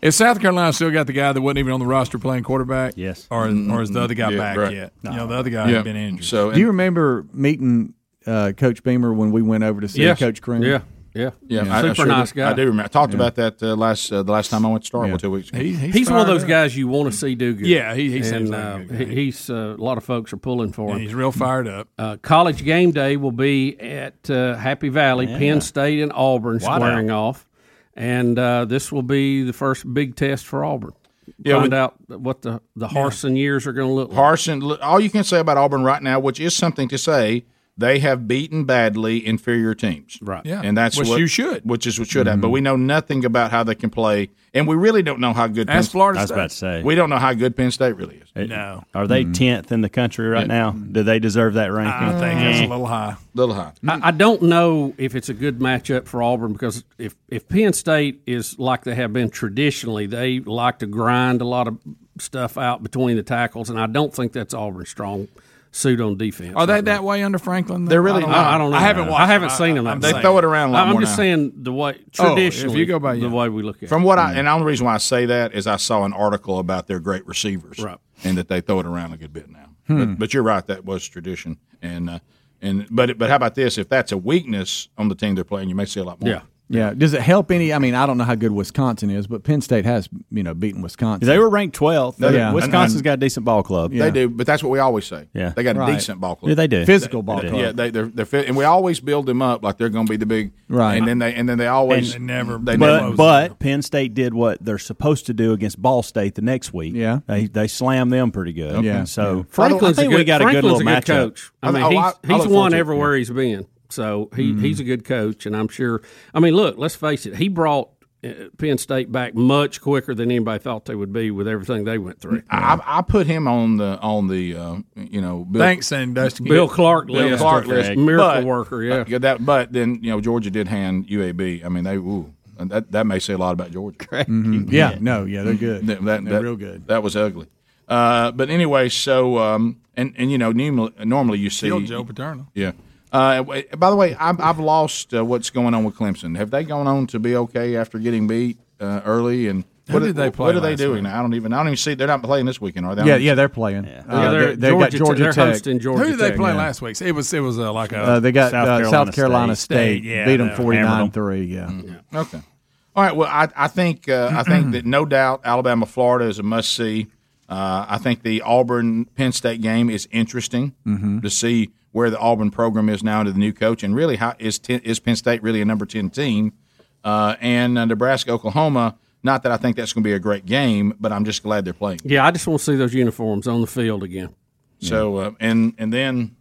Is South Carolina still got the guy that wasn't even on the roster playing quarterback? Yes. Or, or is the other guy Mm-hmm. Yeah, back right. yet? You know, the other guy Yeah. had been injured. So Do you remember meeting uh, Coach Beamer when we went over to see Yes. Coach Cream? Yeah. Yeah. Yeah, I- I sure do- I do remember. I talked Yeah. about that uh, last uh, the last time I went to Starville two weeks ago. he's, one of those guys you want to see do good. Yeah, he- he and, seems like a uh, good he- he's uh, a lot of folks are pulling for him. Yeah, he's real fired up. Uh, college game day will be at uh, Happy Valley, Yeah. Penn State and Auburn Wide squaring off, and uh, this will be the first big test for Auburn. Yeah, Find we- out what the the Harson years are going to look like. Harson, look, all you can say about Auburn right now, which is something to say, they have beaten badly inferior teams. Right. Yeah. And that's Which what you should. Which is what should have. But we know nothing about how they can play, and we really don't know how good. Ask Florida I was State. about to say. we don't know how good Penn State really is. No. Are Mm-hmm. they tenth in the country right now? Do they deserve that ranking? I think that's a little high. Little high. Mm. I, I don't know if it's a good matchup for Auburn because if, if Penn State is like they have been traditionally, they like to grind a lot of stuff out between the tackles, and I don't think that's Auburn's strong suit on defense. Are they that way under Franklin? though? I don't know. I, don't know. I haven't. Watched, I haven't seen them. that They way. throw it around a lot I'm more just now. saying the way Oh, if traditionally. you go by, Mm. yeah. the way Mm. we look at From it. what I and the only reason why I say that is I saw an article about their great receivers, Right. and that they throw it around a good bit now. Hmm. But, but you're right, that was tradition, and uh, and but but how about this? If that's a weakness on the team they're playing, you may see a lot more. Yeah. Does it help any? I mean, I don't know how good Wisconsin is, but Penn State has you know beaten Wisconsin. They were ranked twelfth. No, they- Yeah. Wisconsin's got a decent ball club. They do, but that's what we always say. Yeah. they got a Right. decent ball club. Yeah, they do. Physical ball They- club. Yeah, they, they're they're fit, and we always build them up like they're going to be the big Right. And then they and then they always And- never they but never but Penn State did what they're supposed to do against Ball State the next week. Yeah, they they slammed them pretty good. Okay. And so Franklin's I think a good, we got a good Franklin's little a matchup. good coach. I mean, I- Mm-hmm. oh, he's, I- I he's look forward won to it. everywhere he's been, so he, he's a good coach, and I'm sure. I mean, look, let's face it, he brought uh, Penn State back much quicker than anybody thought they would be with everything they went through. I, I put him on the on the uh, you know Bill, Thanks, and that's- Bill Clark list. Clark list. Correct. Miracle But- worker, yeah. uh, that, but then you know Georgia did hand UAB. I mean they ooh, and that that may say a lot about Georgia. [laughs] Mhm. Yeah, no, yeah, they're good. That, They're real good. That was ugly. Uh, but anyway, so um, and and you know normally, normally you see Killed Joe Paterno. Yeah. Uh, w- by the way, I've, I've lost uh, what's going on with Clemson. Have they gone on to be okay after getting beat uh, early? And Who what did they play What are they last doing? week? now? I don't even. I don't even see. They're not playing this weekend, are they? Yeah, yeah, they're playing. Yeah. Uh, they're- they've got Georgia Tech. Who did they Tech, play yeah. last week? It was it was uh, like a Uh, they got South Carolina, uh, South Carolina State, Yeah, beat them they forty hammered nine 'em. three. Yeah, Okay. All right. Well, I, I think uh, I [clears throat] think that no doubt Alabama Florida is a must see. Uh, I think the Auburn Penn State game is interesting Mhm. to see where the Auburn program is now under the new coach, and really how is ten, is Penn State really a number ten team? Uh, and uh, Nebraska Oklahoma. Not that I think that's going to be a great game, but I'm just glad they're playing. Yeah, I just want to see those uniforms on the field again. So uh, and and then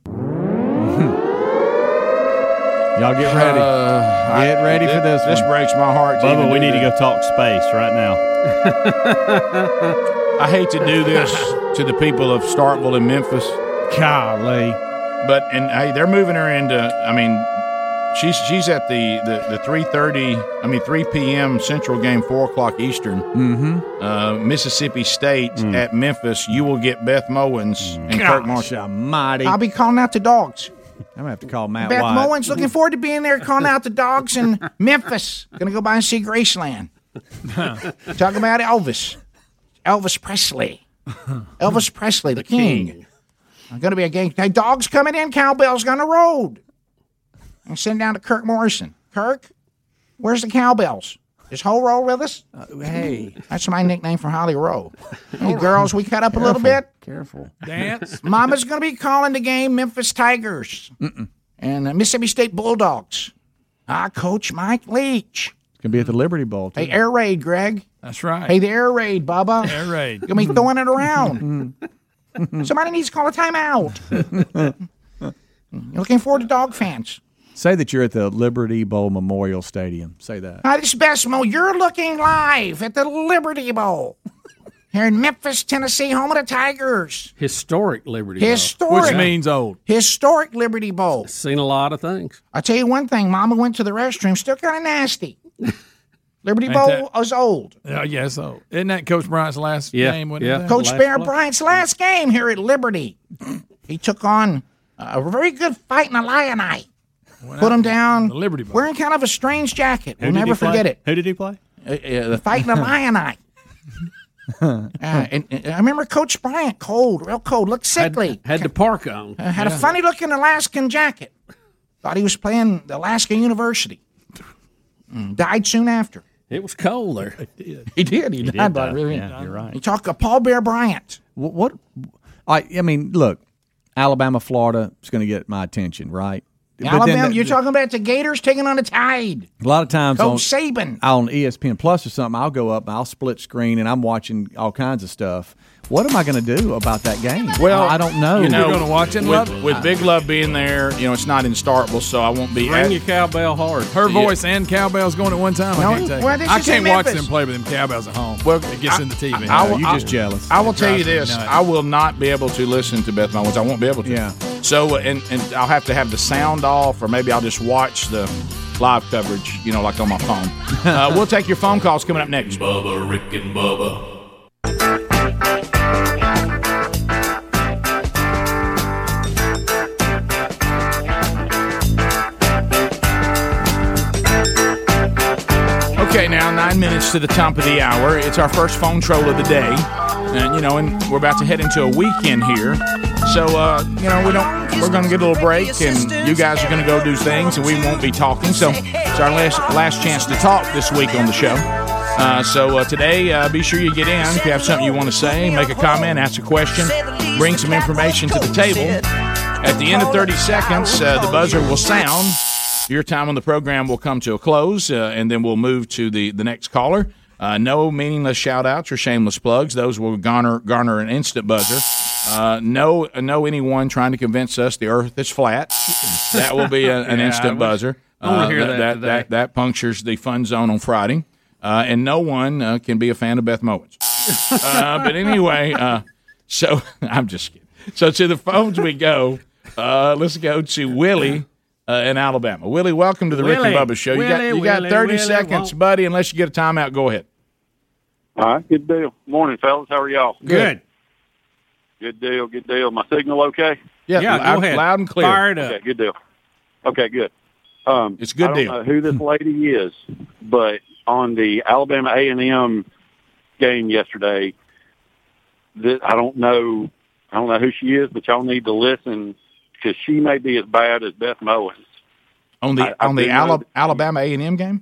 y'all get ready. Uh, Get ready for this This one. breaks my heart. Bubba, even we do need to this. go talk space right [laughs] now. I hate to [laughs] do this to the people of Starkville and Memphis. Golly. But and hey, they're moving her into I mean she's she's at the the, the three thirty I mean three PM Central game, four o'clock Eastern. Mm-hmm. Uh, Mississippi State at Memphis. You will get Beth Mowens and Kirk Mm. Gosh Marshall. almighty. I'll be calling out the dogs. I'm gonna have to call Matt Beth White. Mowens looking forward to being there calling out the dogs in [laughs] Memphis. Gonna go by and see [laughs] Graceland. Talk about Elvis. Elvis Presley. Elvis Presley, the king. I'm gonna be a gang. Hey, dogs coming in, cowbells gonna road. I'm sitting down to Kirk Morrison. Kirk, where's the cowbells? Is Ho Roll with us? Uh, hey. That's my nickname for Holly [laughs] Rowe. Hey, girls, we cut up a little bit. Careful. Dance. Mama's going to be calling the game Memphis Tigers and uh, Mississippi State Bulldogs. I coach Mike Leach. It's gonna be at the Liberty Bowl. Too. Hey, air raid, Greg. That's right. Hey, the air raid, [laughs] Bubba. Air raid. Gonna be throwing [laughs] it around. Somebody needs to call a timeout. Mm. [laughs] Looking forward to dog fans. Say that you're at the Liberty Bowl Memorial Stadium. Say that. Hi, this is Besmo. You're looking live at the Liberty Bowl here in Memphis, Tennessee, home of the Tigers. [laughs] Historic Liberty. Bowl. Historic. Which means old. Historic Liberty Bowl. Seen a lot of things. [laughs] I tell you one thing, Mama went to the restroom, still kind of nasty. Liberty Ain't Bowl that- is old. [laughs] Yeah, yeah. So isn't that Coach Bryant's last Yeah, game? yeah. Coach Bear Bryant's last game here at Liberty. He took on a very good fight in the Lionite. Put him down. Liberty Wearing kind of a strange jacket. we'll never forget it. Who did he play? Uh, yeah, the Fighting [laughs] the Lionite. Uh, and, and I remember Coach Bryant, cold, real cold, looked sickly. Had the park on. Uh, had a funny looking Alaskan jacket. Thought he was playing the Alaska University. Mm, Died soon after. It was cold there. He did. He, did died by die. rear Yeah, you're right. He talked to Paul Bear Bryant. What? what I, I mean, look, Alabama, Florida is going to get my attention, right? But then Alabama, the- you're talking about the Gators taking on the Tide. A lot of times Coach on Saban. on E ESPN Plus or something, I'll go up, and I'll split screen, and I'm watching all kinds of stuff. What am I going to do about that game? Well, I don't know. You know, going to with, with Big Love being there. You know, it's not in Starkville, so I won't be. Ring at- your cowbell hard. Her Yeah. voice and cowbells going at one time. No, I can't, take well, it. this I is in can't watch Memphis. them play with them cowbells at home. it gets in the TV. I will- I- I will It tell you drives me this: nuts. I will not be able to listen to Beth Mowens. I won't be able to. Yeah. So, uh, and and I'll have to have the sound off, or maybe I'll just watch the live coverage. You know, like on my phone. uh, we'll take your phone calls coming up next. Bubba, Rick and Bubba. Okay, now nine minutes to the top of the hour. It's our first phone troll of the day, and you know, and we're about to head into a weekend here. So, uh, you know, we don't. We're going to get a little break, and you guys are going to go do things, and we won't be talking. So, it's our last last chance to talk this week on the show. Uh, so uh, today, uh, be sure you get in. If you have something you want to say, make a comment, ask a question, bring some information to the table. At the end of 30 seconds, uh, the buzzer will sound. Your time on the program will come to a close, uh, and then we'll move to the, the next caller. Uh, no meaningless shout outs or shameless plugs. Those will garner garner an instant buzzer. Uh, no, no anyone trying to convince us the earth is flat. That will be a- [laughs] an Yeah, I instant wish- buzzer. Uh, I wanna hear that that, today. that, that punctures the fun zone on Friday. Uh, and no one uh, can be a fan of [laughs] Beth Mowens. Uh, but anyway, uh, so [laughs] I'm just kidding. So to the phones we go. Uh, let's go to Willie uh, in Alabama. Willie, welcome to the Rick Willie, and Bubba Show. you got Willie, you got Willie, 30 Willie, seconds, won't- buddy. Unless you get a timeout, go ahead. All right, good deal. Morning, fellas. How are y'all? Good. Good deal. Good deal. My signal okay? Yeah, Yeah, go loud- ahead. loud and clear. Fire it up. Okay, good deal. Okay, good. Um, it's good I don't deal. Know who this lady is, but on the Alabama A and M game yesterday, that I don't know. I don't know who she is, but y'all need to listen because she may be as bad as Beth Mowens. On the I- I on the do Ala- know Alabama A and M game.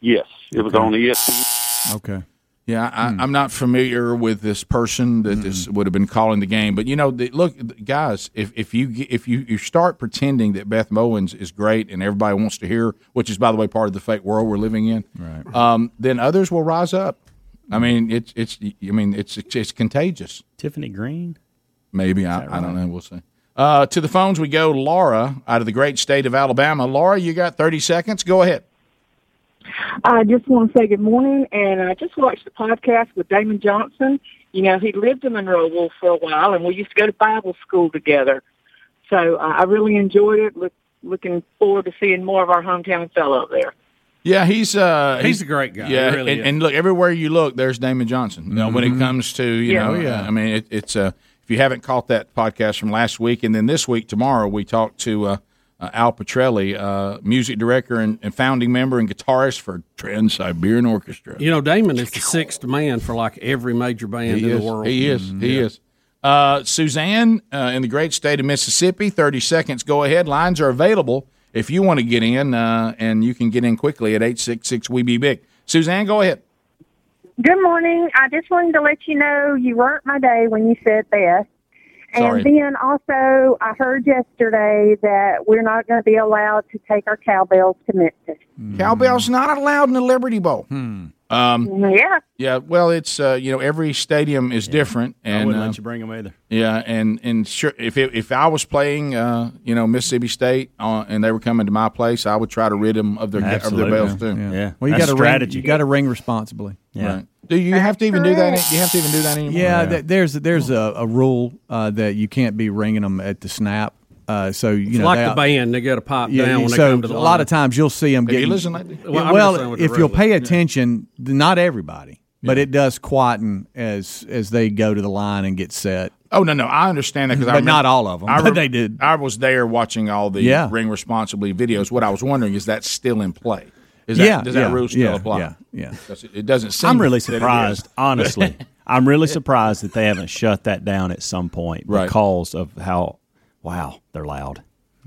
Yes, it was on E ESPN. Okay. Yeah, I, Hmm. I'm not familiar with this person that this would have been calling the game, but you know, the, look, guys, if, if you get- if you, you start pretending that Beth Mowens is great and everybody wants to hear, which is by the way part of the fake world we're living in, right? Um, then others will rise up. I Mm-hmm. mean, it's it's I mean it's it's, it's contagious. Tiffany Green, maybe I, I don't know. We'll see. Uh, to the phones we go. Laura, out of the great state of Alabama. Laura, you got 30 seconds. Go ahead. I just want to say good morning, and I just watched the podcast with Damon Johnson. You know, he lived in Monroeville for a while, and we used to go to Bible school together. So uh, I really enjoyed it. Look, looking forward to seeing more of our hometown fellow there. Yeah, he's uh, he's, a great guy. Yeah, He really and, is. and look everywhere you look, there's Damon Johnson. You know, when it comes to you Yeah. know, Oh, yeah. I mean, it, it's uh, if you haven't caught that podcast from last week, and then this week, tomorrow, we talked to uh, uh, Al Petrelli, uh, music director and, and founding member and guitarist for Trans Siberian Orchestra. You know, Damon is the sixth man for like every major band He in is. the world. Mm-hmm. He is. He is. Uh, Suzanne uh, in the great state of Mississippi. Thirty seconds. Go ahead. Lines are available if you want to get in, uh, and you can get in quickly at eight six six. E We be big. Suzanne, go ahead. Good morning. I just wanted to let you know you weren't my day when you said that. And Sorry. then also, I heard yesterday that we're not going to be allowed to take our cowbells to Memphis. Cowbell's not allowed in the Liberty Bowl. Um, Yeah. [laughs] yeah. Well, it's uh, you know every stadium is different, I and wouldn't uh, let you bring them either. yeah, and and sure, if it, if I was playing, uh, you know Mississippi State, uh, and they were coming to my place, I would try to rid them of their Absolutely. of their bells too. Yeah. Well, you got to ring. You got to ring responsibly. Yeah. Right. Do you have to even do that? You have to even do that anymore. Yeah, th- there's there's a, a rule uh, that you can't be ringing them at the snap. Uh, so you It's know, like they- the band, they got to pop Yeah, down when so they come to the a lot of line. times you'll see them Have you getting. listened lately? Yeah, Well, Well, I'm listening with the if you'll regular, pay attention, th- not everybody, but it does quieten as as they go to the line and get set. Oh no, no, I understand that because But not all of 'em, but they did. I was there watching all the Yeah. ring responsibly videos. What I was wondering is that still in play? Is that, Yeah, does that yeah, rule still yeah, apply? yeah, yeah. 'Cause It, it doesn't seem. I'm really that it is. surprised, [laughs] [laughs] honestly. I'm really surprised that they haven't shut that down at some point Right. because of how wow they're loud.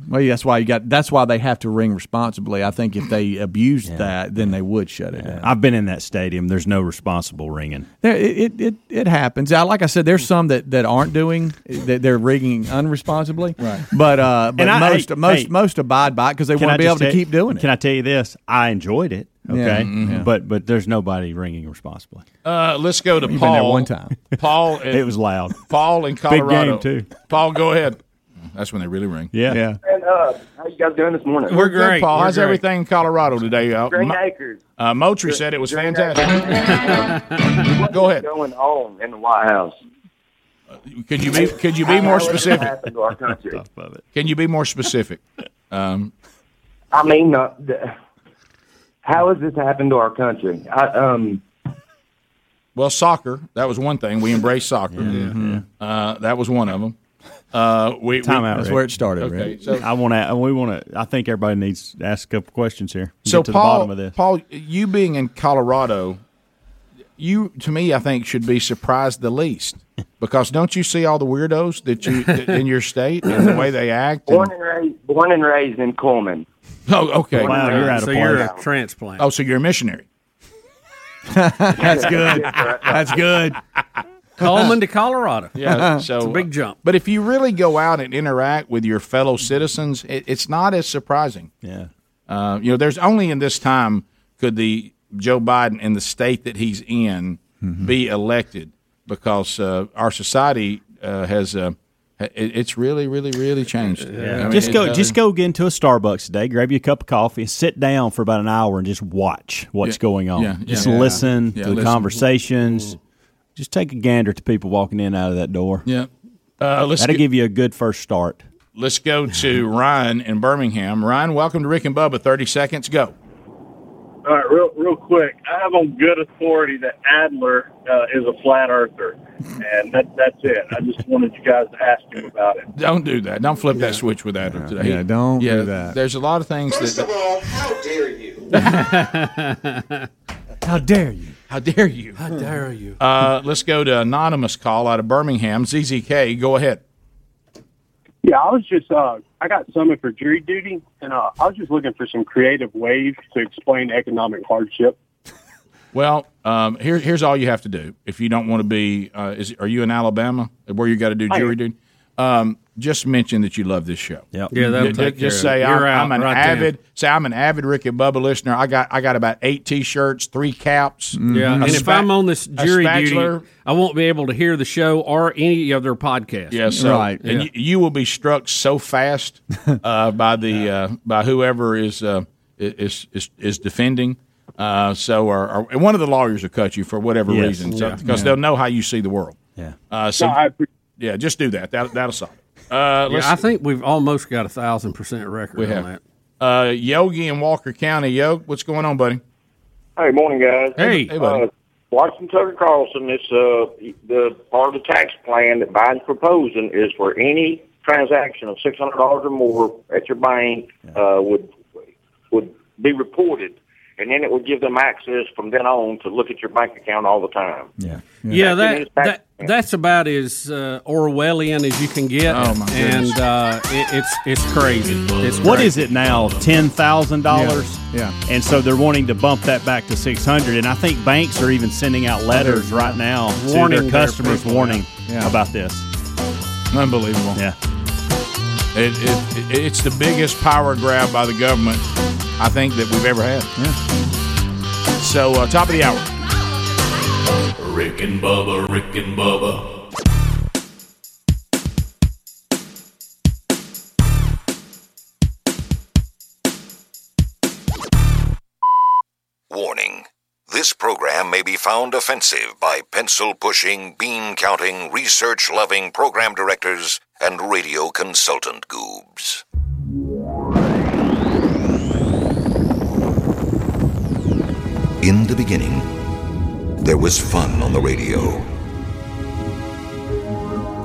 Well, yeah, that's why you got. That's why they have to ring responsibly. I think if they abused that, then they would shut it down. I've been in that stadium. There's no responsible ringing. There, it, it, it, it happens. I, like I said, there's some that, that aren't doing that they're rigging unresponsibly. Right. But uh, but And I- most hey, most hey. most abide by it because they Can want I to be just able to tell- keep doing it. Can I tell you this? I enjoyed it. Okay, Yeah, mhm. Yeah. but but there's nobody ringing responsibly. Uh, let's go to You've Paul. been there one time. [laughs] Paul. in- It was loud. Paul in Big game, Colorado too. Paul, go ahead. That's when they really ring. Yeah. Yeah. And, uh, how you guys doing this morning? We're great, Paul. How's everything in Colorado today? Uh, Green Mo- Acres. uh, Moultrie said it was [laughs] fantastic. Go ahead. Going on in the White House. Could you be Could you be more specific? Happened to our country. Can you be more specific? Um, I mean, uh, not, th- how has this happened to our country? I, um, well, soccer. That was one thing. We embraced soccer. Uh, that was one of them. Uh, we, Time we- out. Rick. Okay, so I want to. We want to. I think everybody needs to ask a couple questions here. so Get to Paul, the bottom of this. Paul, you being in Colorado, you to me, I think should be surprised [laughs] the least because don't you see all the weirdos that you in your state and the way they act? and- born and raised, born and raised in Coleman. oh, okay. Born and raised- so you're a transplant. Oh, so you're [laughs] a missionary. That's [laughs] good. That's good. Coleman [laughs] to Colorado. [laughs] Yeah, It's so uh, a big jump. But if you really go out and interact with your fellow citizens, it, it's not as surprising. Yeah. Uh, you know, there's only in this time could the Joe Biden in the state that he's in Mm-hmm. be elected because uh, our society uh, has uh, it, it's really, really, really changed. I mean, just it- go, uh, just go get into a Starbucks today. Grab you a cup of coffee, sit down for about an hour, and just watch what's Yeah. going on. Yeah. Just Yeah. listen Yeah, to the listen. conversations. Just take a gander to people walking in and out of that door. Yeah. Uh, let's That'll get- give you a good first start. Let's go to Ryan in Birmingham. Ryan, welcome to Rick and Bubba. Thirty seconds, go. All right, real, real quick. I have on good authority that Adler uh, is a flat earther, and that, that's it. I just wanted you guys to ask him about it. Don't do that. Don't flip that switch with Adler today. Yeah, don't yeah, do that. There's a lot of things First that. of all, how dare you? How dare you? [laughs] How dare you? How dare you? Uh, let's go to anonymous call out of Birmingham. ZZK, go ahead. Yeah, I was just uh, I got summoned for jury duty, and uh, I was just looking for some creative ways to explain economic hardship. Well, um, here, here's all you have to do if you don't want to be. Uh, is, are you in Alabama where you got to do I am. jury duty? Um, just mention that you love this show. Yeah, that'll Ju- ju- take just, care of say it. I'm, You're out I'm an right then. avid. Say I'm an avid Rick and Bubba listener. I got I got about eight T-shirts, three caps. Mm-hmm. Yeah, a and if spa- I'm on this a jury spatula. duty, I won't be able to hear the show or any of their podcasts. Yes, so, And you, you will be struck [laughs] so fast uh, by the uh, by whoever is uh, is is is defending. Uh, so, or, or and one of the lawyers will cut you for whatever Yes. reason, so, Yeah. because Yeah. they'll know how you see the world. Yeah. Uh, so, No, I yeah, just do that. That that'll solve. it. Uh, Yeah, let's- I think we've almost got a thousand percent record we on have that. uh, Yogi in Walker County. Yo, what's going on, buddy? Hey, morning, guys. Hey. Hey, buddy. uh, Washington Tucker Carlson. It's uh, the part of the tax plan that Biden's proposing is for any transaction of six hundred dollars or more at your bank uh, would would be reported, and then it would give them access from then on to look at your bank account all the time. Yeah, Back yeah, in that, his back- that that's about as uh, Orwellian as you can get. Oh, my goodness. and uh, it, it's it's crazy. It's What crazy. is it now? Ten thousand dollars. Yeah. And so they're wanting to bump that back to six hundred. And I think banks are even sending out letters right now Warning to their their customers, people, warning yeah. Yeah. about this. Unbelievable. Yeah. It, it, it, it's the biggest power grab by the government, I think, that we've ever had. Yeah. So, uh, top of the hour. Rick and Bubba, Rick and Bubba, Warning. This program may be found offensive by pencil pushing, bean counting, research loving program directors and radio consultant goobs. In the beginning, there was fun on the radio.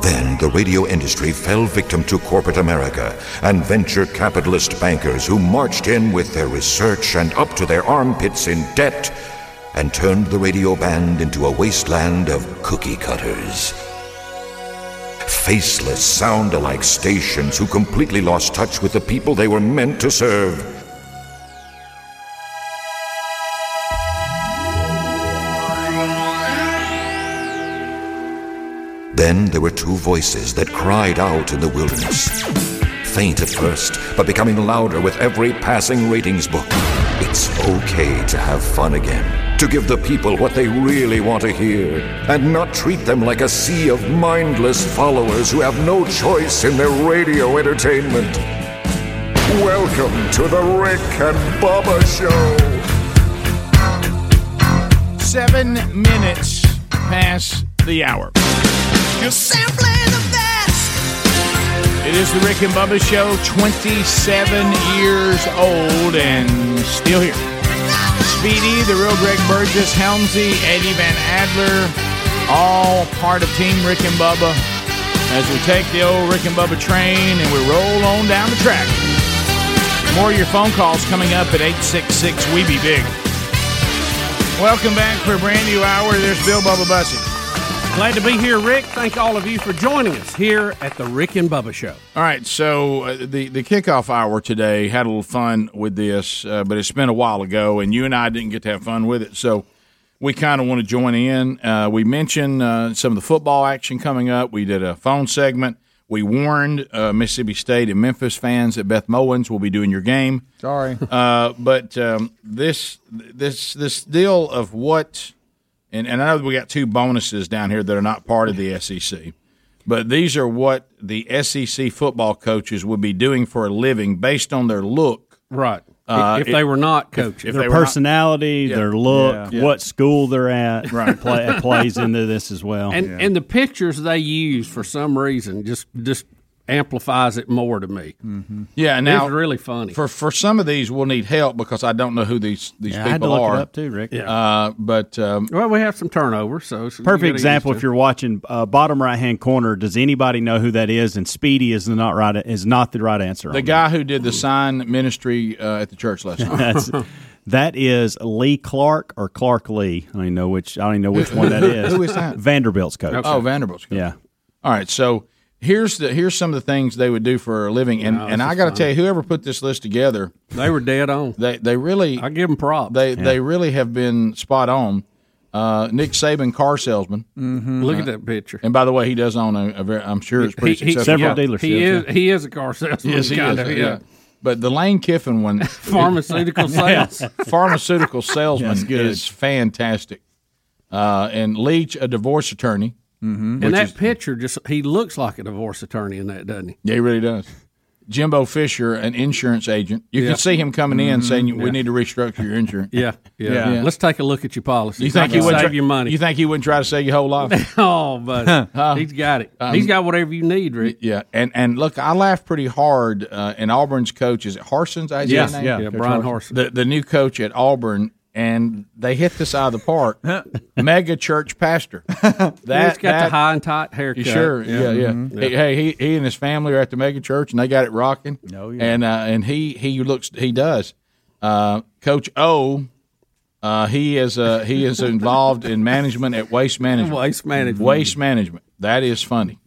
Then the radio industry fell victim to corporate America and venture capitalist bankers who marched in with their research and up to their armpits in debt and turned the radio band into a wasteland of cookie cutters. Faceless, sound alike stations who completely lost touch with the people they were meant to serve. Then there were two voices that cried out in the wilderness. Faint at first, but becoming louder with every passing ratings book. It's okay to have fun again, to give the people what they really want to hear, and not treat them like a sea of mindless followers who have no choice in their radio entertainment. Welcome to the Rick and Bubba Show. Seven minutes past the hour. You're simply the best. It is the Rick and Bubba Show, 27 years old and still here. Speedy, the real Greg Burgess, Helmsy, Eddie Van Adler, all part of Team Rick and Bubba. As we take the old Rick and Bubba train and we roll on down the track. More of your phone calls coming up at 866 We Be Big. Welcome back for a brand new hour. There's Bill Bubba Bussy. Glad to be here, Rick. Thank all of you for joining us here at the Rick and Bubba Show. All right, so uh, the the kickoff hour today had a little fun with this, uh, but it's been a while ago, and you and I didn't get to have fun with it. So we kind of want to join in. Uh, we mentioned uh, some of the football action coming up. We did a phone segment. We warned uh, Mississippi State and Memphis fans that Beth Mowens will be doing your game. Sorry. Uh, but um, this this this deal of what, and, and I know that we got two bonuses down here that are not part of the SEC, but these are what the SEC football coaches would be doing for a living based on their look. Right. If- if they were not coaches. Uh, Their if they were not- personality, Yeah. their look, Yeah. what school they're at, Right. play, plays into this as well. And and the pictures they use for some reason just just amplifies it more to me. Mm-hmm. Yeah, now it's really funny. For for some of these, we'll need help because I don't know who these these Yeah, I people had to look it are. up too, Rick. Yeah. Uh, but um, well, we have some turnover, so it's- you gotta Perfect get example. used If to it. you're watching uh, bottom right hand corner, does anybody know who that is? And Speedy is the not right is not the right answer. the on guy who did the sign ministry uh, at the [laughs] church last night. that. That's, that is Lee Clark or Clark Lee. I don't even know which. I don't even know which one that is. Who is that? Vanderbilt's coach. Okay. Oh, Vanderbilt's coach. Yeah. All right, so here's the here's some of the things they would do for a living, and Wow, and this I is got to fun. tell you, whoever put this list together, they were dead on. They they really, I give them props. They they really have been spot on. Uh, Nick Saban, car salesman. Mhm. Look at that picture. And by the way, he does own a, a very. I'm sure it's pretty successful. yeah, He is he is a car salesman. Yes, he is. kinda, yeah. But the Lane Kiffin one, [laughs] [laughs] Pharmaceutical sales. pharmaceutical salesman That's good. is fantastic. Uh, and Leach, a divorce attorney, mm-hmm. And that picture just—he looks like a divorce attorney in that, doesn't he? Yeah, he really does. Jimbo Fisher, an insurance agent, you Yeah. can see him coming in Mhm. saying, "We Yeah. need to restructure your insurance." Yeah, yeah. Let's take a look at your policy. You I think he can wouldn't save try- your money? You think he wouldn't try to save your whole life? [laughs] oh, [laughs] buddy, he's got it. Um, he's got whatever you need, Rick. Yeah, and and look, I laughed pretty hard. Uh, and Auburn's coach is it Harson's? I Yes, yeah, yeah, Brian Harsin. the the new coach at Auburn, and they hit this out of the park. Mega church pastor. That Yeah, he's got the high and tight haircut. You sure? Yeah, yeah. Mm-hmm. Mhm. Hey, hey, he, he and his family are at the mega church, and they got it rocking. No, Oh, yeah. And uh, and he he looks he does. Uh, Coach O, uh, he is uh, he is involved in management at Waste Management. Waste Management. Waste Management. That is funny,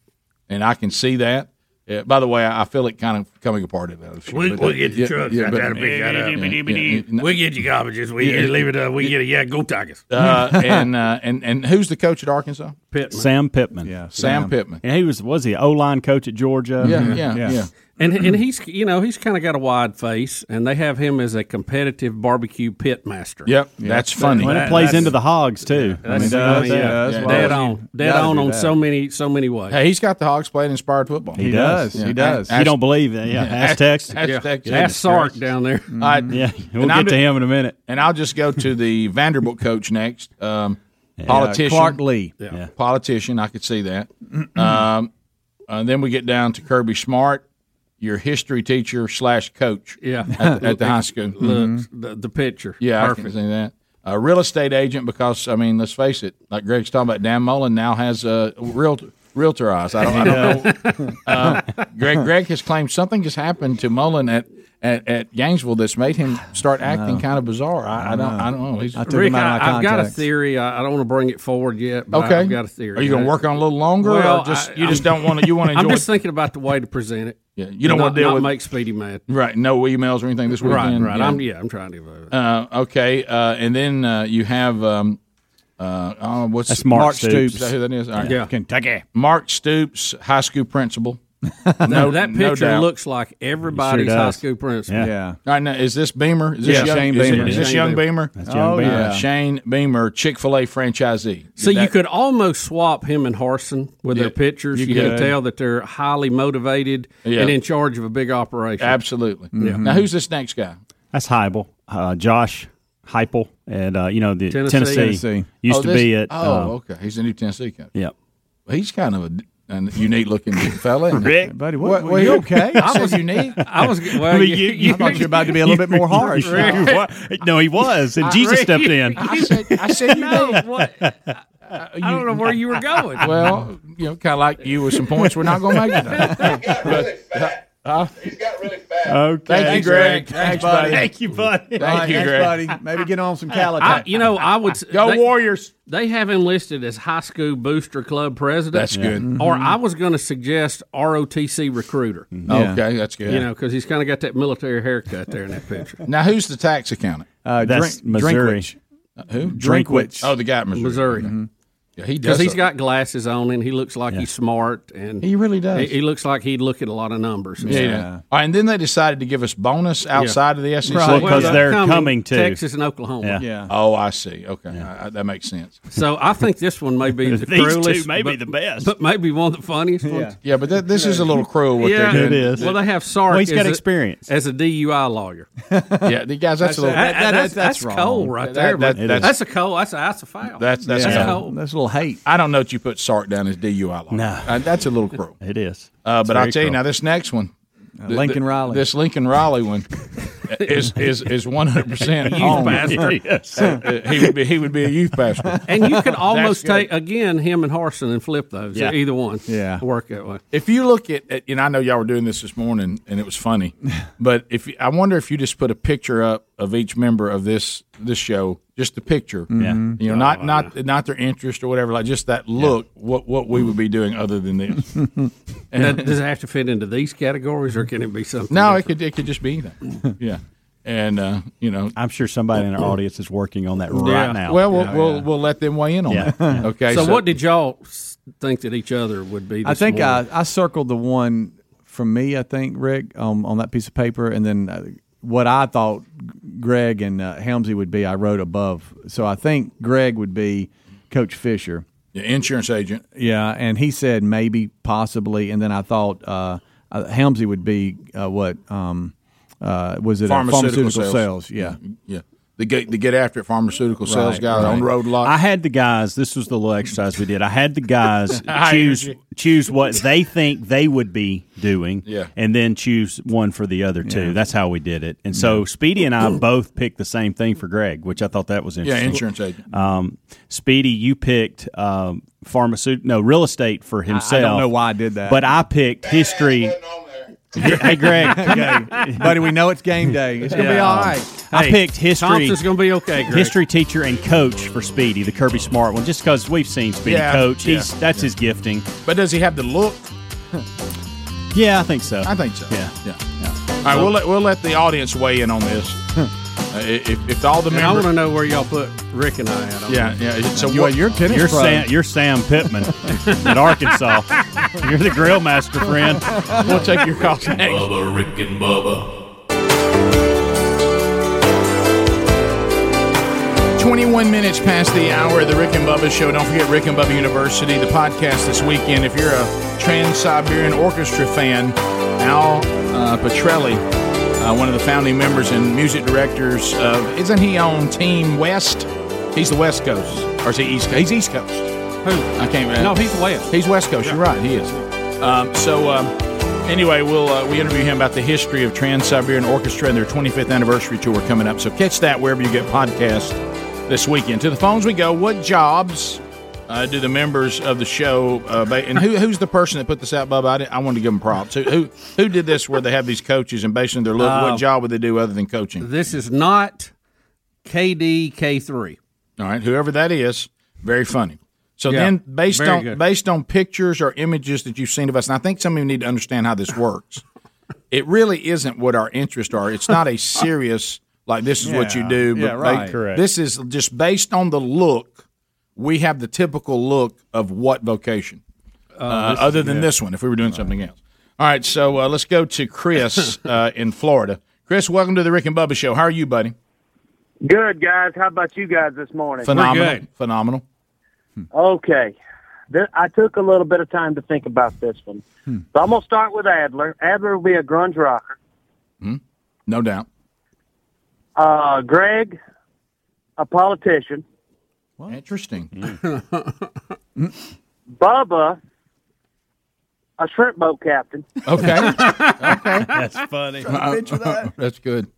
and I can see that. Yeah, by the way, I I feel it kind of coming apart of that. We, But- uh, we'll get the yeah, trucks. yeah, I but- gotta pick that up. [laughs] Yeah, yeah, yeah. We'll get you garbages. We Yeah. get, leave it. Uh, we get it. Yeah, go Tigers. Uh, [laughs] and uh, and and who's the coach at Arkansas? Sam Pittman. Yeah, Sam Pittman. And he was was he O line coach at Georgia? Mm-hmm. And and he's you know he's kind of got a wide face, and they have him as a competitive barbecue pit master. Yep, that's funny. Well, it That- plays that's- into the hogs too. I mean, That's, that- I mean, that- yeah, that- dead on, dead on on so many, so many ways. Hey, he's got the Hogs playing inspired football. He He does. does. He does. Ask- You don't believe it, yeah. Ask text. Ask Yeah. text. Ask Sark down there. Yeah, we'll get to him in a minute. And I'll just go to the [laughs] Vanderbilt coach next. Um, Yeah, politician Clark Lee. Yeah. Politician. I could see that. um, uh, Uh, then we get down to Kirby Smart, your history teacher slash coach. Yeah, at, the- at [laughs] the high school. Looks- mm-hmm. the, the picture. Yeah, I perfect. can see that. A real estate agent, because I mean, let's face it. Like Greg's talking about, Dan Mullen now has a real realtor eyes. I don't, I [laughs] don't know. Uh, Greg Greg has claimed something has happened to Mullen at. At, at Gainesville, that's made him start acting kind of bizarre. I, I don't, I don't know. He's, Rick, I, have got a theory. I, I don't want to bring it forward yet. But Okay. I've got a theory. Are you gonna work on it a little longer, or just- you just don't wanna- you [laughs] wanna I'm enjoy just thinking about the way to present it. Yeah, you don't Not- wanna deal not with- make Speedy mad. Right. No emails or anything this Right, weekend. right. I'm yeah. I'm trying to avoid. Uh, okay, uh, and then uh, you have um, uh, oh, what's That's Mark Stoops. Is that who that is? All right. Yeah. Kentucky. Mark Stoops, high school principal. No, that picture doubt. looks like everybody's high does. school principal. Yeah. All right, now, is this Beamer? Is this Yeah, young, Shane is it- Beamer. Is this Shane young Beamer? Beamer. That's young oh, Beamer. yeah. Shane Beamer, Chick Fil A franchisee. So you That- could almost swap him and Harson with Yeah, their pictures. you You, can could. tell that they're highly motivated Yeah. and in charge of a big operation. Absolutely. Yeah. Now who's this next guy? That's Heibel, uh, Josh Heipel, and uh, you know the Tennessee, used Oh, to this- be at. Oh, uh, okay. He's a new Tennessee coach. yeah. He's kind of a, a unique looking fella. isn't he? Rick, buddy, what- well, were you he- okay? I was unique. I was. Well, I mean, you- you- I thought you were about to be a little bit [laughs] more harsh. Rick, you wa- no, he was, and Jesus stepped in. I said, I said you Uh, know what? I don't know where you were going. Well, you know, kind of like you with some points we're not going to make today. But, uh, Okay. Thank you, Greg. Thanks, buddy. Thank you, buddy. Thank you, Greg. Maybe get on some I, you know, I would s- Go they- Warriors. They have him listed as high school booster club president. That's Yeah. good. Or I was going to suggest ROTC recruiter. Mm-hmm. Yeah. Okay, that's good. You know, because he's kind of got that military haircut there in that picture. Now, who's the tax accountant? Uh, That's Drink- Missouri. Drinkwich. Uh, [laughs] who? Drinkwich. Oh, the guy at Missouri. Missouri. Okay. Yeah, he Because does. he's a- got glasses on and he looks like he's smart and He really does. He, he looks like he'd look at a lot of numbers. and Yeah. stuff. yeah. All right, and then they decided to give us bonus outside of the SEC Right. Well, Because they're they're coming, coming too. Texas and Oklahoma. Yeah. Yeah. Oh, I see. Okay, I- I- that makes sense. So I think this one may [laughs] be the These two cruelest, may be but- the best. but maybe one of the funniest ones. Yeah, but that, this is a little cruel. What yeah, they're doing. Well, they have Sark. Well, he's as got a- experience. as a DUI lawyer. [laughs] yeah, the guys, that's, a little. That- that's, that's, cold right there. That- man. that- that's a cold. That's a, that's a foul. That's that's that's yeah. cold. That's a little hate. I don't know that you put Sark down as DUI law. No, that's a little cruel. it is. Uh, but It's I'll very tell you cruel. now, this next one, Uh, Lincoln Riley. this Lincoln Riley one, is is is one hundred percent Youth pastor. Yes. [laughs] he would be he would be a youth pastor, And you could almost That's good. take again him and Harson and flip those. Yeah. Either one. Yeah. Work that way. If you look at, at you know, I know y'all were doing this this morning, and it [laughs] was funny, but if you- I wonder if you just put a picture up of each member of this this show, just the picture, Mm-hmm. Yeah. you know, not not not their interest or whatever, like just that look, what what we would be doing other than this. And that, does it have to fit into [laughs] these categories, or can it be something? no, it could it could just [laughs] be anything. yeah, and uh, you know, I'm sure somebody in our audience is working on that right now. Well, we'll Yeah. we'll, we'll let them weigh in on Yeah. that. Okay, So, what did y'all s- think that each other would be? This I uh, think morning? I, I circled the one from me. I think Rick um, on that piece of paper, and then uh, what I thought Greg and uh, Helmsy would be, I wrote above. So I think Greg would be Coach Fisher. Yeah, insurance agent. Yeah, and he said maybe, possibly, and then I thought uh, uh, Helmsy would be uh, what um, uh, was it? uh, pharmaceutical sales. Yeah. yeah. The get the get after it pharmaceutical sales Right, guy right. on the road a lot. I had the guys. This was the little exercise we did. I had [laughs] the guys High choose energy. choose what they think they would be doing, Yeah. and then choose one for the other two. That's how we did it. And so Speedy and I both picked the same thing for Greg, which I thought that was Yeah, interesting. insurance agent. Um, Speedy, you picked um, pharmaceutical, no real estate for Mm-hmm. himself. know why I did that. but I picked history. [laughs] hey, [laughs] Greg, Okay. buddy, we know it's game day. It's gonna be all right. I picked history. Thompson's gonna be okay, Greg. History teacher and coach for Speedy, the Kirby Smart one, just because we've seen Speedy Yeah, coach. yeah, He's that's his gifting. But does he have the look? Yeah, I think so. I think so. Yeah, yeah. All right, we'll let we'll let the audience weigh in on this. [laughs] Uh, if, if all the And I members, want to know where y'all put Rick and I at. on yeah, that. yeah. So Well, what? you're tennis You're pro. Sam- you're Sam Pittman at Arkansas. You're the grill master, friend. [laughs] We'll take your calls next. Bubba, Rick and Bubba. 21 minutes past the hour of the Rick and Bubba Show. Don't forget Rick and Bubba University, the podcast this weekend. If you're a Trans Siberian Orchestra fan, Al uh, Petrelli, uh, one of the founding members and music directors of, isn't he on Team West? He's the West Coast, or is he East Coast? He's East Coast. Who? I can't remember. No, he's West. He's West Coast. You're right. He is. Um, so, um, anyway, we'll uh, we interview him about the history of Trans Siberian Orchestra and their 25th anniversary tour coming up. So, catch that wherever you get podcasts this weekend. To the phones we go. What jobs uh, do the members of the show? Uh, ba- and who, who's the person that put this out, Bubba? I, didn't- I wanted to give them props. Who, who who did this? Where they have these coaches and based on their look, Uh, what job would they do other than coaching? This is not KDK3. All right, whoever that is, very funny. So Yeah, then, based very on good. based on pictures or images that you've seen of us, and I think some of you need to understand how this works. it really isn't what our interests are. It's not a serious like this is what you Yeah, do. yeah, right. they- Correct. This is just based on the look. We have the typical look of what vocation, uh, this is- other than yeah. this one. If we were doing something else. All right, so uh, let's go to Chris uh, in Florida. Chris, welcome to the Rick and Bubba Show. How are you, buddy? Good guys. How about you guys this morning? Phenomenal. Phenomenal. Okay. Th- I took a little bit of time to think about this one. So I'm going to start with Adler. Adler will be a grunge rocker. No doubt. Uh, Greg, a politician. [laughs] Interesting. Mm. Mm, Bubba, a shrimp boat captain. [laughs] Okay. [laughs] okay. That's funny. Trying to picture that. [laughs] That's good.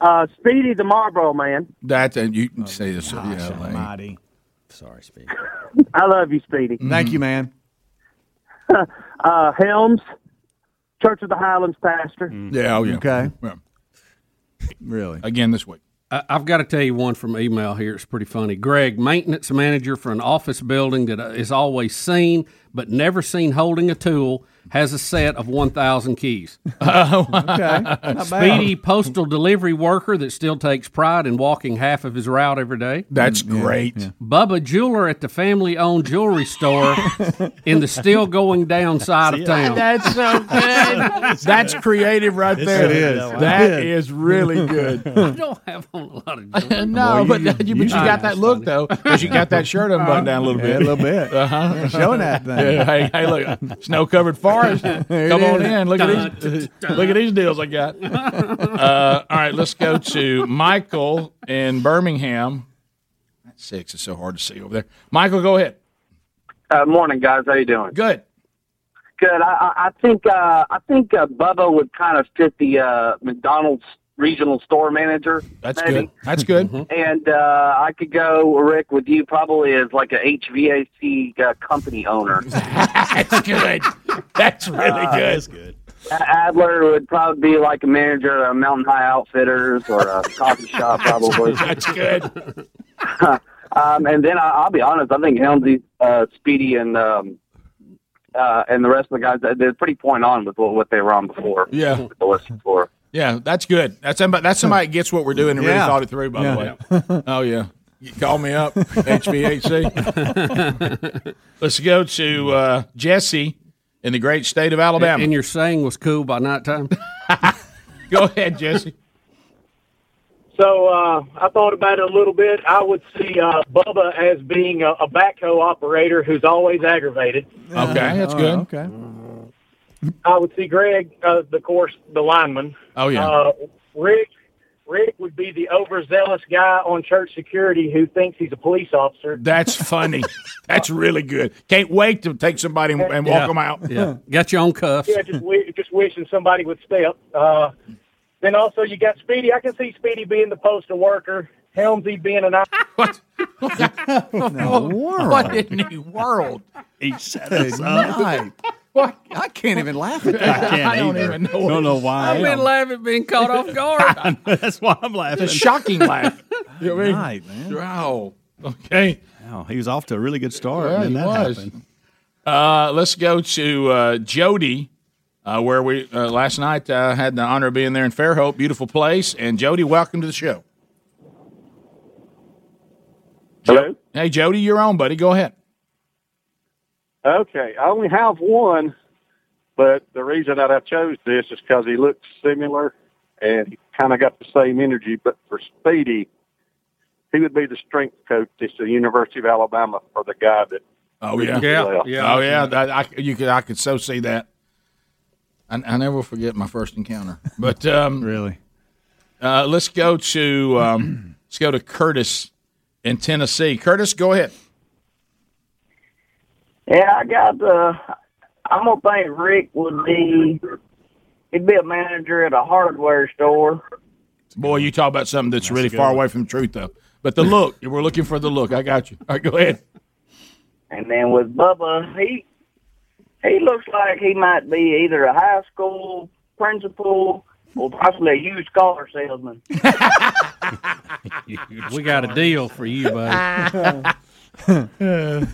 Uh, Speedy the Marlboro man. That and you say this. yeah, like- Oh, Sorry, Speedy. I love you, Speedy. Mm-hmm. Thank you, man. [laughs] uh, Helms, Church of the Highlands pastor. Yeah. Oh, [laughs] yeah. Okay. Really? Again this week. I- I've got to tell you one from email here. It's pretty funny. Greg, maintenance manager for an office building that uh, is always seen but never seen holding a tool, has a set of 1,000 [laughs] keys. [laughs] Oh, okay. Not Speedy postal delivery worker that still takes pride in walking half of his route every day. That's great. Bubba jeweler at the family owned jewelry [laughs] store in the still going down side of town. That's so good. That's [laughs] creative right It's there. good. Yeah. That Yeah. is really [laughs] good. I don't have on a [laughs] lot of jewelry. no, Oh, but you, but you, got that look though. Because you got [laughs] that shirt unbuttoned down [laughs] a little bit. Yeah, a little bit. Uh-huh. Yeah, showing that thing. Yeah, hey, hey, look, [laughs] snow covered forest. it Come on is. in. Look at these. look at these deals I [laughs] got. Uh, all right, let's go to Michael in Birmingham. That six is so hard to see over there. Michael, go ahead. Uh, morning, guys. How you doing? Good. Good. I, I I think uh, I think uh, Bubba would kind of fit the uh, McDonald's regional store manager. That's maybe. good. That's good. And uh, I could go, Rick, with you probably as like a HVAC uh, company owner. [laughs] That's good. That's really good. That's good. Adler would probably be like a manager at a Mountain High Outfitters or a coffee shop, probably. [laughs] [laughs] That's good. um, and then I, I'll be honest. I think Helmsy, uh, Speedy, and um, uh, and the rest of the guys they- they're pretty point on with what, what they were on before. Yeah. with the list before. Yeah, that's good. That's somebody, that's somebody that gets what we're doing and really Yeah. thought it through. By the way, oh yeah, You call me up, HVAC. [laughs] Let's go to uh, Jesse in the great state of Alabama. And your saying was cool by nighttime. [laughs] go ahead, Jesse. So uh, I thought about it a little bit. I would see uh, Bubba as being a, a backhoe operator who's always aggravated. Uh, Okay, that's Oh, good. Okay. I would see Greg, uh, the course, the lineman. Oh, yeah. Uh, Rick, Rick would be the overzealous guy on church security who thinks he's a police officer. That's funny. that's really good. Can't wait to take somebody and, and walk Yeah. them out. Yeah. Got your own cuffs. Yeah, just wi- just wishing somebody would step. Uh, then also you got Speedy. I can see Speedy being the postal worker. Helmsy being an what? world? What in the world? He set us up. What? I can't even [laughs] laugh at that. I I don't either. even know. Don't know why I've been laughing, being caught off guard. That's why I'm laughing. It's a shocking laugh. You know what I mean? Right, man. Wow. Okay. Wow, he was off to a really good start. Yeah, and he then that was. happened. Uh, let's go to uh, Jody, uh, where we uh, last night uh, had the honor of being there in Fairhope. Beautiful place. And Jody, welcome to the show. Hello. Hey, Jody, you're on, buddy. Go ahead. Okay, I only have one, but the reason that I chose this is because he looks similar and he kind of got the same energy. But for Speedy, he would be the strength coach at the University of Alabama for the guy that. yeah, left. Oh yeah. That, I you could I could so see that. I, I never will forget my first encounter. But [laughs] um, really, uh, let's go to um, [clears throat] let's go to Curtis in Tennessee. Curtis, go ahead. Yeah, I got. Uh, I'm gonna think Rick would be he'd be a manager at a hardware store. Boy, you talk about something that's, really far away from the truth, though. But the look, we're looking for the look. I got you. All right, go ahead. And then with Bubba, he he looks like he might be either a high school principal or possibly a used car [laughs] salesman. [laughs] we got a deal for you, [laughs] buddy. And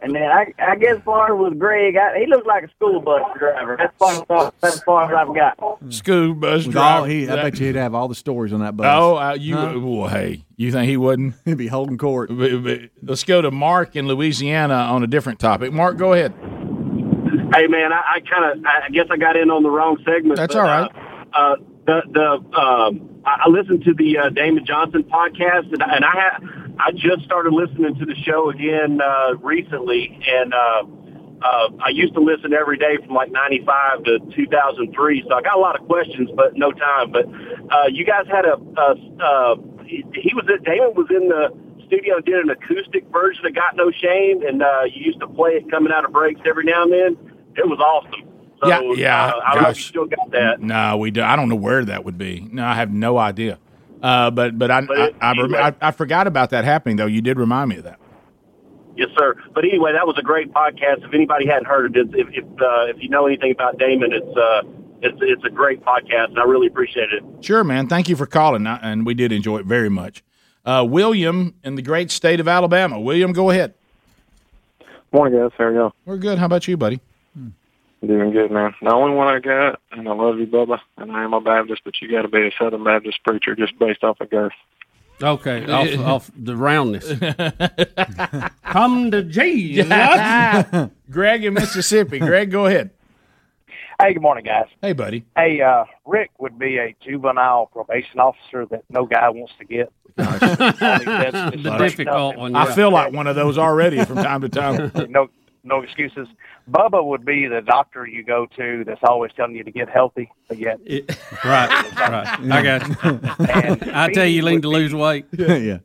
then I, I guess far with Greg, I, he looks like a school bus driver. That's far, that's far as I've got. School bus With driver. all he, I That- bet you he'd have all the stories on that bus. Oh, uh, you Huh? well, hey, you think he wouldn't? [laughs] He'd be holding court. let's go to Mark in Louisiana on a different topic. Mark, go ahead. Hey man, I, I kind of I guess I got in on the wrong segment. That's but, all right. Uh, uh, the the um, I I listened to the uh, Damon Johnson podcast, and, I- and I ha- I just started listening to the show again uh, recently, and uh, uh, I used to listen every day from like '95 to 2003. So I got a lot of questions, but no time. But uh, you guys had a, a uh, he, he was at, Damon was in the studio and did an acoustic version of Got No Shame, and uh, you used to play it coming out of breaks every now and then. It was awesome. So, yeah, yeah. Uh, I hope you gosh. still got that. No, we do. I don't know where that would be. No, I have no idea. Uh, but but I I, I, rem- I I forgot about that happening though. You did remind me of that. Yes, sir. But anyway, that was a great podcast. If anybody hadn't heard it, if if, uh, if you know anything about Damon, it's uh, it's it's a great podcast, and I really appreciate it. Sure, man. Thank you for calling, I- and we did enjoy it very much. Uh, William in the great state of Alabama. William, go ahead. Morning, guys. How are y'all? We're good. How about you, buddy? Doing good, man. The only one I got, and I love you, Bubba, and I am a Baptist, but you got to be a Southern Baptist preacher just based off of girth. Okay, off, off the [laughs] roundness. Come to Jesus. [laughs] Greg [laughs] in Mississippi. Greg, go ahead. Hey, good morning, guys. Hey, buddy. Hey, uh, Rick would be a juvenile probation officer that no guy wants to [laughs] get. [laughs] The difficult one, I yeah. feel like one of those already from time to [laughs] time. [laughs] no, no excuses. Bubba would be the doctor you go to that's always telling you to get healthy, but yet. Right, right. I got you. I tell you, you lean to lose [laughs] weight. yeah.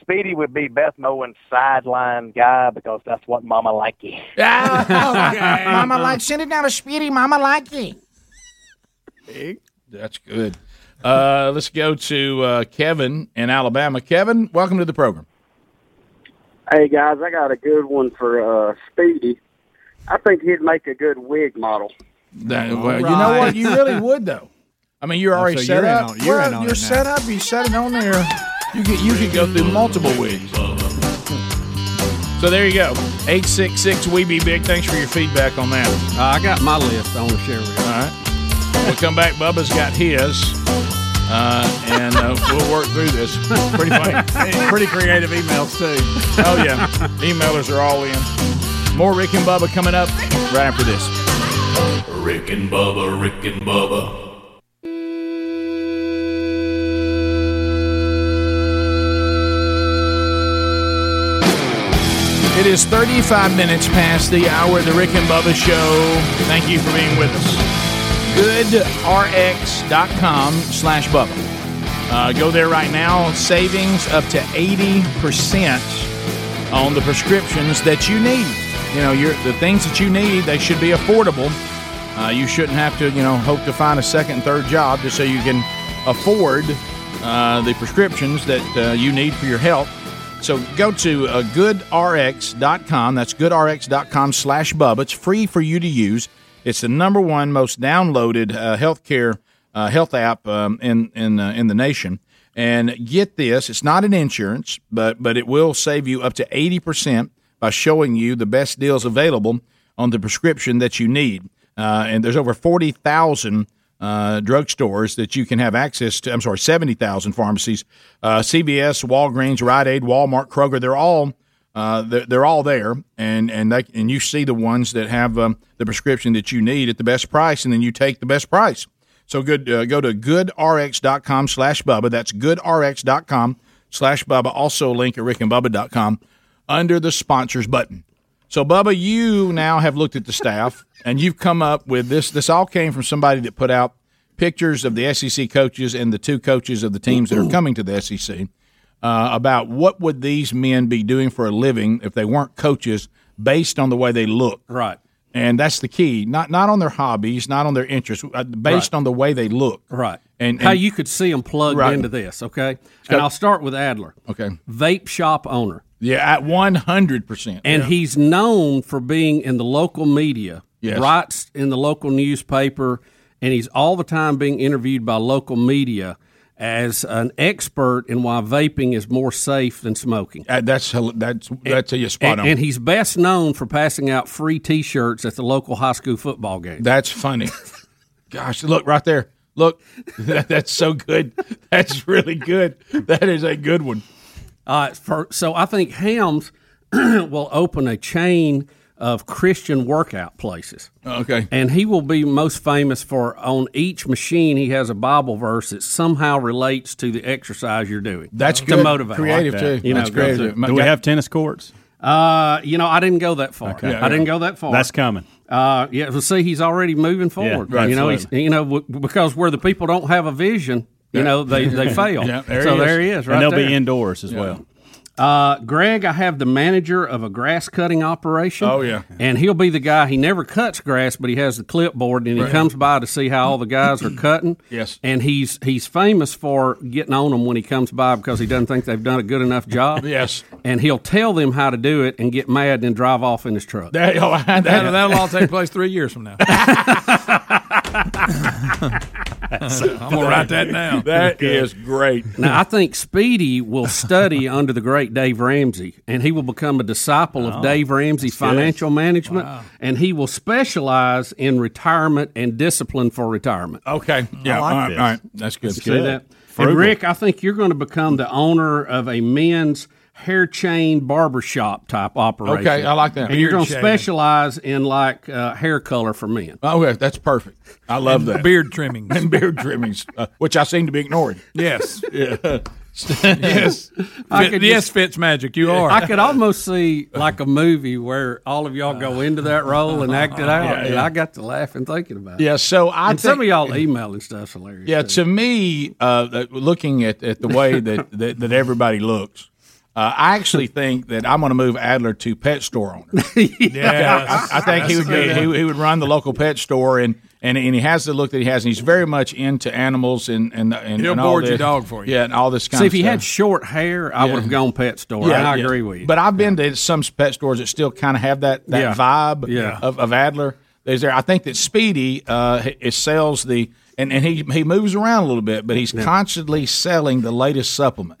Speedy would be Beth Moen's sideline guy because that's what Mama like you. Ah! [laughs] Oh, Mama like send it down to Speedy. Mama like you. That's good. Uh, let's go to uh, Kevin in Alabama. Kevin, welcome to the program. Hey guys, I got a good one for uh, Speedy. I think he'd make a good wig model. That- well, You know what? You really would though. I mean, you're Oh, already so set you're in up. on- you're Well, in on you're it now. set up. You set it on there. You could you could go through multiple wigs. So there you go. Eight six six. We be big. Thanks for your feedback on that. Uh, I got my list. I want to share with you. All right. We'll come back. Bubba's got his, uh, and uh, we'll work through this. Pretty funny. Pretty creative emails too. Oh yeah, emailers are all in. More Rick and Bubba coming up right after this. Rick and Bubba, Rick and Bubba. It is 35 minutes past the hour of the Rick and Bubba Show. Thank you for being with us. GoodRx.com slash Bubba. Uh, go there right now. Savings up to 80% on the prescriptions that you need. You know, your, the things that you need, they should be affordable. Uh, you shouldn't have to, you know, hope to find a second and third job just so you can afford uh, the prescriptions that uh, you need for your health. So go to uh, goodrx.com. That's goodrx.com slash bub. It's free for you to use. It's the number one most downloaded uh, healthcare uh, health app um, in in uh, in the nation. And get this, it's not an insurance, but but it will save you up to eighty percent by showing you the best deals available on the prescription that you need. Uh, and there's over 40,000 uh, drugstores that you can have access to. I'm sorry, 70,000 pharmacies. Uh, CVS, Walgreens, Rite Aid, Walmart, Kroger, they're all. Uh, they're, they're all there, and and they, and you see the ones that have um, the prescription that you need at the best price, and then you take the best price. So good, uh, go to goodrx.com slash Bubba. That's goodrx.com slash Bubba. Also a link at rickandbubba.com under the sponsors button. So Bubba, you now have looked at the staff and you've come up with this. This all came from somebody that put out pictures of the SEC coaches and the two coaches of the teams that Mm-hmm. are coming to the SEC uh, about what would these men be doing for a living if they weren't coaches based on the way they look. Right. and that's the key. Not not on their hobbies, not on their interests, uh, based on the way they look. Right. And, and How you could see them plugged Right. into this, okay? And I'll start with Adler, okay. vape shop owner. Yeah, at one hundred percent. And Yeah. he's known for being in the local media, writes in the local newspaper, and he's all the time being interviewed by local media as an expert in why vaping is more safe than smoking. Uh, that's that's that's a spot and, on. And he's best known for passing out free T-shirts at the local high school football game. That's [laughs] funny. Gosh, look right there. Look, [laughs] that, that's so good. That's really good. That is a good one. Uh, for, so I think Hams [clears throat] will open a chain of Christian workout places. Okay. And he will be most famous for on each machine he has a Bible verse that somehow relates to the exercise you're doing. That's to good. motivate, Creative, I like that. too. You That's know, creative. go through. Do we have tennis courts? Uh, you know, I didn't go that far. Okay. I didn't go that far. That's coming. Uh, yeah, well, see, he's already moving forward. right, you know, he's, you know, w- because where the people don't have a vision, you Yeah. know, they [laughs] [laughs] they fail. Yeah, there so he is. there he is. And Right they'll be there. indoors as Yeah. well. Uh, Greg, I have the manager of a grass cutting operation. Oh, yeah. and he'll be the guy. He never cuts grass, but he has the clipboard, and he Right. comes by to see how all the guys are cutting. Yes. and he's he's famous for getting on them when he comes by because he doesn't think they've done a good enough job. [laughs] yes, and he'll tell them how to do it and get mad and then drive off in his truck. That- oh, that- That'll, that'll all take place three years [laughs] from now. [laughs] I'm gonna write that down. That is great. Now, I think Speedy will study under the great Dave Ramsey, and he will become a disciple of Oh, Dave Ramsey that's good. financial management, and he will specialize in retirement and discipline for retirement. Okay. Yeah, I like all right, this. all right. That's good. See that? [laughs] And Rick, I think you're going to become the owner of a men's hair chain barbershop type operation. Okay, I like that. And you're Beard going to shaving. specialize in like uh, hair color for men. Oh, yeah, that's perfect. I love And that. beard trimmings. and beard trimmings, uh, which I seem to be ignoring. [laughs] Yes. [laughs] Yeah. yes. I Fit- could yes, just- Fitz Magic, you are. I could almost see like a movie where all of y'all go into that role and act it out. Yeah, And yeah. I got to laughing thinking about it. Yeah, so I and some of think- y'all emailing stuff's hilarious. Yeah, to me, uh, that- looking at, at the way [laughs] that, that, that everybody looks, uh, I actually think that I'm going to move Adler to pet store owner. [laughs] Yes. I, I think he would That's a be, good he, one. he would run the local pet store and, and and he has the look that he has and he's very much into animals and and and, He'll and all board your this. dog for you. Yeah, and all this kind See, of if he stuff. had short hair, I Yeah. would have gone pet store. and I agree with you. But I've been to some pet stores that still kind of have that, that Yeah. vibe Yeah. Of, of Adler. Is there? I think that Speedy uh, h- it sells the and, and he he moves around a little bit, but he's constantly selling the [laughs] latest supplement.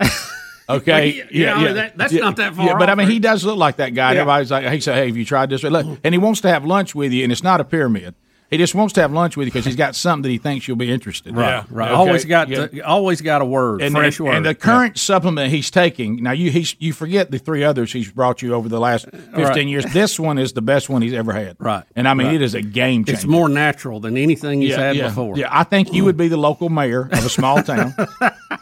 Okay, Yeah, yeah, I mean, that- that's not that far Yeah, but I off, mean, he does look like that guy. and Yeah. Everybody's like, he said, "Hey, have you tried this?" Look, And he wants to have lunch with you, and it's not a pyramid. He just wants to have lunch with you because he's got something that he thinks you'll be interested. in. Right, right. Always got to- always got a word, and, fresh and- word. And the current supplement he's taking now, you he's, you forget the three others he's brought you over the last fifteen Right. years. This one is the best one he's ever had. Right. And I mean, Right. it is a game changer. It's more natural than anything he's had yeah, before. [laughs] Yeah, I think you would be the local mayor of a small town.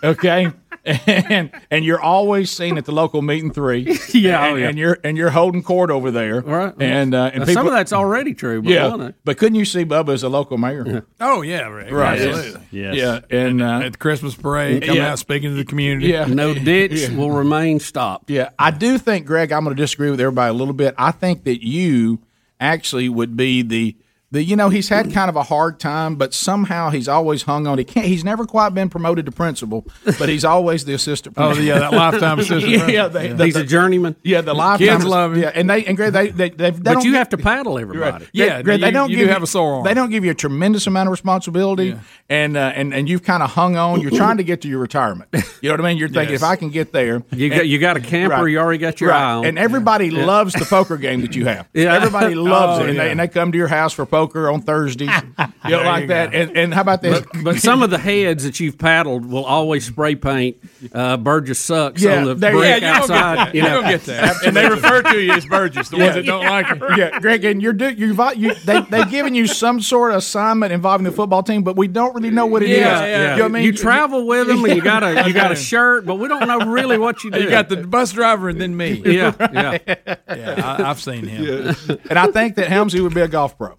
okay. And and you're always seen at the local meeting three. [laughs] Yeah, and, oh, yeah. and you're and you're holding court over there. Right. And uh, and Now, people, some of that's already true, but yeah. wasn't it? But couldn't you see Bubba as a local mayor? [laughs] Oh yeah, right. Right. Absolutely. Yes. Yeah, and uh, at the Christmas parade, coming yeah. out speaking to the community. Yeah. [laughs] No ditch Yeah. will remain stopped. Yeah, I do think, Greg, I'm going to disagree with everybody a little bit. I think that you actually would be the the you know he's had kind of a hard time, but somehow he's always hung on. He can't. He's never quite been promoted to principal, but he's always the assistant. Oh, principal. yeah, that [laughs] lifetime assistant yeah, principal. they- Yeah. the- He's a journeyman. Yeah, the lifetime. Kids love him. Yeah, and they and Greg, they they, they, they But don't you get- have to paddle everybody. They- Greg, they don't give They don't give you a tremendous amount of responsibility, and uh, and and you've kind of hung on. You're trying to get to your retirement. You know what I mean? You're thinking Yes. if I can get there, You got- you got a camper, you already got your right. eye on. and everybody Yeah. loves the poker game that you have. [laughs] Yeah. everybody loves Oh, it, and, yeah. they, and they come to your house for poker on Thursdays. [laughs] you know, There like you that. And and how about this? But some of the heads that you've paddled will always spray paint uh, Burgess sucks on the there- brick yeah, you're gonna get outside. that. You know. You're gonna get that. And they refer to you as Burgess, the ones that don't like it. Yeah, Greg, and you're do, you've you, they they've given you some sort of assignment involving the football team, but we don't really know what it is. Yeah, yeah. You know what I mean? You travel with them, and you got a you got a [laughs] Yeah. shirt, but we don't know really what [laughs] you do. You got the bus driver and then me. [laughs] Yeah, yeah. [laughs] Yeah, I, I've seen him. [laughs] and I think that Helmsy would be a golf pro.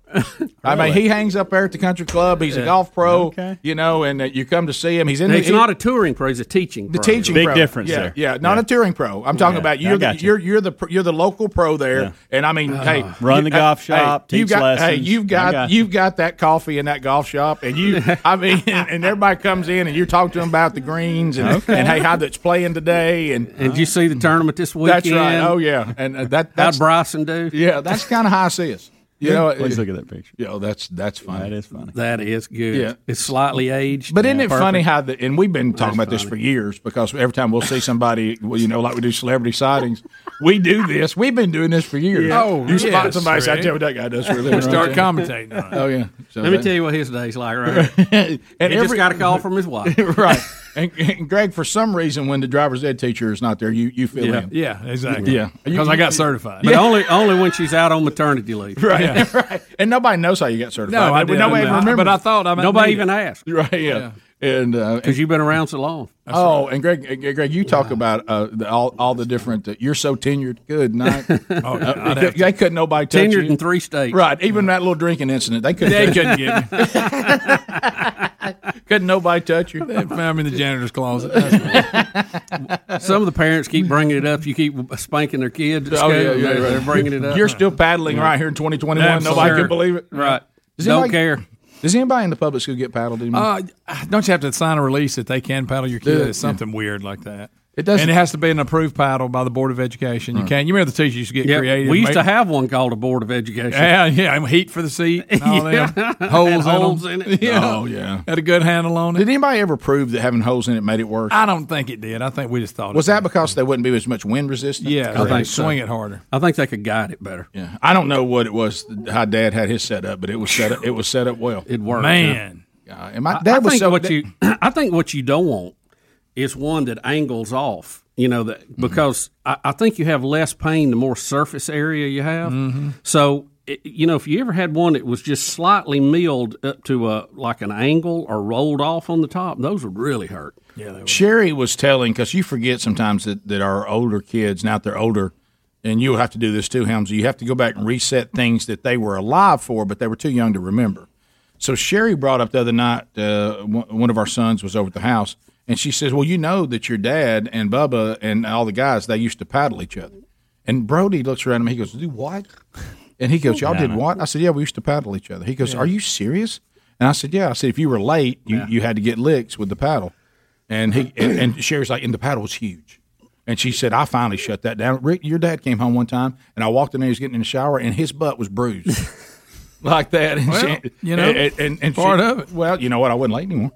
I mean, he hangs up there at the country club. He's a Yeah. golf pro, you know, and uh, you come to see him. He's in. It's the, not a touring pro; it's a teaching. the pro. teaching pro. yeah, Yeah, not a touring pro. I'm talking Yeah. about I you're the, got you. you're you're the pr- you're the local pro there, Yeah. and I mean, Ah. hey, Run the hey, golf hey, shop, you teach got, Hey, lessons. you've I got, got you've got that coffee in that golf shop, and you, I mean, and, everybody comes in and you're talking to them about the greens and Okay. and hey, how that's playing today, and And you see the tournament this weekend? That's right. Oh yeah, and uh, that How'd that's Bryson do? Yeah, that's kind of how I see us. You know, Please look at that picture. Yeah, that's that's funny. That is funny. That is good. Yeah. It's slightly aged. But isn't it Perfect. funny how the and we've been talking about this for years because every time we'll see somebody, well, you know, like we do celebrity sightings, we do this. We've been doing this for years. Yeah. Oh, you spot yes, somebody, say, I Rick. tell you what that guy does for a living. Start right there. commentating on it. Oh yeah. So Let me that- tell you what his day's like, [laughs] right? and he just every- got a call from [laughs] his wife. right. And, and Greg, for some reason, when the driver's ed teacher is not there, you you fill Yeah. in. Yeah, exactly. Yeah, Because I got certified. But only only when she's out on maternity leave. [laughs] Right, right. And nobody knows how you got certified. No, I Nobody- didn't. Nobody No, I- remembers. but I thought I might nobody need even it. asked. Right. Yeah. And because you've been around so long. oh, and Greg, uh, Greg, you talk about uh, the, all all the different. Uh, you're so tenured. Good [laughs] night. oh, I'd they, have could, they couldn't nobody touch Tenured you. in three states. Right. Even that little drinking incident, they couldn't. They touch couldn't you. get me. [laughs] couldn't nobody touch [laughs] you. They found me in the janitor's closet. [laughs] Some of the parents keep bringing it up. You keep spanking their kids. At Oh, school, they're, they're bringing it up. You're still paddling Yeah. right here in 2021. Nobody Absolutely. can believe it. Right. Don't care. Does anybody in the public school get paddled anymore? Uh, [sighs] don't you have to sign a release that they can paddle your kid? Yeah. It's something weird like that. It doesn't- and it has to be an approved paddle by the Board of Education. You Right. can't. You remember the teacher used to get Yeah, creative. we used to make- have one called a Board of Education. Yeah, yeah, and heat for the seat, and [laughs] all Yeah. that. Had holes, holes in in, it. it. Yeah, Oh, yeah. had a good handle on it. Did anybody ever prove that having holes in it made it worse? I don't think it did. I think we just thought Was it. that because they wouldn't be as much wind resistant? Yeah, Correct. I think swing it harder. I think they could guide it better. Yeah, I don't know what it was how Dad had his set up, but it was set up. It was set up well. It worked. Man. Uh, and my I, dad I was think so- what you [clears throat] I think what you don't want is one that angles off. You know Mm-hmm. that because I, I think you have less pain the more surface area you have. Mm-hmm. Mhm. So it, you know if you ever had one that was just slightly milled up to a like an angle or rolled off on the top, those would really hurt. Sherry was telling because you forget sometimes that, that our older kids now that they're older, and you'll have to do this too, Helmsy. You have to go back and reset things that they were alive for, but they were too young to remember. So Sherry brought up the other night. Uh, one one of our sons was over at the house, and she says, "Well, you know that your dad and Bubba and all the guys they used to paddle each other." And Brody looks around him. He goes, "Do what?" And he goes, "Y'all did what?" I said, "Yeah, we used to paddle each other." He goes, Yeah. "Are you serious?" And I said, "Yeah." I said, "If you were late, you, you had to get licks with the paddle." And he and, and Sherry's like, "And the paddle was huge." And she said, "I finally shut that down." Rick, your dad came home one time, and I walked in there. He was getting in the shower, and his butt was bruised. Like that, [laughs] and Well, she- you know, and, and, and part she- [laughs] of it. Well, you know what? I wasn't late [laughs] anymore.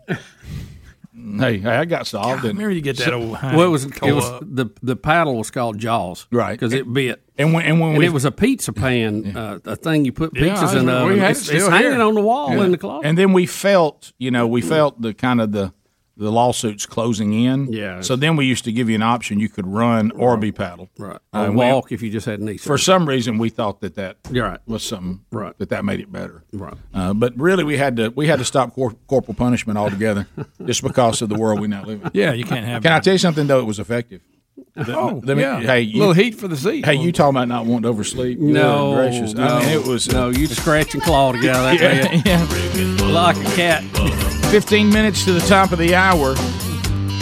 hey, hey, I got solved. and- remember you get that old Well, it was it was the the paddle was called Jaws, right? Because it bit. And when and when we- it was a pizza pan, uh, a thing you put Yeah, pizzas I in. The remember. We oven. had it uh, It's, it's still hanging here. on the wall Yeah. in the closet. And then we felt, you know, we felt the kind of the the lawsuits closing in. Yeah. So then we used to give you an option: you could run or be paddled. Right. Uh, Or we- walk if you just had knee For surgery. some reason, we thought that that You're right. was something Right. that that made it better. Right. Uh, but really, we had to we had to stop cor- corporal [laughs] punishment altogether, just because of the world we now live in. Yeah, you can't have Can I that. tell you something though? It was effective. Oh, Let me- yeah. Hey, you, little heat for the seat. Hey, you talking about not wanting to oversleep? Good No, gracious. no, I mean, it was no. You scratch and claw to get out of Yeah, that bed. like a cat. 15 minutes to the top of the hour.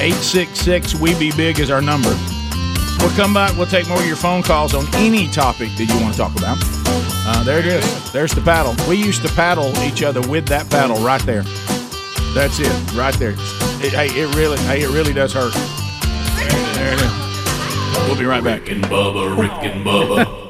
866 We Be Big is our number. We'll come back. We'll take more of your phone calls on any topic that you want to talk about. Uh, there it is. There's the paddle. We used to paddle each other with that paddle right there. That's it, right there. It- hey, it really, hey, it really does hurt. There it is. We'll be right back. Rick and Bubba, Rick and Bubba. [laughs]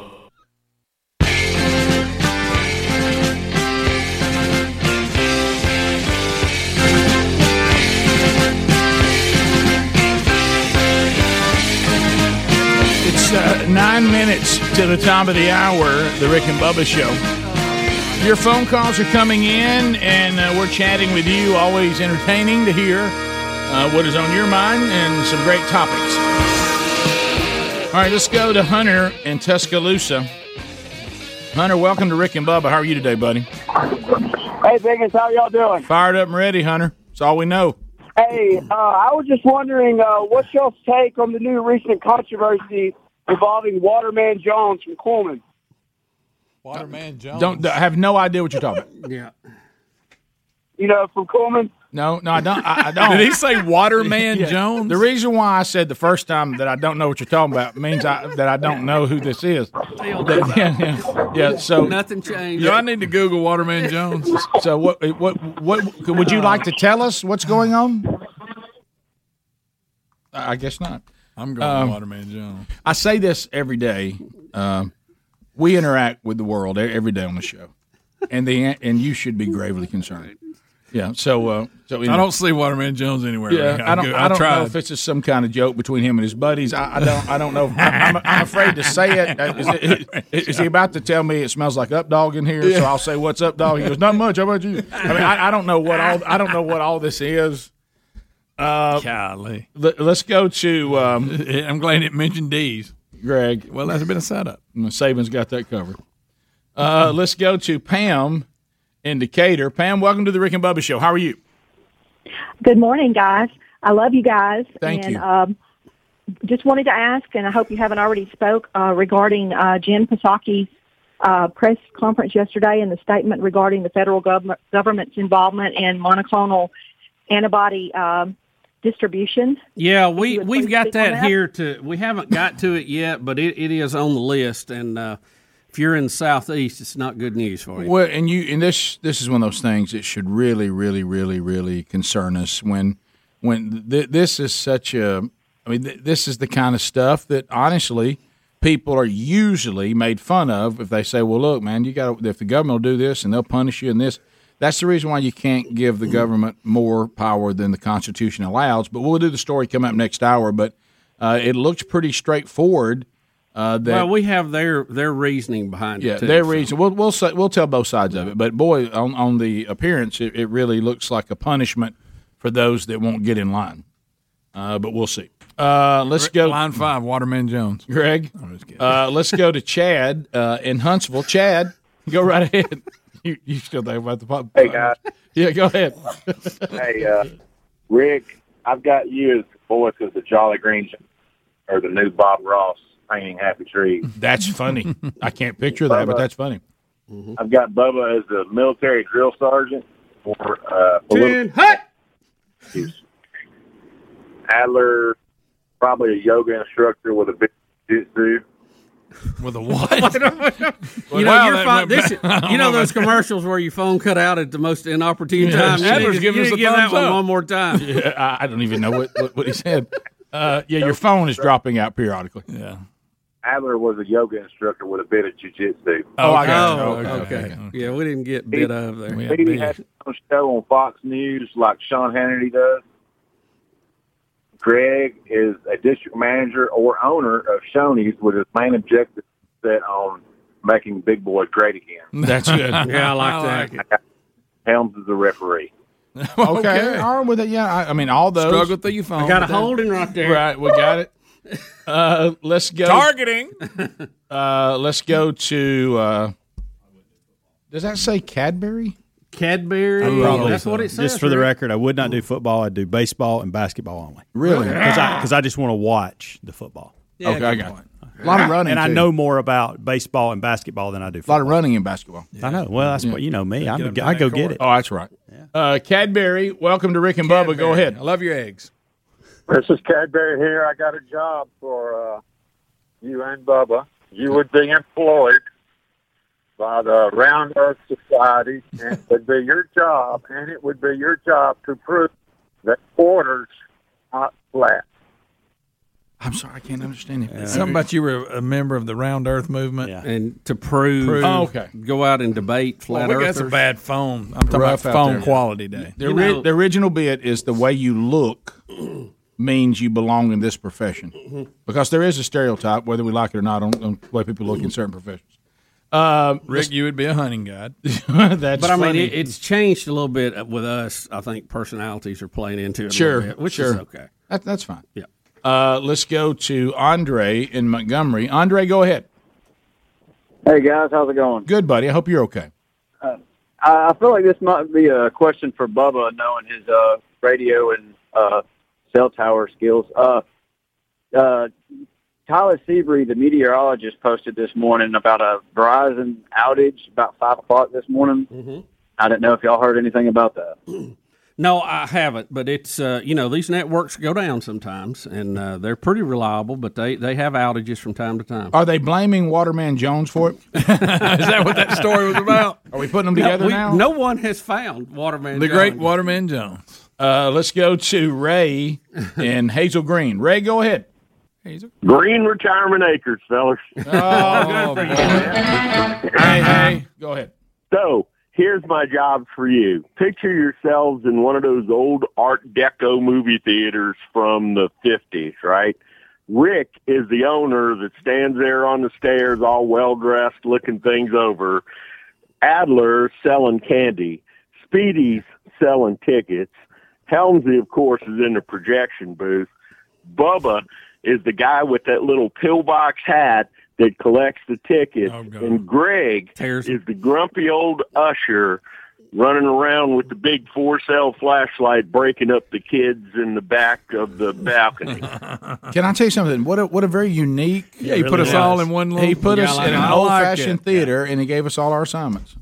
It's uh, nine minutes to the top of the hour, the Rick and Bubba Show. Your phone calls are coming in, and uh, we're chatting with you. Always entertaining to hear uh, what is on your mind and some great topics. All right, let's go to Hunter in Tuscaloosa. Hunter, welcome to Rick and Bubba. How are you today, buddy? Hey, Biggins, how y'all doing? Fired up and ready, Hunter. It's all we know. Hey, uh, I was just wondering, uh, what's y'all's take on the new recent controversy involving Waterman Jones from Coleman? Waterman Jones. Don't I have no idea what you're talking about. [laughs] Yeah. You know, from Coleman. No, no, I [laughs] don't. I, I [laughs] don't. Did he say Waterman Jones? The reason why I said the first time that I don't know what you're talking about means I, that I don't know who this is. That- yeah, yeah, yeah, Uh, So nothing changed. Do I need to Google Waterman Jones? [laughs] So what? What? What? Would you like to tell us what's going on? I guess not. I'm going Um, Waterman Jones. I say this every day. Um, we interact with the world e- every day on the show, and the and you should be gravely concerned. Yeah. So uh, so I don't see Waterman Jones anywhere. Yeah, Ray. I don't. go- I don't tried. know if it's just some kind of joke between him and his buddies. I, I don't. I don't know. I'm, I'm, I'm afraid to say [laughs] it. Uh, Is, it- is he about to tell me it smells like up dog in here? So I'll say, "What's up, dog?" He goes, "Not much. How about you?" I mean, I, I don't know what all. I don't know what all this is. Uh, Golly. let, us go to. Um, [laughs] I'm glad it mentioned D's. Greg. Mm, Well, that's been a setup. Saban's got that covered. Uh, let's go to Pam in Decatur. Pam, welcome to the Rick and Bubba Show. How are you? Good morning, guys. I love you guys. Thank and, you. Um, just wanted to ask, and I hope you haven't already spoke uh, regarding uh, Jen Psaki's uh, press conference yesterday and the statement regarding the federal government government's involvement in monoclonal antibody um, distribution. Yeah, we we've got speak on that, that? here to. We haven't got to it yet, but it, it is on the list. And uh, if you're in the southeast, it's not good news for you. Well, and you and this this is one of those things that should really, really, really, really concern us when when th- this is such a. I mean, th- this is the kind of stuff that honestly people are usually made fun of if they say, "Well, look, man, you got to if the government will do this and they'll punish you and this." That's the reason why you can't give the government more power than the Constitution allows. But we'll do the story come up next hour. But uh, it looks pretty straightforward. Uh, that well, we have their their reasoning behind yeah, it. too, their so- [laughs] reason. We'll we'll say, we'll tell both sides of it, but boy, on, on the appearance, it, it really looks like a punishment for those that won't get in line. Uh, but we'll see. Uh, let's go line five. Waterman Jones. Greg, uh, let's go to Chad uh, in Huntsville. Chad, go right ahead. [laughs] You, you still think about the pop? Hey guys. Yeah, go ahead. hey, uh, Rick, I've got you as the voice of the Jolly Green or the new Bob Ross painting Happy Trees. That's funny. I can't picture that, but that's funny. I've got Bubba as the military drill sergeant for uh, political hut. Adler, probably a yoga instructor with a big jitsu. With a what? You know, Wow, your that phone, went this, [laughs] back. I don't you know know those about commercials where your phone cut out at the most inopportune Yeah, time. You need Adler's to- giving you us need to a give that thumbs one up. one more time. Yeah, I, I don't even know what, what, what he said. Uh, yeah, your phone is dropping out periodically. Yeah. Adler was a yoga instructor with a bit of jujitsu. Oh, I got you. Oh, Okay, okay, okay, Yeah, we didn't get bit of there. He has his own show on Fox News like Sean Hannity does. Greg is a district manager or owner of Shoney's with his main objective set on making Big Boy great again. [laughs] That's good. Yeah, I like I like that. Helms is the referee. [laughs] Okay. All right with it. Yeah. I, I mean, all those. Struggle through your phone. I got a holding right there. Right. We [laughs] got it. Uh, let's go. Targeting. [laughs] Uh, let's go to. Uh, does that say Cadbury? Cadbury. I probably That's so. what it Just says. Just for the right? record, I would not do football. I'd do baseball and basketball only. Really? Because I, 'cause I just want to watch the football. Yeah, Okay, I good got point. it. A lot of running, And I too. know more about baseball and basketball than I do A football. lot of running in basketball. I know. Well, that's what you know me. I'm, a- I go get it. Oh, that's right. Uh, Cadbury, welcome to Rick and Bubba. Go ahead. I love your eggs. This is Cadbury here. I got a job for uh, you and Bubba. You would be employed by the Round Earth Society, and it would be your job, and it would be your job to prove that quarters not flat. I'm sorry, I can't understand it. Something about you were a member of the Round Earth movement. And to prove, Prove. Oh, okay. go out and debate flat Well, we got earthers. some bad phone. I'm talking Rough out about phone there. quality day. The, ori- the original bit is the way you look means you belong in this profession because there is a stereotype, whether we like it or not, on, on the way people look in certain professions. Um, Rick, you would be a hunting guide. [laughs] That's but I funny. mean, it, it's changed a little bit with us. I think personalities are playing into it. a Sure, little bit, which is sure. okay. That, that's fine. Yeah. Uh, let's go to Andre in Montgomery. Andre, go ahead. Hey guys, how's it going? Good, buddy. I hope you're okay. Uh, I I feel like this might be a question for Bubba, knowing his uh, radio and uh, cell tower skills. Uh, uh, Tyler Seabury, the meteorologist, posted this morning about a Verizon outage about five o'clock this morning. I don't know if y'all heard anything about that. No, I haven't, but it's uh, you know these networks go down sometimes, and uh, they're pretty reliable, but they, they have outages from time to time. Are they blaming Waterman Jones for it? Is that what that story was about? Are we putting them together no, we- now? No one has found Waterman. The great Jones. Waterman Jones. Uh, let's go to Ray in Hazel Green. Ray, go ahead. Green retirement acres, fellas. Oh, good for you. hey, hey, go ahead. So here's my job for you. Picture yourselves in one of those old Art Deco movie theaters from the 50s, right? Rick is the owner that stands there on the stairs, all well dressed, looking things over. Adler selling candy. Speedy's selling tickets. Helmsy, of course, is in the projection booth. Bubba is the guy with that little pillbox hat that collects the tickets. and Greg is the grumpy old usher running around with the big four cell flashlight breaking up the kids in the back of the balcony. Can I tell you something? What a what a very unique. Yeah, he put us all in one little- He put Yeah, us I in an like it. old fashioned theater, and he gave us all our assignments.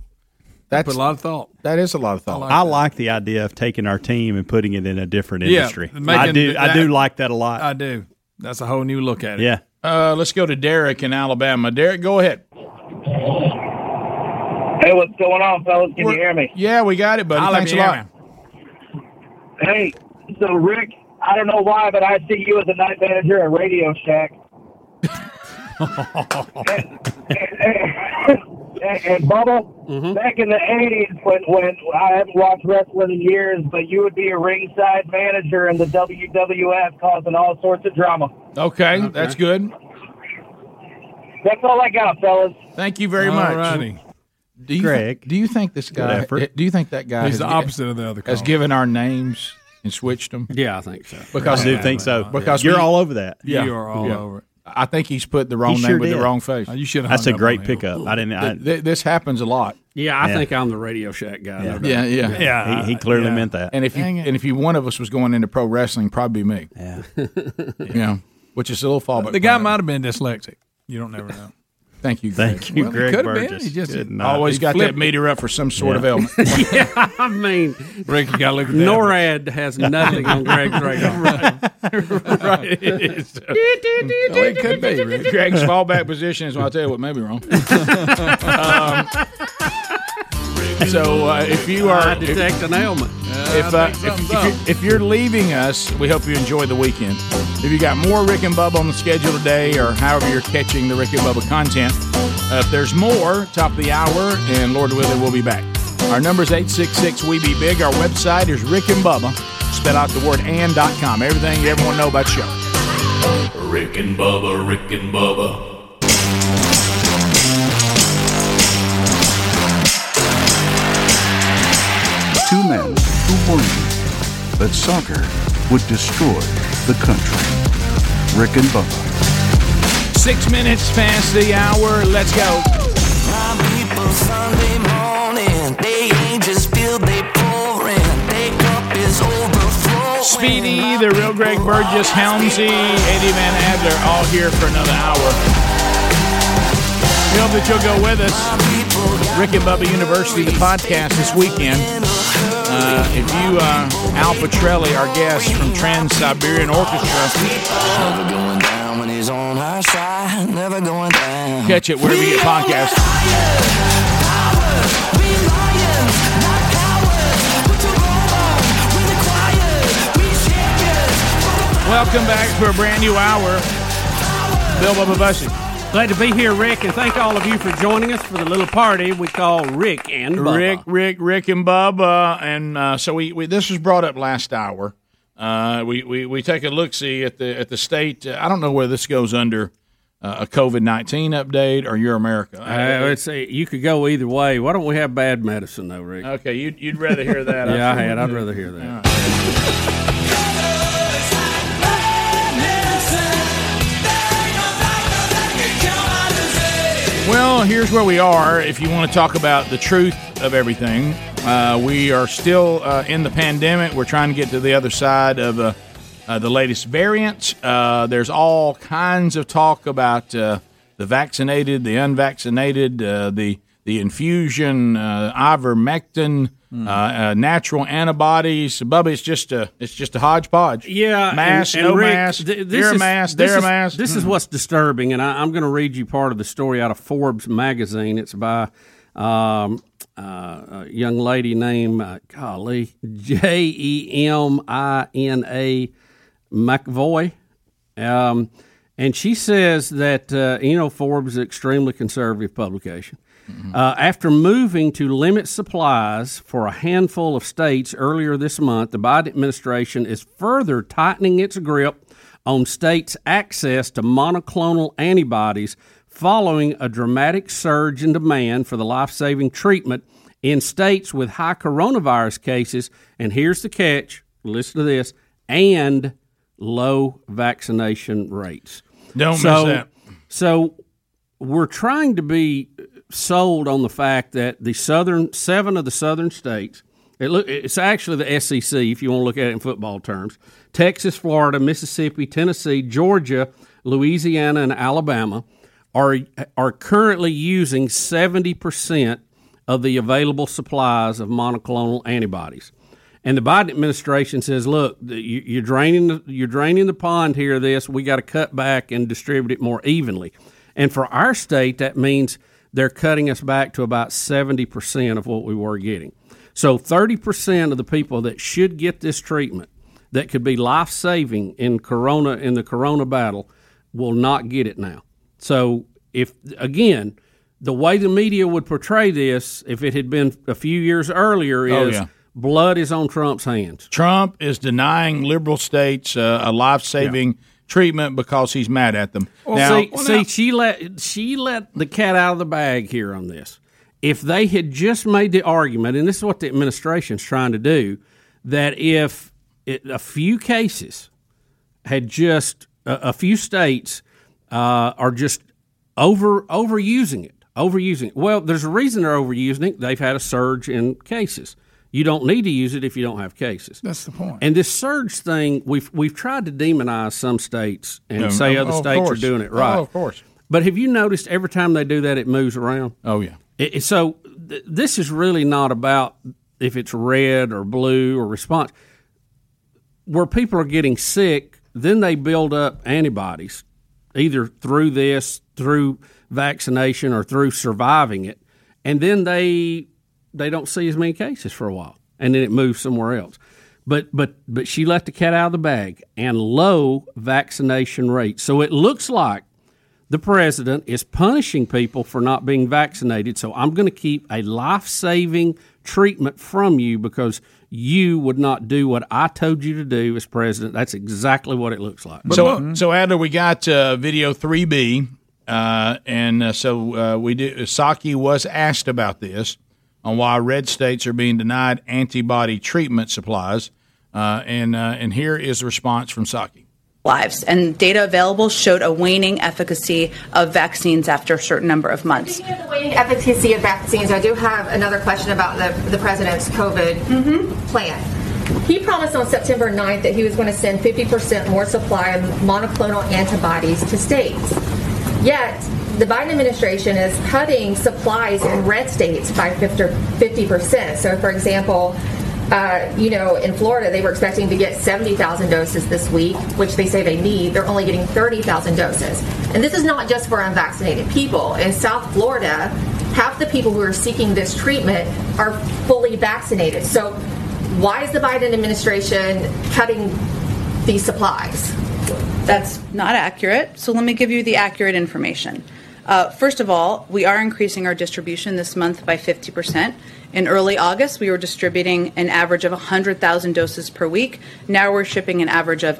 That's put a lot of thought. That is a lot of thought. I like the idea of taking our team and putting it in a different Yeah, industry. making I do. I that- do like that a lot. I do. That's a whole new look at it. Yeah. Uh, let's go to Derek in Alabama. Derek, go ahead. Hey, what's going on, fellas? Can you hear me? Yeah, we got it, buddy. I'll let Thanks a you lot. hear Hey, so Rick, I don't know why, but I see you as a night manager at Radio Shack. And, and Bubba, back in the '80s, when when I haven't watched wrestling in years, but you would be a ringside manager in the WWF, causing all sorts of drama. Okay, that's good. That's all I got, fellas. Thank you very much. Do you Greg. do you think this guy? effort. Do you think that guy? He's has- the opposite of the other Has caller. given our names and switched them. Yeah, I think so. Because I do think so. Because You're we- all over that. Yeah, You are all over it. I think he's put the wrong He name sure with did. the wrong face. Uh, you should have That's hung a up great on him. pickup. I didn't- I- Th- th- this happens a lot. Yeah, I Yeah. think I'm the Radio Shack guy. no doubt. Yeah, yeah, He- he clearly yeah. meant that. And if you Dang and if you one of us was going into pro wrestling, probably me. Yeah, you know, which is a little fallback. The guy might have been dyslexic. You don't never [laughs] Oh, know. Thank you, Greg. Thank you, Well, he Greg could have been. Burgess. He just Good night. always He got flipped. that meter up for some sort of [laughs] [laughs] Yeah. ailment. yeah, I mean, Rick, you gotta look at that. NORAD has nothing on Greg's radar. [laughs] right, right. It is. So Oh, it could [laughs] be. Rick. Greg's fallback position is. Well, I'll tell you what, may be wrong. um, so uh, if you are I detect if, an ailment. If, uh, if, if, you- if you're leaving us, we hope you enjoy the weekend. If you got more Rick and Bubba on the schedule today, or however you're catching the Rick and Bubba content, uh, if there's more, top of the hour, and Lord willing, we'll be back. Our number is 866 We Be Big. Our website is Rick and Bubba. Spell out the word and dot com. Everything you ever want to know about the show. Rick and Bubba, Rick and Bubba, Two men who believed that soccer would destroy the country. Rick and Bubba. Six minutes past the hour. Let's go. My people Sunday morning, they ain't just filled, they pouring. Their cup is overflowing. Speedy, the real Greg Burgess, Helmsy, Eddie Van Adler, all here for another hour. We hope that you'll go with us. Rick and Bubba University, the podcast this weekend. Uh, if you, uh, Al Petrelli, our guest from Trans Siberian Orchestra, Never going down when he's on our side. Never going down. catch it wherever you get podcasts. Welcome back to a brand new hour. Bill Bubba Bussy. Glad to be here, Rick, and thank all of you for joining us for the little party we call Rick and Bubba. Rick, Rick, Rick, and Bubba, and uh, so we, we. This was brought up last hour. Uh, we, we we take a look see at the at the state. Uh, I don't know whether this goes under uh, a COVID nineteen update or Your America. Uh, let's see. You could go either way. Why don't we have bad medicine, though, Rick? okay, you'd you'd rather hear that? yeah, I had. I'd assume. rather hear that. Well, here's where we are. If you want to talk about the truth of everything, uh, we are still uh, in the pandemic. We're trying to get to the other side of a, uh, the latest variants. Uh, there's all kinds of talk about uh, the vaccinated, the unvaccinated, uh, the the infusion, uh, ivermectin, Hmm. uh, uh, natural antibodies. Bubba, it's just a it's just a hodgepodge. Yeah, mask, and, and no Rick, mask, th- this here a is- mask, this there a is- mask. This is what's disturbing, and I, I'm going to read you part of the story out of Forbes magazine. It's by um, uh, a young lady named uh, Golly J E M I N A McVoy, um, and she says that uh, you know Forbes is an extremely conservative publication. Uh, after moving to limit supplies for a handful of states earlier this month, the Biden administration is further tightening its grip on states' access to monoclonal antibodies following a dramatic surge in demand for the life saving treatment in states with high coronavirus cases. And here's the catch listen to this and low vaccination rates. Don't miss that. So we're trying to be sold on the fact that the southern seven of the southern states it look, it's actually the SEC if you want to look at it in football terms Texas, Florida, Mississippi, Tennessee, Georgia, Louisiana and Alabama are are currently using 70% of the available supplies of monoclonal antibodies. And the Biden administration says, "Look, th- you- you're draining the, you're draining the pond here. of This we got to cut back and distribute it more evenly." And for our state, that means they're cutting us back to about seventy percent of what we were getting. So thirty percent of the people that should get this treatment, that could be life saving in corona in the corona battle, will not get it now. So if again. The way the media would portray this, if it had been a few years earlier, is Oh, yeah. blood is on Trump's hands. Trump is denying liberal states uh, a life saving treatment because he's mad at them. Well, see, see she let she let the cat out of the bag here on this. If they had just made the argument, and this is what the administration's trying to do, that if it, a few cases had just a, a few states uh, are just over overusing it, overusing it. Well, there's a reason they're overusing it. They've had a surge in cases. You don't need to use it if you don't have cases. That's the point. And this surge thing, we've we've tried to demonize some states and Yeah, say oh, other of states are course. doing it right. Oh, of course. But have you noticed every time they do that, it moves around? Oh yeah. It, it- so th- this is really not about if it's red or blue or response. Where people are getting sick, then they build up antibodies, either through this, through vaccination, or through surviving it, and then they they don't see as many cases for a while, and then it moves somewhere else. But but but she let the cat out of the bag and low vaccination rates. So it looks like the president is punishing people for not being vaccinated. So I'm going to keep a life saving treatment from you because you would not do what I told you to do as president. That's exactly what it looks like. so, so Adler, we got uh, video three B, uh, and uh, so uh, we did. Saki was asked about this on why red states are being denied antibody treatment supplies, uh, and uh, and here is the response from Saki. lives. And data available showed a waning efficacy of vaccines after a certain number of months. Waning efficacy of vaccines. I do have another question about the, the president's COVID plan. He promised on September 9th that he was going to send 50% more supply of monoclonal antibodies to states. Yet, the Biden administration is cutting supplies in red states by 50%. So, for example, uh, you know, in Florida, they were expecting to get 70,000 doses this week, which they say they need. They're only getting 30,000 doses. And this is not just for unvaccinated people. In South Florida, half the people who are seeking this treatment are fully vaccinated. So, why is the Biden administration cutting these supplies? That's not accurate. So let me give you the accurate information. Uh, first of all, we are increasing our distribution this month by 50%. In early August, we were distributing an average of 100,000 doses per week. Now we're shipping an average of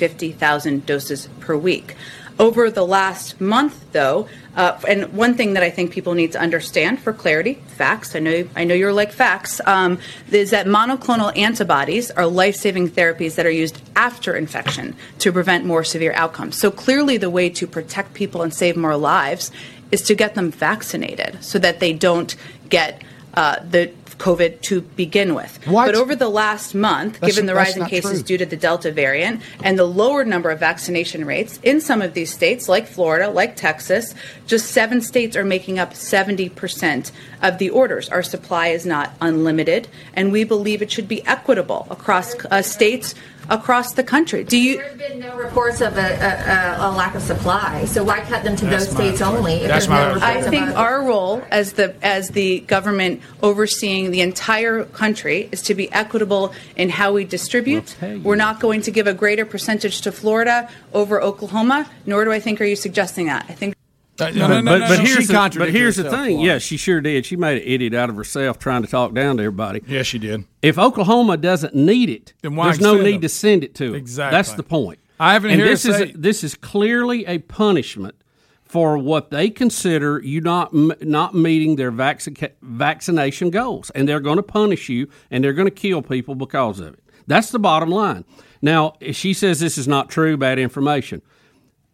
150,000 doses per week. Over the last month, though, uh, and one thing that I think people need to understand for clarity, facts. I know I know you're like facts. Um, is that monoclonal antibodies are life-saving therapies that are used after infection to prevent more severe outcomes. So clearly, the way to protect people and save more lives is to get them vaccinated, so that they don't get uh, the COVID to begin with. But over the last month, That's- given the that's rise in not cases true. due to the Delta variant and the lower number of vaccination rates in some of these states, like Florida, like Texas, just seven states are making up 70% of the orders. Our supply is not unlimited, and we believe it should be equitable across uh, states across the country. Do you? There's been no reports of a, a, a, a lack of supply, so why cut them to That's those my states point. only? if That's there's my no point. reports I think about it? our role as the as the government overseeing the entire country is to be equitable in how we distribute. We're not going to give a greater percentage to Florida over Oklahoma, nor do I think are you suggesting that. I think but, but- but here's the, but contradicted here's the herself, thing. Laura. Yeah, she sure did. She made an idiot out of herself trying to talk down to everybody. Yeah, she did. If Oklahoma doesn't need it, Then why there's no send need them? to send it to 'em. Exactly. That's the point. I haven't And heard this her is say- this is clearly a punishment for what they consider you not m- not meeting their vacci- vaccination goals, and they're going to punish you, and they're going to kill people because of it. That's the bottom line. Now, if she says this is not true, bad information.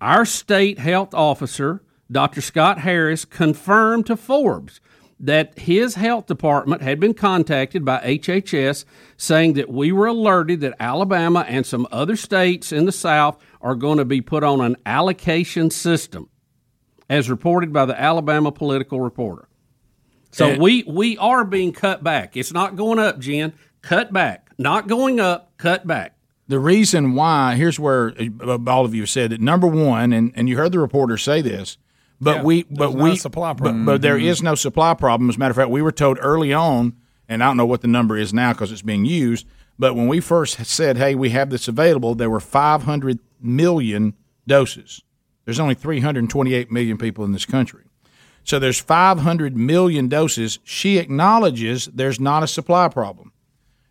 Our state health officer, Dr. Scott Harris, confirmed to Forbes that his health department had been contacted by HHS saying that we were alerted that Alabama and some other states in the South are going to be put on an allocation system, as reported by the Alabama Political Reporter. So [laughs] And- we we are being cut back. It's not going up, Jen. Cut back. Not going up. Cut back. The reason why here's where uh, all of you said that number one, and, and you heard the reporter say this, but Yeah, we there's but not a we supply but- problem. But, there Mhm. is no supply problem. As a matter of fact, we were told early on, and I don't know what the number is now because it's being used. But when we first said, "Hey, we have this available," there were 500 million doses. There's only 328 million people in this country. So there's 500 million doses. She acknowledges there's not a supply problem.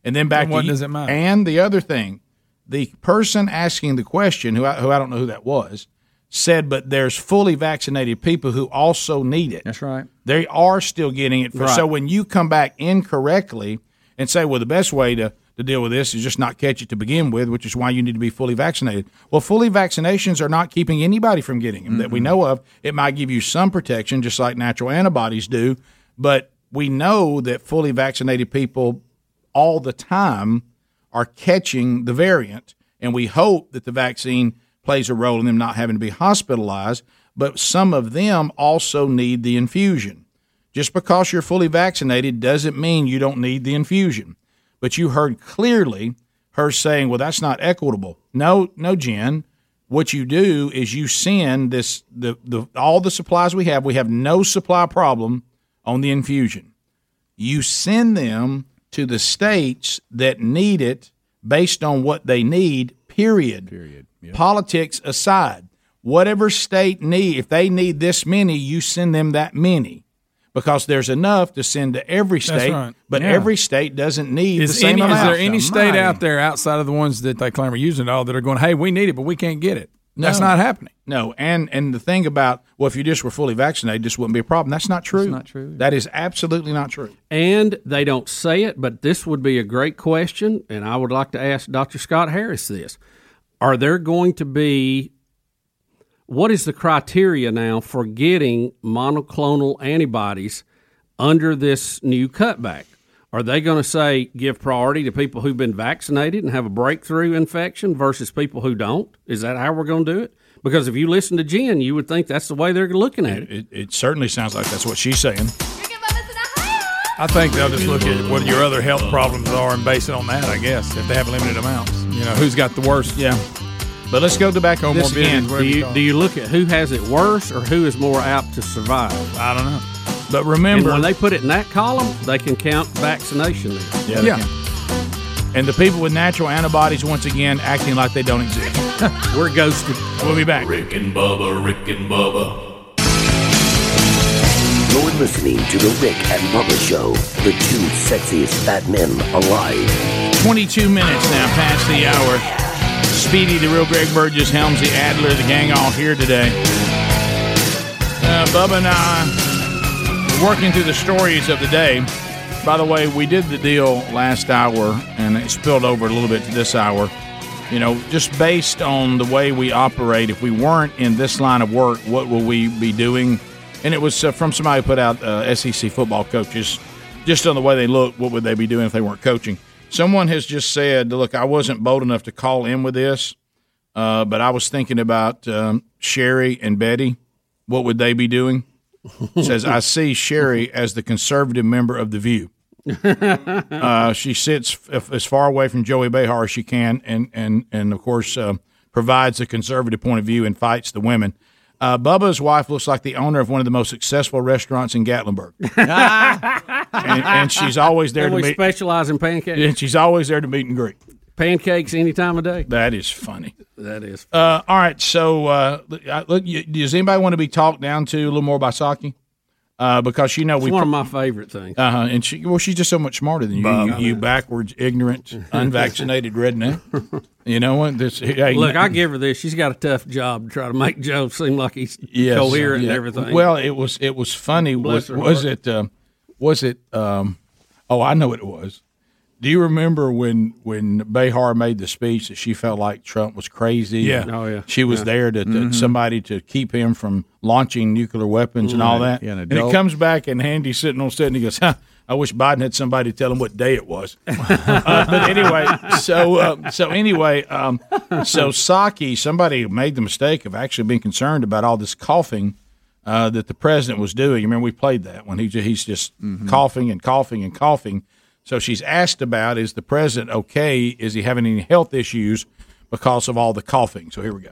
And then back Then what to you- does it matter? And the other thing, the person asking the question, who I, who I don't know who that was, said, but there's fully vaccinated people who also need it. That's right. They are still getting it. For, Right. So when you come back incorrectly and say, well, the best way to, to deal with this is just not catch it to begin with, which is why you need to be fully vaccinated. Well, fully vaccinations are not keeping anybody from getting them that we know of. It might give you some protection, just like natural antibodies do, but we know that fully vaccinated people all the time are catching the variant. And we hope that the vaccine plays a role in them not having to be hospitalized. But some of them also need the infusion. Just because you're fully vaccinated doesn't mean you don't need the infusion. But you heard clearly her saying, well, that's not equitable. No, no, Jen. What you do is you send this the, the all the supplies we have. We have no supply problem on the infusion you send them to the states that need it based on what they need period period politics aside whatever state need if they need this many you send them that many because there's enough to send to every That's state right. but Yeah. every state doesn't need the Is, same any, is amount there any state Almighty. out there outside of the ones that they claim are using it all that are going, hey, we need it, but we can't get it? That's not happening. No, and and the thing about well, if you just were fully vaccinated, this wouldn't be a problem. That's not true. not true. That is absolutely not true. And they don't say it, but this would be a great question. And I would like to ask Dr. Scott Harris this Are there going to be, what is the criteria now for getting monoclonal antibodies under this new cutback? Are they going to say give priority to people who've been vaccinated and have a breakthrough infection versus people who don't? Is that how we're going to do it? Because if you listen to Jen, you would think that's the way they're looking at it. It, certainly sounds like that's what she's saying. I think they'll just look at what your other health problems are and base it on that, I guess, if they have limited amounts. You know, who's got the worst? Yeah. But let's go to back on This again, do you, do you look at who has it worse or who is more apt to survive? I don't know. But remember- when they put it in that column, they can count vaccination. Yeah, they Yeah. can. And the people with natural antibodies, once again, acting like they don't exist. [laughs] We're ghosted. We'll be back. Rick and Bubba, Rick and Bubba. You're listening to The Rick and Bubba Show, the two sexiest fat men alive. 22 minutes now past the hour. Speedy, the real Greg Burgess, Helmsy, Adler, the gang all here today. Uh, Bubba and I working through the stories of the day. By the way, we did the deal last hour, and it spilled over a little bit to this hour. You know, just based on the way we operate, if we weren't in this line of work, what will we be doing? And it was uh, from somebody who put out uh, SEC football E coaches just on the way they look, what would they be doing if they weren't coaching? Someone has just said, "Look, I wasn't bold enough to call in with this, uh, but I was thinking about um, Sherry and Betty. What would they be doing?" Says, "I see Sherry as the conservative member of [laughs] the View. Uh, she sits f- as far away from Joey Behar as she can, and and and of course uh, provides a conservative point of view and fights the women." Uh, Bubba's wife looks like the owner of one of the most successful restaurants in Gatlinburg. and, [laughs] and she's always there And to we meet. specialize in pancakes. And she's always there to meet and greet. Pancakes any time of day. That is funny. That is. Uh, all right, so uh, look, I- look, you- does anybody want to be talked down to a little more by Saki? Uh, because you know It's we one of my favorite things. Uh huh. And she, well, she's just so much smarter than you. You, Bob. you backwards, ignorant, unvaccinated redneck. You know what? This hey, Look, I give her this. She's got a tough job to try to make Joe seem like he's Yes, coherent yeah. and everything. Well, it was it was funny. Bless Was, her was heart. it um was it? Um, oh, I know what it was. Do you remember when when Behar made the speech that she felt like Trump was crazy? Yeah. And Oh, yeah. She was Yeah. there to, to Mm-hmm. Mhm. somebody to keep him from launching nuclear weapons and all Right. that. Yeah, an and it adult. comes back and Handy's sitting on set and he goes, huh, "I wish Biden had somebody to tell him what day it was." Uh, but anyway, so uh, so anyway, um, so Saki, somebody made the mistake of actually being concerned about all this coughing uh, that the president was doing. You remember we played that when he ju- he's just coughing and coughing and coughing. So she's asked about is the president okay? Is he having any health issues because of all the coughing? So here we go.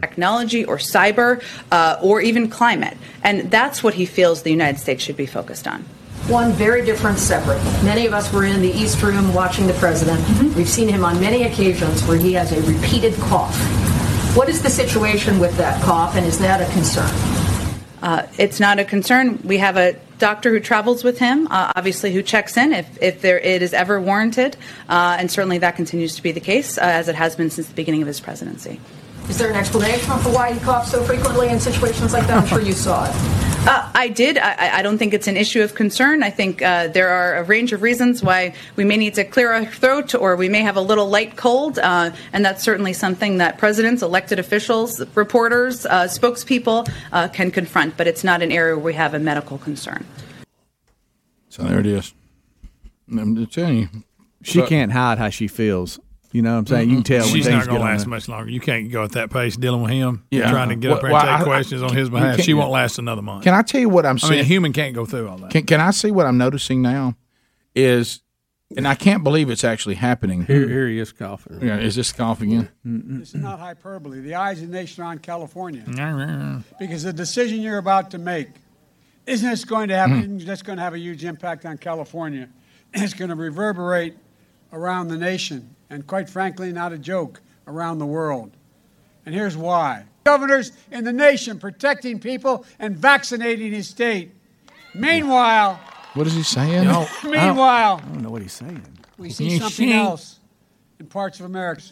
technology or cyber uh, or even climate. And that's what he feels the United States should be focused on. One very different, separate. Many of us were in the East Room watching the president. We've seen him on many occasions where he has a repeated cough. What is the situation with that cough, and is that a concern? Uh, it's not a concern. We have a doctor who travels with him, uh, obviously, who checks in if, if there, it is ever warranted. Uh, and certainly that continues to be the case, uh, as it has been since the beginning of his presidency. Is there an explanation for why he coughs so frequently in situations like that? I'm sure you saw it. Uh, I did. I, I- I don't think it's an issue of concern. I think uh, there are a range of reasons why we may need to clear our throat or we may have a little light cold. Uh, and that's certainly something that presidents, elected officials, reporters, uh, spokespeople uh, can confront. But it's not an area where we have a medical concern. So there it is. I'm just telling you, she So- can't hide how she feels. You know what I'm saying? You can tell when She's things not get going to on last her. much longer. You can't go at that pace dealing with him. Yeah. Trying to get up there Well, and take I- questions on his you behalf. can't- She won't last another month. Can I tell you what I'm I mean, a seeing? human can't go through all that. Can, can I see what I'm noticing now? Is and I can't believe it's actually happening. Here, here he is coughing. Yeah, is this coughing in? This is not hyperbole. The eyes of the nation are on California. Mm. Because the decision you're about to make, isn't this going to have Hmm. that's going to have a huge impact on California? [clears throat] It's going to reverberate around the nation, and quite frankly, not a joke, around the world. And here's why: governors in the nation protecting people and vaccinating his state. Meanwhile, What is he saying? No. I Meanwhile- don't, I don't know what he's saying. we see something else in parts of America.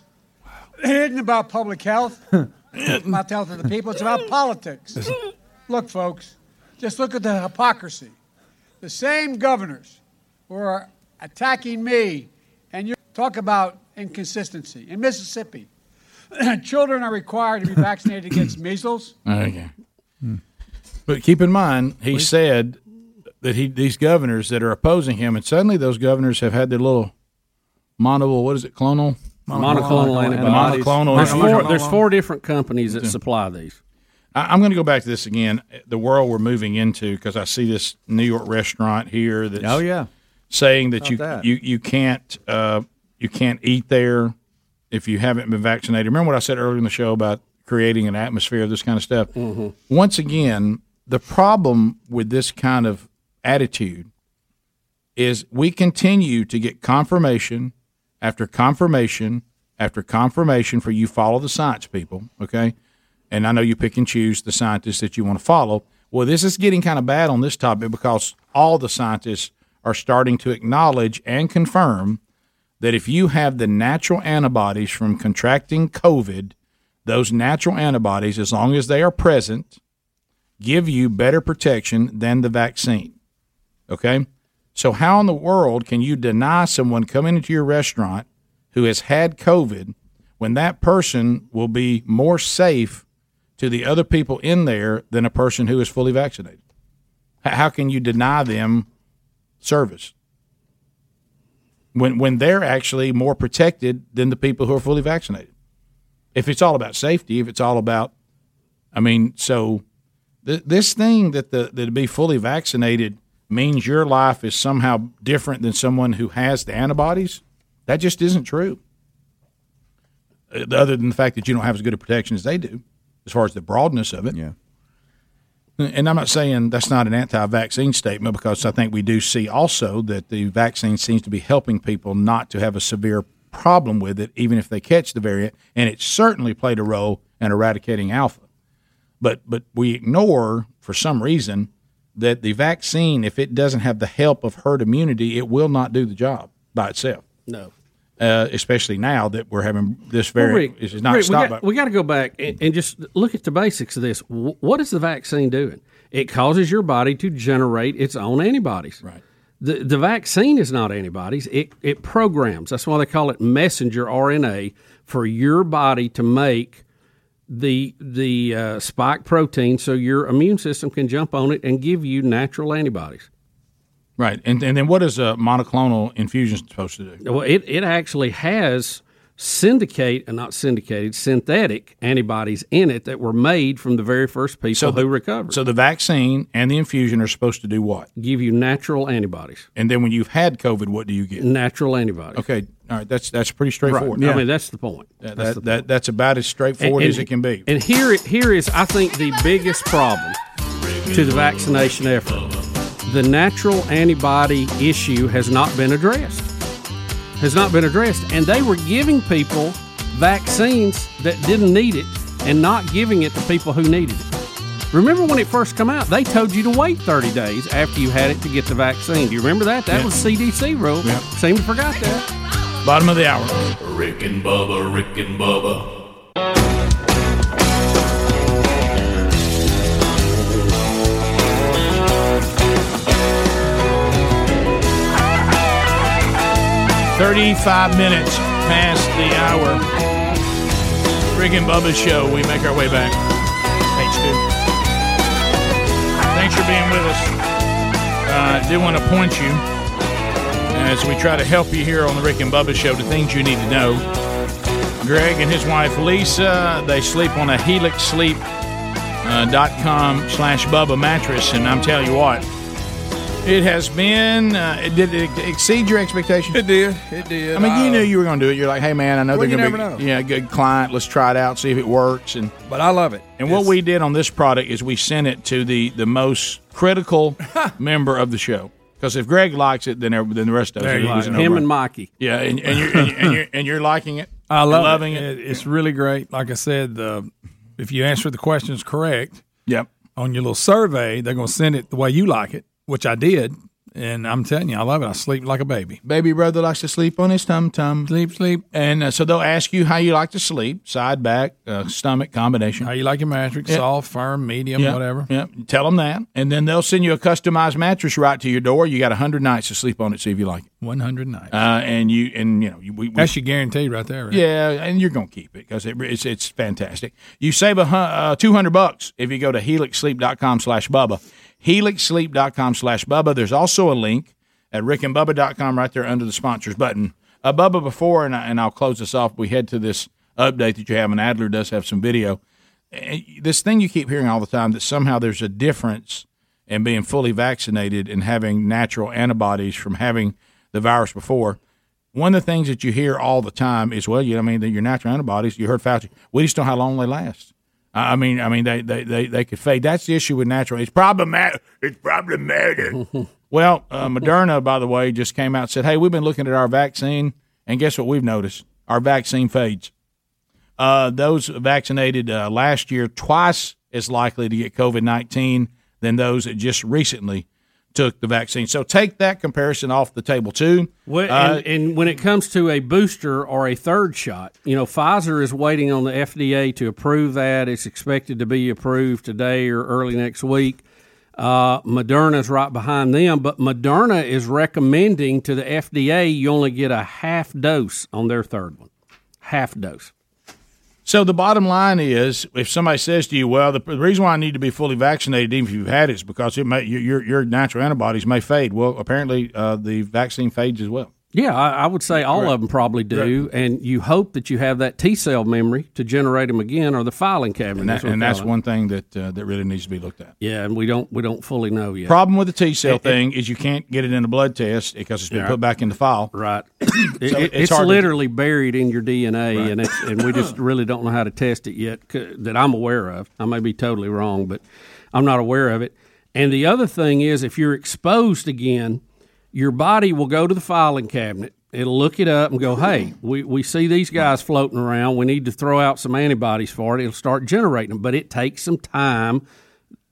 It isn't about public health, it's about the health of the people, it's about politics. Look, folks, just look at the hypocrisy. The same governors who are attacking me, and you talk about inconsistency. In Mississippi, [clears throat] children are required to be vaccinated against measles. Okay. But keep in mind, he said that he these governors that are opposing him, and suddenly those governors have had their little mono. What is it? Clonal. Monoclonal antibodies. Monoclonal. There's four, antibodies. there's four different companies that supply these. I, I'm going to go back to this again. The world we're moving into because I see this New York restaurant here. That's Oh, yeah. saying that About you, that. you you can't uh, you can't eat there if you haven't been vaccinated. Remember what I said earlier in the show about creating an atmosphere of this kind of stuff. Mm-hmm. Once again, the problem with this kind of attitude is we continue to get confirmation after confirmation after confirmation for you follow the science people, okay? And I know you pick and choose the scientists that you want to follow. Well, this is getting kind of bad on this topic because all the scientists are starting to acknowledge and confirm that if you have the natural antibodies from contracting COVID, those natural antibodies, as long as they are present, give you better protection than the vaccine. Okay? So, how in the world can you deny someone coming into your restaurant who has had COVID when that person will be more safe to the other people in there than a person who is fully vaccinated? H- How can you deny them service? when when they're actually more protected than the people who are fully vaccinated. If it's all about safety, if it's all about, I mean, so th- this thing that the that to be fully vaccinated means your life is somehow different than someone who has the antibodies. That just isn't true. Uh, Other than the fact that you don't have as good a protection as they do, as far as the broadness of it. Yeah. And I'm not saying that's not an anti-vaccine statement because I think we do see also that the vaccine seems to be helping people not to have a severe problem with it, even if they catch the variant, and it certainly played a role in eradicating alpha. But but we ignore for some reason that the vaccine, if it doesn't have the help of herd immunity, it will not do the job by itself. No. Uh, especially now that we're having this Well, variant, Rick, is not Rick, we, stopped by got, we got to go back and, and just look at the basics of this. W- what is the vaccine doing? It causes your body to generate its own antibodies. Right. The, the vaccine is not antibodies. It, it programs. That's why they call it messenger RNA for your body to make the the uh, spike protein so your immune system can jump on it and give you natural antibodies. Right. And, and then what is a monoclonal infusion supposed to do? Well, it, it actually has syndicate and not syndicated synthetic antibodies in it that were made from the very first people who recovered. So the vaccine and the infusion are supposed to do what? Give you natural antibodies. And then when you've had COVID, what do you get? Natural antibodies. Okay. All right. That's that's pretty straightforward. Right. I mean, that's the point. That, That's that, the that- that's about as straightforward And- as it can be. And here, here is, I think, the biggest problem to the vaccination effort. The natural antibody issue has not been addressed. Has not been addressed. And they were giving people vaccines that didn't need it and not giving it to people who needed it. Remember when it first came out, they told you to wait 30 days after you had it to get the vaccine. Do you remember that? That Yeah. was CDC rule. Seem to forgot that. Bottom of the hour. Rick and Bubba, Rick and Bubba. Thirty-five minutes past the hour. Rick and Bubba's show. We make our way back. H two. Thanks for being with us. Uh, I do want to point you as we try to help you here on the Rick and Bubba show to things you need to know. Greg and his wife Lisa, they sleep on a Helix Sleep uh, dot com slash Bubba mattress, and I'm telling you what, it has been. Uh, it did it exceed your expectations? It did. It did. I mean, you knew you were going to do it. You're like, hey man, I know Well, they're you going never to be yeah, a good client. Let's try it out, see if it works. And but I love it. And what we did on this product is we sent it to the the most critical member of the show because if Greg likes it, then every, then the rest of us. There it you was go. an Him over. and Mikey. Yeah, and, and you're and, you're- and you're and you're liking it. I You're love loving it. it. It- It's really great. Like I said, uh, if you answer the questions correct, yep, on your little survey, they're going to send it the way you like it, which I did, and I'm telling you, I love it. I sleep like a baby. Baby brother likes to sleep on his tum tum. Sleep, sleep. And uh, so they'll ask you how you like to sleep side, back, uh, stomach combination. How you like your mattress, soft, firm, medium, whatever. Yeah. Tell them that. And then they'll send you a customized mattress right to your door. You got 100 nights to sleep on it, see if you like it. One hundred nine. Uh, and you, and you know, you- we, we, That's your guarantee right there. Right? yeah, and you're going to keep it because it, it's it's fantastic. You save a hun- uh, two hundred bucks if you go to helixsleep.com slash bubba. Helixsleep.com slash bubba. There's also a link at rickandbubba.com right there under the sponsors button. Uh, Bubba before and I, and I'll close this off. We head to this update that you have, and Adler does have some video. And This thing you keep hearing all the time that somehow there's a difference in being fully vaccinated and having natural antibodies from having the virus before one of the things that you hear all the time is, well, you know, I mean, that your natural antibodies. You heard Fauci. We just don't know how long they last. I I mean, I mean, they they, they, they could fade. That's the issue with natural. It's problematic. It's problematic. well, uh, Moderna, by the way, just came out and said, hey, we've been looking at our vaccine, and guess what? We've noticed our vaccine fades. Uh, those vaccinated uh, last year twice as likely to get COVID nineteen than those that just recently took the vaccine. So take that comparison off the table too. Well, Uh, and, and when it comes to a booster or a third shot, you know, Pfizer is waiting on the FDA to approve that. It's expected to be approved today or early next week. Uh, Moderna's right behind them, but Moderna is recommending to the FDA you only get a half dose on their third one. Half dose. So the bottom line is, if somebody says to you, "Well, the, the reason why I need to be fully vaccinated, even if you've had it, is because it may your your, your natural antibodies may fade." Well, apparently, uh, the vaccine fades as well. Yeah, I, I would say all of them probably do, and you hope that you have that T cell memory to generate them again, or the filing cabinet. And, that, what and they that's call it. one thing that uh, that really needs to be looked at. Yeah, and we don't we don't fully know yet. Problem with the T cell It- it- thing is you can't get it in a blood test because it's been Yeah. put back in the file. [coughs] Right. it's, It- it's hard to- literally buried in your DNA, and it's, and we [coughs] just really don't know how to test it yet c- that I'm aware of. I may be totally wrong, but I'm not aware of it. And the other thing is, if you're exposed again, your body will go to the filing cabinet. It'll look it up and go, hey, we, we see these guys floating around. We need to throw out some antibodies for it. It'll start generating them, but it takes some time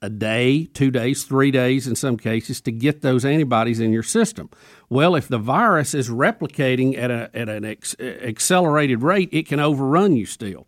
a day, two days, three days in some cases to get those antibodies in your system. Well, if the virus is replicating at, a, at an ex- accelerated rate, it can overrun you still.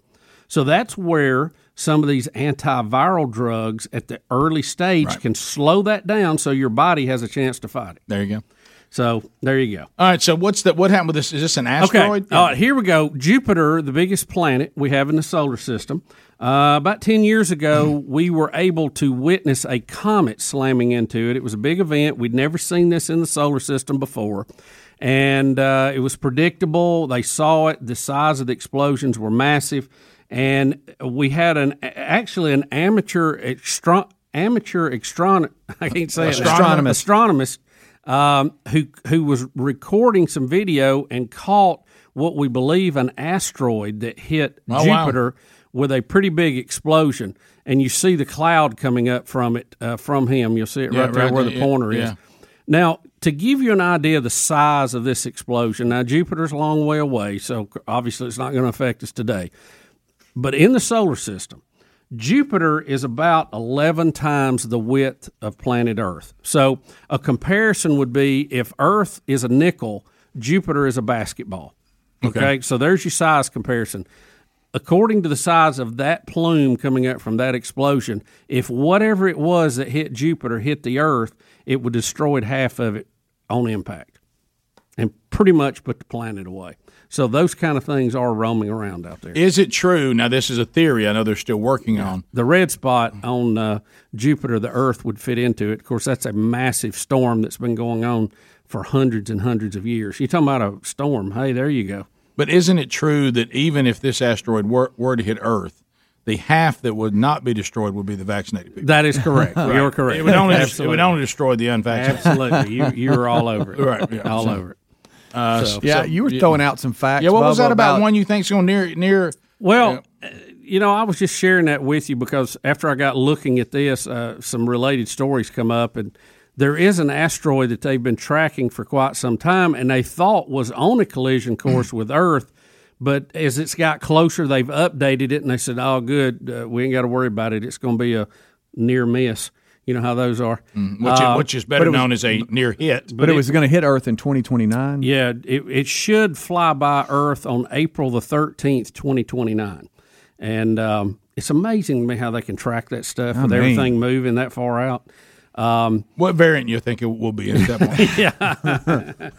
So that's where some of these antiviral drugs at the early stage can slow that down so your body has a chance to fight it. There you go. So there you go. All right. So what's that? What happened with this? Is this an asteroid? Okay. Oh, All right, here we go. Jupiter, the biggest planet we have in the solar system. Uh, about 10 years ago, Mm-hmm. we were able to witness a comet slamming into it. It was a big event. We'd never seen this in the solar system before. And uh, it was predictable. They saw it. The size of the explosions were massive. And we had an actually an amateur extra, amateur extron [laughs] I can't say it. Astronomist. astronomist um, who who was recording some video and caught what we believe an asteroid that hit Oh, wow. Jupiter with a pretty big explosion, and you see the cloud coming up from it uh, from him. You'll see it Yeah, right there right where there, the yeah, pointer yeah. is. Now, to give you an idea of the size of this explosion, now Jupiter's a long way away, so obviously it's not going to affect us today. But in the solar system, Jupiter is about 11 times the width of planet Earth. So a comparison would be if Earth is a nickel, Jupiter is a basketball. Okay. So there's your size comparison. According to the size of that plume coming up from that explosion, if whatever it was that hit Jupiter hit the Earth, it would destroy half of it on impact and pretty much put the planet away. So those kind of things are roaming around out there. Is it true? Now this is a theory. I know they're still working on. The red spot on uh, Jupiter, the Earth would fit into it. Of course, that's a massive storm that's been going on for hundreds and hundreds of years. You're talking about a storm. Hey, there you go. But isn't it true that even if this asteroid were, were to hit Earth, the half that would not be destroyed would be the vaccinated people? That is correct. [laughs] Right. You're correct. It would only it Absolutely. would only destroy the unvaccinated. Absolutely. You- you were all over it. [laughs] Right. yeah. All So, over it. Uh, So- so- Yeah. What was that about? One you think's going near near? Well, uh, you know, I was just sharing that with you because after I got looking at this, uh, some related stories come up, and there is an asteroid that they've been tracking for quite some time, and they thought was on a Mm. collision course with Earth. But as it's got closer, they've updated it, and they said, "Oh, good, uh, we ain't got to worry about it. It's going to be a near miss." You know how those are, Mm, which, Uh, is, which is better but it was- known as a near hit. But But it it- was going to hit Earth in 2029. yeah, it, it should fly by Earth on April the 13th, 2029. And um, it's amazing to me how they can track that stuff I with mean. everything moving that far out. Um, what variant you think it will be at that point? [laughs]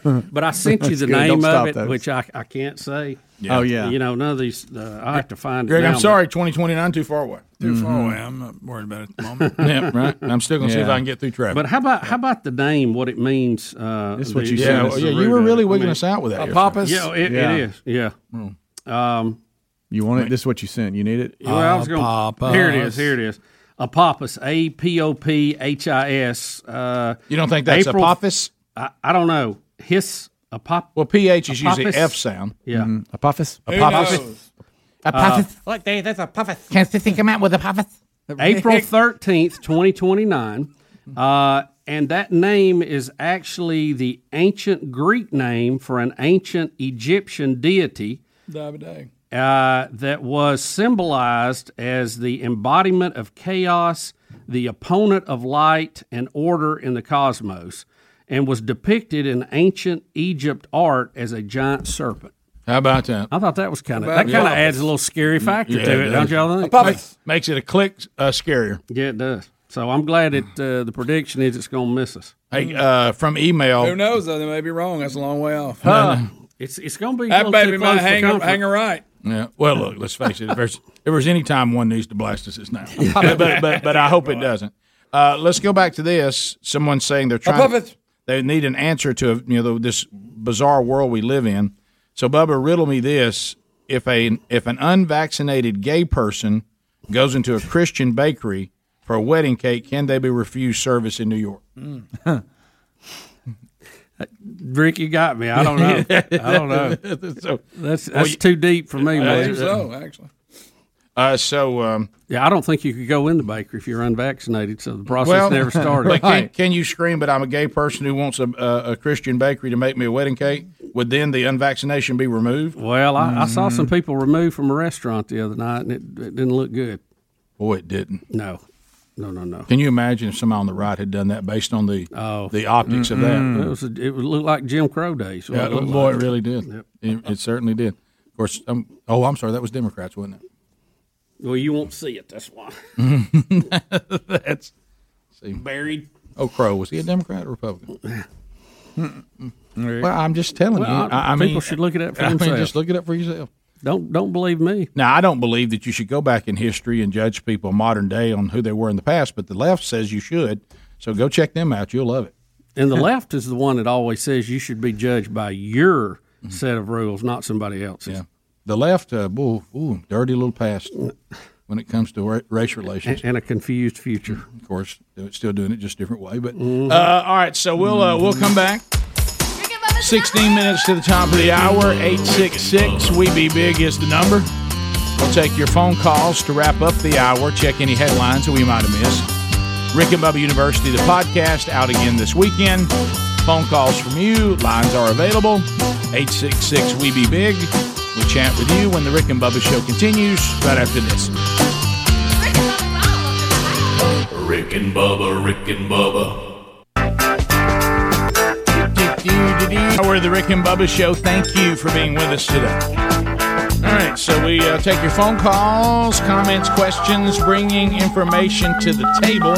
yeah. but I sent you That's the good. Don't name stop of it, those. which I, I can't say. Yeah. Oh, yeah. You know, none of these, uh, I have to find Greg, it. I'm now, sorry, 2029 too far away. Too far away. I'm not worried about it at the [laughs] moment. but- yeah, right. I'm still going to see if I can get through traffic. But how about how about the name? What it means? Uh, That's what the- you said. Yeah, well, yeah, the you root were of really it. I wigging mean- us out with that Hmm. here, Yeah, it, it is. Yeah. Um, you want it? This is what you sent. You need it? Well, I was going. Here it is. Here it is. Apophis. A p o p h i s. Uh, You don't think that's April- Apophis? I, I don't know. His apop. Well, ph is usually F sound. Mm-hmm. Yeah. Mhm. Apophis. Apophis. Uh, Look, Dave, there's a puffeth. Can't this thing come out with a puffeth? [laughs] April thirteenth, twenty twenty nine. Uh, and that name is actually the ancient Greek name for an ancient Egyptian deity. uh, that was symbolized as the embodiment of chaos, the opponent of light and order in the cosmos, and was depicted in ancient Egypt art as a giant serpent. How about that? Mm, I thought that was kind of that kind of adds a little scary factor to it, don't y'all think? Apophis makes it a click uh, scarier. Yeah, it does. So I'm glad it. Uh, the prediction is it's going to miss us. Hey, uh, from email, Who knows? Though they may be wrong. That's a long way off. Huh. It's it's going to be a that little too baby close might for hang a, comfort. hang a right. Yeah. Well, look, let's face it. If there's, if there's any time one needs to blast us, it's now. but, but, but, but I hope it doesn't. Uh, let's go back to this. Someone saying they're trying. puppet. They need an answer to you know this bizarre world we live in. So, Bubba, riddle me this: if a if an unvaccinated gay person goes into a Christian bakery for a wedding cake, can they be refused service in New York? Rick, you got me. I don't [laughs] know. I don't know. So- that's that's Well, you- too deep for me, I man. think so, actually. Uh, so um, yeah, I don't think you could go in the bakery if you're unvaccinated. Oh, So the process [laughs] never started. But can, can you scream? But I'm a gay person who wants a, a, a Christian bakery to make me a wedding cake. Would then the unvaccination be removed? Well, I, I saw Mm-hmm. some people removed from a restaurant the other night, and it, it didn't look good. Boy, Oh, it didn't. No, no, no, no. Mm. Can you imagine if somebody on the right had done that based on the the optics of that? Oh. Mm-hmm. It was a, it looked like Jim Crow days. Yeah, looked boy, like. it really did. It, it certainly did. Of course. Um, oh, I'm sorry. That was Democrats, wasn't it? Well, you won't see it. That's why. [laughs] [laughs] That's see. buried. Oh, Crow was he a Democrat or Republican? Well, Well, I'm just telling you. I, I people mean, should look it up for I mean, themselves. just look it up for yourself. Don't don't believe me. Now, I don't believe that you should go back in history and judge people modern day on who they were in the past, but the left says you should. So go check them out. You'll love it. And [laughs] the left is the one that always says you should be judged by your set of rules, not somebody else's. Mm-hmm. Yeah. The left, uh, ooh, ooh, dirty little past when it comes to ra- race relations. And, and a confused future. Mm-hmm. Of course, they're still doing it just a different way. But uh, all right, so we'll uh, we'll come back. 16 minutes to the top of the hour. 866 We Be Big is the number. We'll take your phone calls to wrap up the hour. Check any headlines that we might have missed. Rick and Bubba University, the podcast, out again this weekend. Phone calls from you. Lines are available. 866 We Be Big. We chat with you when the Rick and Bubba show continues right after this. Rick and Bubba, Rick and Bubba. We're the Rick and Bubba Show. Thank you for being with us today. All right, so we uh, take your phone calls, comments, questions, bringing information to the table,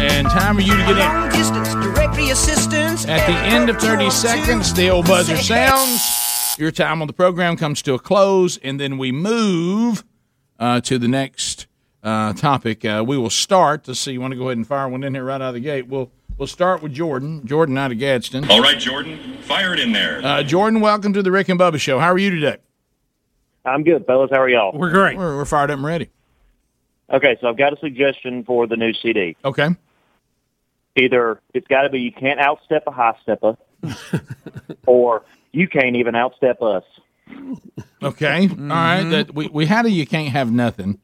and time for you to get in. distance directory assistance At the end of 30 seconds, the old buzzer sounds. Your time on the program comes to a close, and then we move uh, to the next uh, topic. Uh, we will start. Let's see. You want to go ahead and fire one in here right out of the gate? We'll we'll start with Jordan. Jordan out of Gadsden. All right, Jordan, fire it in there. Uh, Jordan, welcome to the Rick and Bubba Show. How are you today? I'm good, fellas. How are y'all? We're great. We're, we're fired up and ready. Okay, so I've got a suggestion for the new CD. Okay. Either it's got to be you can't outstep a high stepper, or you can't even outstep us. Okay. [laughs] All right. That we, we had a you can't have nothing.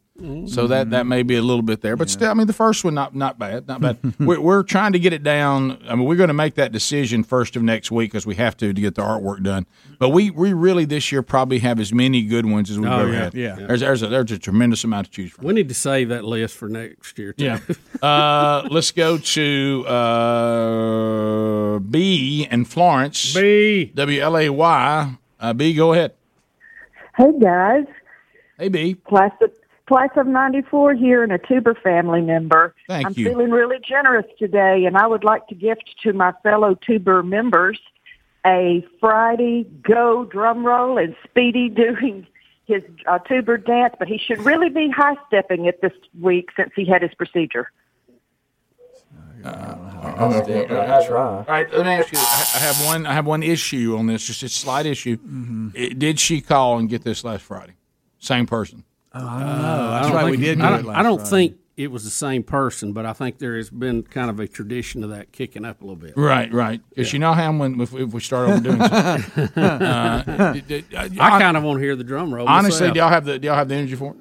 So that that may be a little bit there, but still, I mean, the first one not not bad, not bad. [laughs] we're, we're trying to get it down. I mean, we're going to make that decision first of next week because we have to to get the artwork done. But we we really this year probably have as many good ones as we've Oh, ever yeah, had. yeah. There's there's a, there's a tremendous amount to choose from. We need to save that list for next year. Too. Yeah. Uh, let's go to uh, B in Florence. B W L A Y. Uh, B, go ahead. Hey guys. Hey B. Class of class of '94 here, and a tuber family member. Thank I'm you. feeling really generous today, and I would like to gift to my fellow tuber members a Friday go drum roll and Speedy [laughs] doing his uh, tuber dance, but he should really be high stepping it this week since he had his procedure. All right, let me ask you. Uh, I I have one. I have one issue on this. Just a slight issue. It- did she call and get this last Friday? Same person. Oh, Uh, I don't think- I don't, I don't think it was the same person, but I think there has been kind of a tradition of that kicking up a little bit. Right, right. Because you know how when if, if we start overdoing something. [laughs] Uh, d- d- uh, I kind of want to hear the drum roll. Honestly, myself. do y'all have the do y'all [laughs] have the energy for it?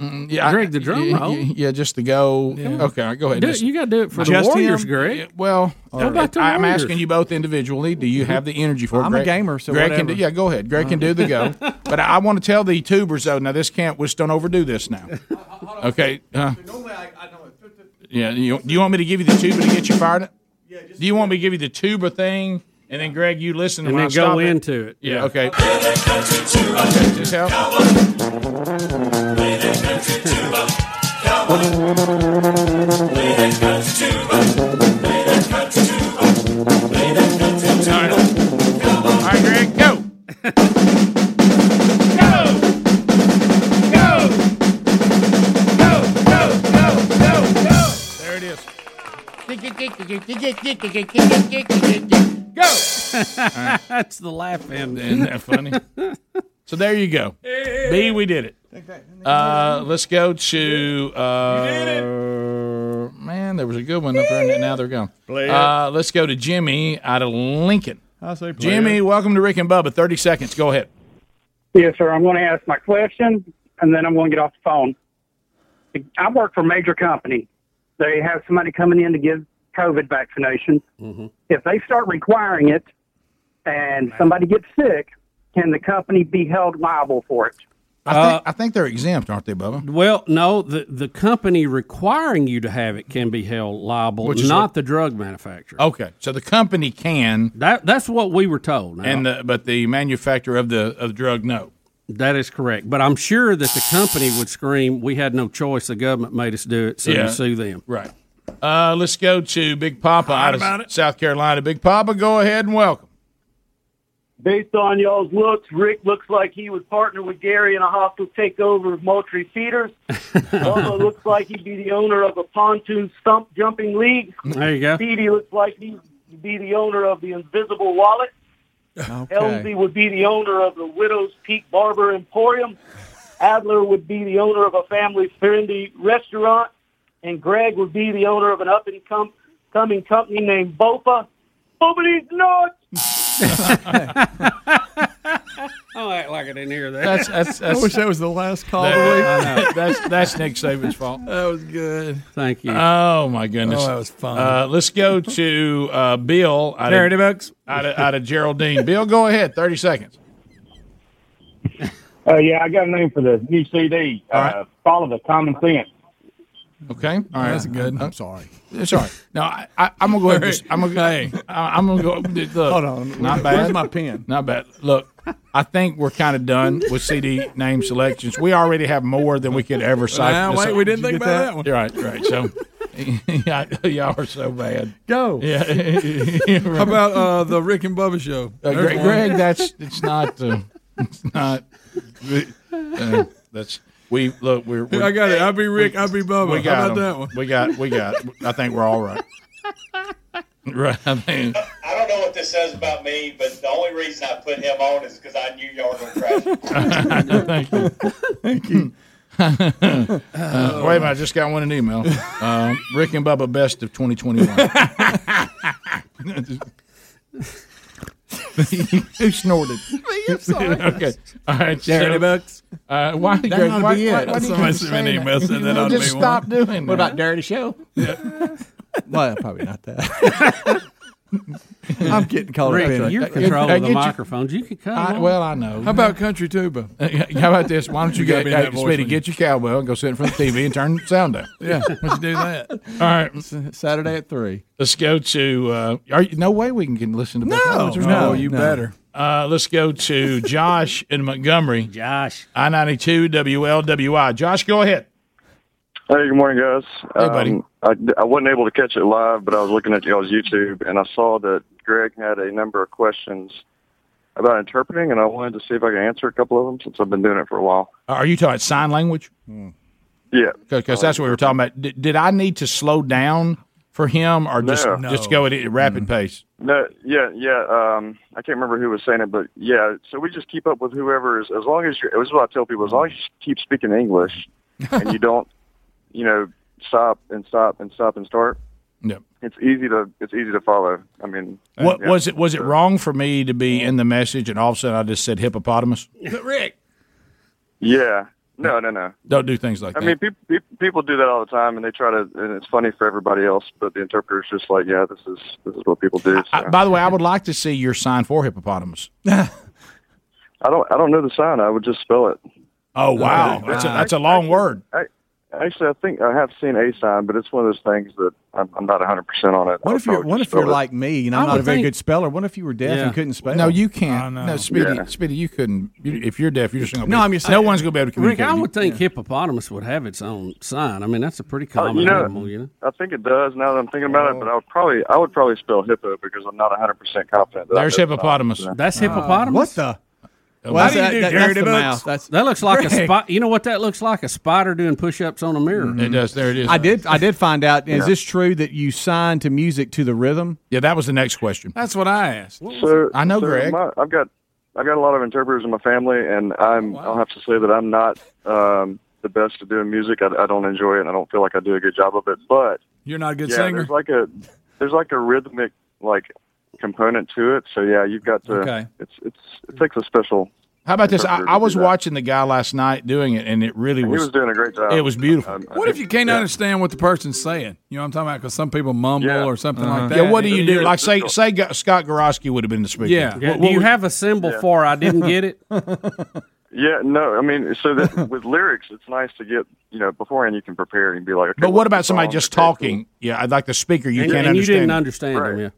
Mm, yeah, Greg, the drum yeah, roll? Yeah, yeah, just to go. Yeah. Okay, all right, go ahead. Do- Just- you gotta do it for the Just Warriors, him? Greg. Yeah, Well, How about the I'm Warriors? Mm-hmm. asking you both individually. Do you have the energy for it? I'm a Greg- gamer, so Greg can do, whatever. yeah, go ahead. Greg can do the [laughs] go. But I, I want to tell the tubers though. Now this can't. We just don't overdo this now. Okay. Uh, yeah. You, do you want me to give you the tuber to get you fired up? Yeah. Do you want me to give you the tuber thing, and then Greg, you listen And when then I go stop it? into it. Yeah. Okay. Okay, just help. All right, Greg, go. There it is. Go. That's the laugh end. Isn't that funny? so there you go. B, we did it. Uh, let's go to. Uh, man, there was a good one up there, and now they're gone. Play it. Uh, let's go to Jimmy out of Lincoln. I say play Jimmy, welcome to Rick and Bubba. 30 seconds. Go ahead. Yes, sir. I'm going to ask my question, and then I'm going to get off the phone. I work for a major company. They have somebody coming in to give COVID vaccination. Mm-hmm. [laughs] If they start requiring it, and somebody gets sick, can the company be held liable for it? Uh, I think, I think they're exempt, aren't they, Bubba? Well, no, the, the company requiring you to have it can be held liable, Which is not what- the drug manufacturer. Okay, so the company can. That that's what we were told. And the, but the manufacturer of the of the drug, no. That is correct. But I'm sure that the company would scream, "We had no choice. The government made us do it, so Yeah. you sue them." [laughs] Right. Uh, let's go to Big Papa out of about South Carolina. Big Papa, go ahead and welcome. Based on y'all's looks, Rick looks like he would partner with Gary in a hostile takeover of Moultrie [laughs] Feeders. Bubba looks like he'd be the owner of a pontoon stump jumping league. There you go. Speedy looks like he'd be the owner of the Invisible Wallet. Elsie would be the owner of the Widow's Peak Barber Emporium. Adler would be the owner of a family friendly restaurant. And Greg would be the owner of an up and com- coming company named Bopa. Nobody's nuts! I'll act like I didn't hear that. That's, that's, that's, I wish that was the last [laughs] call That- of the week. I know. that's that's Nick Saban's fault. That was good. Thank you. Oh my goodness, Oh, that was fun. Uh, let's go to uh, Bill out Charity of, out of out of Geraldine. Bill, go ahead. Thirty seconds. Uh, yeah, I got a name for the new CD. Uh, Follow the common sense. Okay, all right. That's good. I'm, sorry. It's all right. No, I, I, I'm gonna go ahead. And just, I'm gonna go. Hey, I- I'm gonna go. Look, Hold on. Not Where's bad. my pen? Not bad. Look, I think we're kind of done with CD name selections. We already have more than we could ever cite. Nah, wait, we didn't Did you think get about that? that one. You're right. you're Right. So. y'all y'all are so [laughs] bad. Go. Yeah. [laughs] How about uh, the Rick and Bubba show? Uh, There's Greg, one. Greg, that's it's not. Uh, it's not. uh, that's we look. We're, we're I got it. I'll be Rick, we- I'll be Bubba. We How about got 'em. that one? We got. We got. I think we're all right. Right. I mean, I don't know what this says about me, but the only reason I put him on is because I knew y'all were going to crash. [laughs] thank you. Thank you. uh, wait a minute. I just got one in email. Um, Rick and Bubba, best of [laughs] 2021. Who snorted? I'm sorry. okay. All right. Charity bucks. [laughs] Uh, why, That Greg, ought to why, be why, it. why do you Somebody keep sent me an saying that? email, said that ought to Just be one. stop doing What that. about Dirty Show? Uh, well, probably not that. [laughs] [laughs] I'm getting called Rick, up in. you're controlling the microphones. You could cut I- 'em off. well, I know. How about Country [laughs] Tuba? Uh, How about this? Why don't [laughs] you, You gotta get be in that hey, voice Speedy, when get your cowbell and go sit in front of the TV and turn the sound [laughs] down? Yeah, let's do [laughs] that. All right, Saturday at three. Let's go to. Uh, are you, no way we can, can listen to. Bill Collins. There's no, way. you No. better. Uh, let's [laughs] go to Josh in Montgomery. Josh, I ninety two WLWI. Josh, go ahead. Hey, good morning, guys. Um, Hey, buddy. I, I wasn't able to catch it live, but I was looking at y'all's YouTube, and I saw that Greg had a number of questions about interpreting, and I wanted to see if I could answer a couple of them since I've been doing it for a while. Are you talking sign language? Yeah. Because that's what we were talking about. Did, did I need to slow down for him, or just No. just go at a rapid pace? No, yeah, yeah. Um, I can't remember who was saying it, but yeah. So we just keep up with whoever is, as long as you're. This is what I tell people: as long as you just keep speaking English, [laughs] and you don't, you know, stop and stop and stop and start. Yep. It's easy to it's easy to follow. I mean, What yeah. Mm-hmm. was it? Was it wrong for me to be in the message, and all of a sudden I just said hippopotamus? Rick. Yeah. No, no, no. Don't do things like I that. mean, peop peop people do that all the time, and they try to, and it's funny for everybody else, but the interpreter's just like, yeah, this is this is what people do. So. I- by the way, I would like to see your sign for [laughs] hippopotamus. I don't, I don't know the sign. I would just spell it. Oh wow, that's a, that's a long word. Actually, I think I have seen a sign, but it's one of those things that I'm, I'm not 100 percent on it. What I if you're probably What just if you're spell it. like me and I'm I not a would very think- good speller? What if you were deaf Yeah. and couldn't spell? No, you can't. I know. No, Speedy, Yeah. Speedy, you couldn't. You, if you're deaf, you're just going to. No, I'm just No saying- one's going to be able to Rick, communicate. I with you. would think hippopotamus would have its own sign. I mean, that's a pretty common Oh, Uh, you know- animal, you know. I think it does. Now that I'm thinking about it, but I would probably, I would probably spell hippo because I'm not 100 percent confident. That I There's know the sign. hippopotamus. That's hippopotamus. what Uh, the? Well, that's- that- that's the mouth. That's- that looks like a Greg. spot. You know what that looks like? A spider doing push-ups on a mirror. It does. There it is. I did. I did find out. Is Yeah. this true that you signed to music to the rhythm? Yeah, that was the next question. That's what I asked. So I know so Greg. my- I've got I've got a lot of interpreters in my family, and Oh, I'm I'll have to say that I'm not um, the best at doing music. I, I don't enjoy it. and I don't feel like I do a good job of it. But You're not a good yeah, singer. there's like a there's like a rhythmic like component to it. So yeah, you've got to. Okay. It's it's it takes a special. How about this? I, interpreter I to do was that. watching the guy last night doing it, and it really He was. was doing a great job. It was beautiful. Um, What if you can't understand what the person's saying? You know what I'm talking about? Because some people mumble or something like that. Uh-huh. Yeah, what do you do? Like say say Go- Scott Gorosky would have been the speaker. Yeah. Yeah, do you have a symbol Yeah. for I didn't get it? [laughs] [laughs] Yeah, no, I mean, [laughs] so that with lyrics, it's nice to get you know beforehand you can prepare and be like. Okay, But what what's about the somebody song? just Okay, cool. talking? Yeah, I'd like the speaker. You And- can't and you understand. didn't it. understand them, yeah.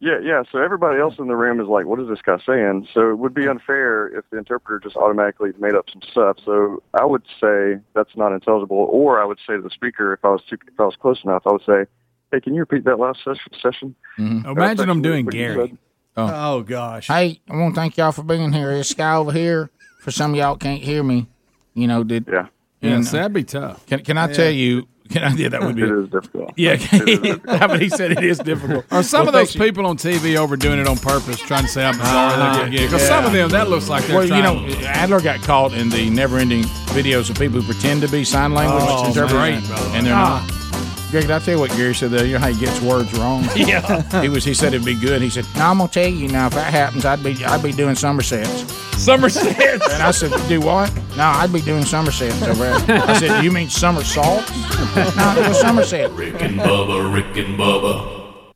Yeah, yeah. So everybody else in the room is like, "What is this guy saying?" So it would be unfair if the interpreter just automatically made up some stuff. So I would say that's not intelligible, or I would say to the speaker, if I was too, if I was close enough, I would say, "Hey, can you repeat that last ses- session?" Imagine I'm doing What you Gary. said. Oh gosh. Hey, I want to thank y'all for being here. This guy over here, for some of y'all can't hear me, you know, did. Yeah. Yeah, so that'd be tough. Can, can I Yeah. tell you? Can I, yeah, that would be. It is difficult. Yeah, It is difficult. but he said it [laughs] is difficult. Are some Well, of those thank you. Uh-huh. people on TV overdoing it on purpose, trying to say how bizarre they can get? Because Yeah. some of them, that looks like they're Well, you trying know, Adler got caught in the never-ending videos of people who pretend to be sign language Oh, interpreters, man, brother. and they're Ah. not. Greg, did I tell you what Gary said there? You know how he gets words wrong. Yeah. he was. He said it'd be good. He said, "No, I'm gonna tell you now. If that happens, I'd be I'd be doing somersets." Somersets. and I said, "Do what?" No, I'd be doing somersets over there. I said, "You mean somersaults?" [laughs] no, it was somerset. Rick and Bubba, Rick and Bubba.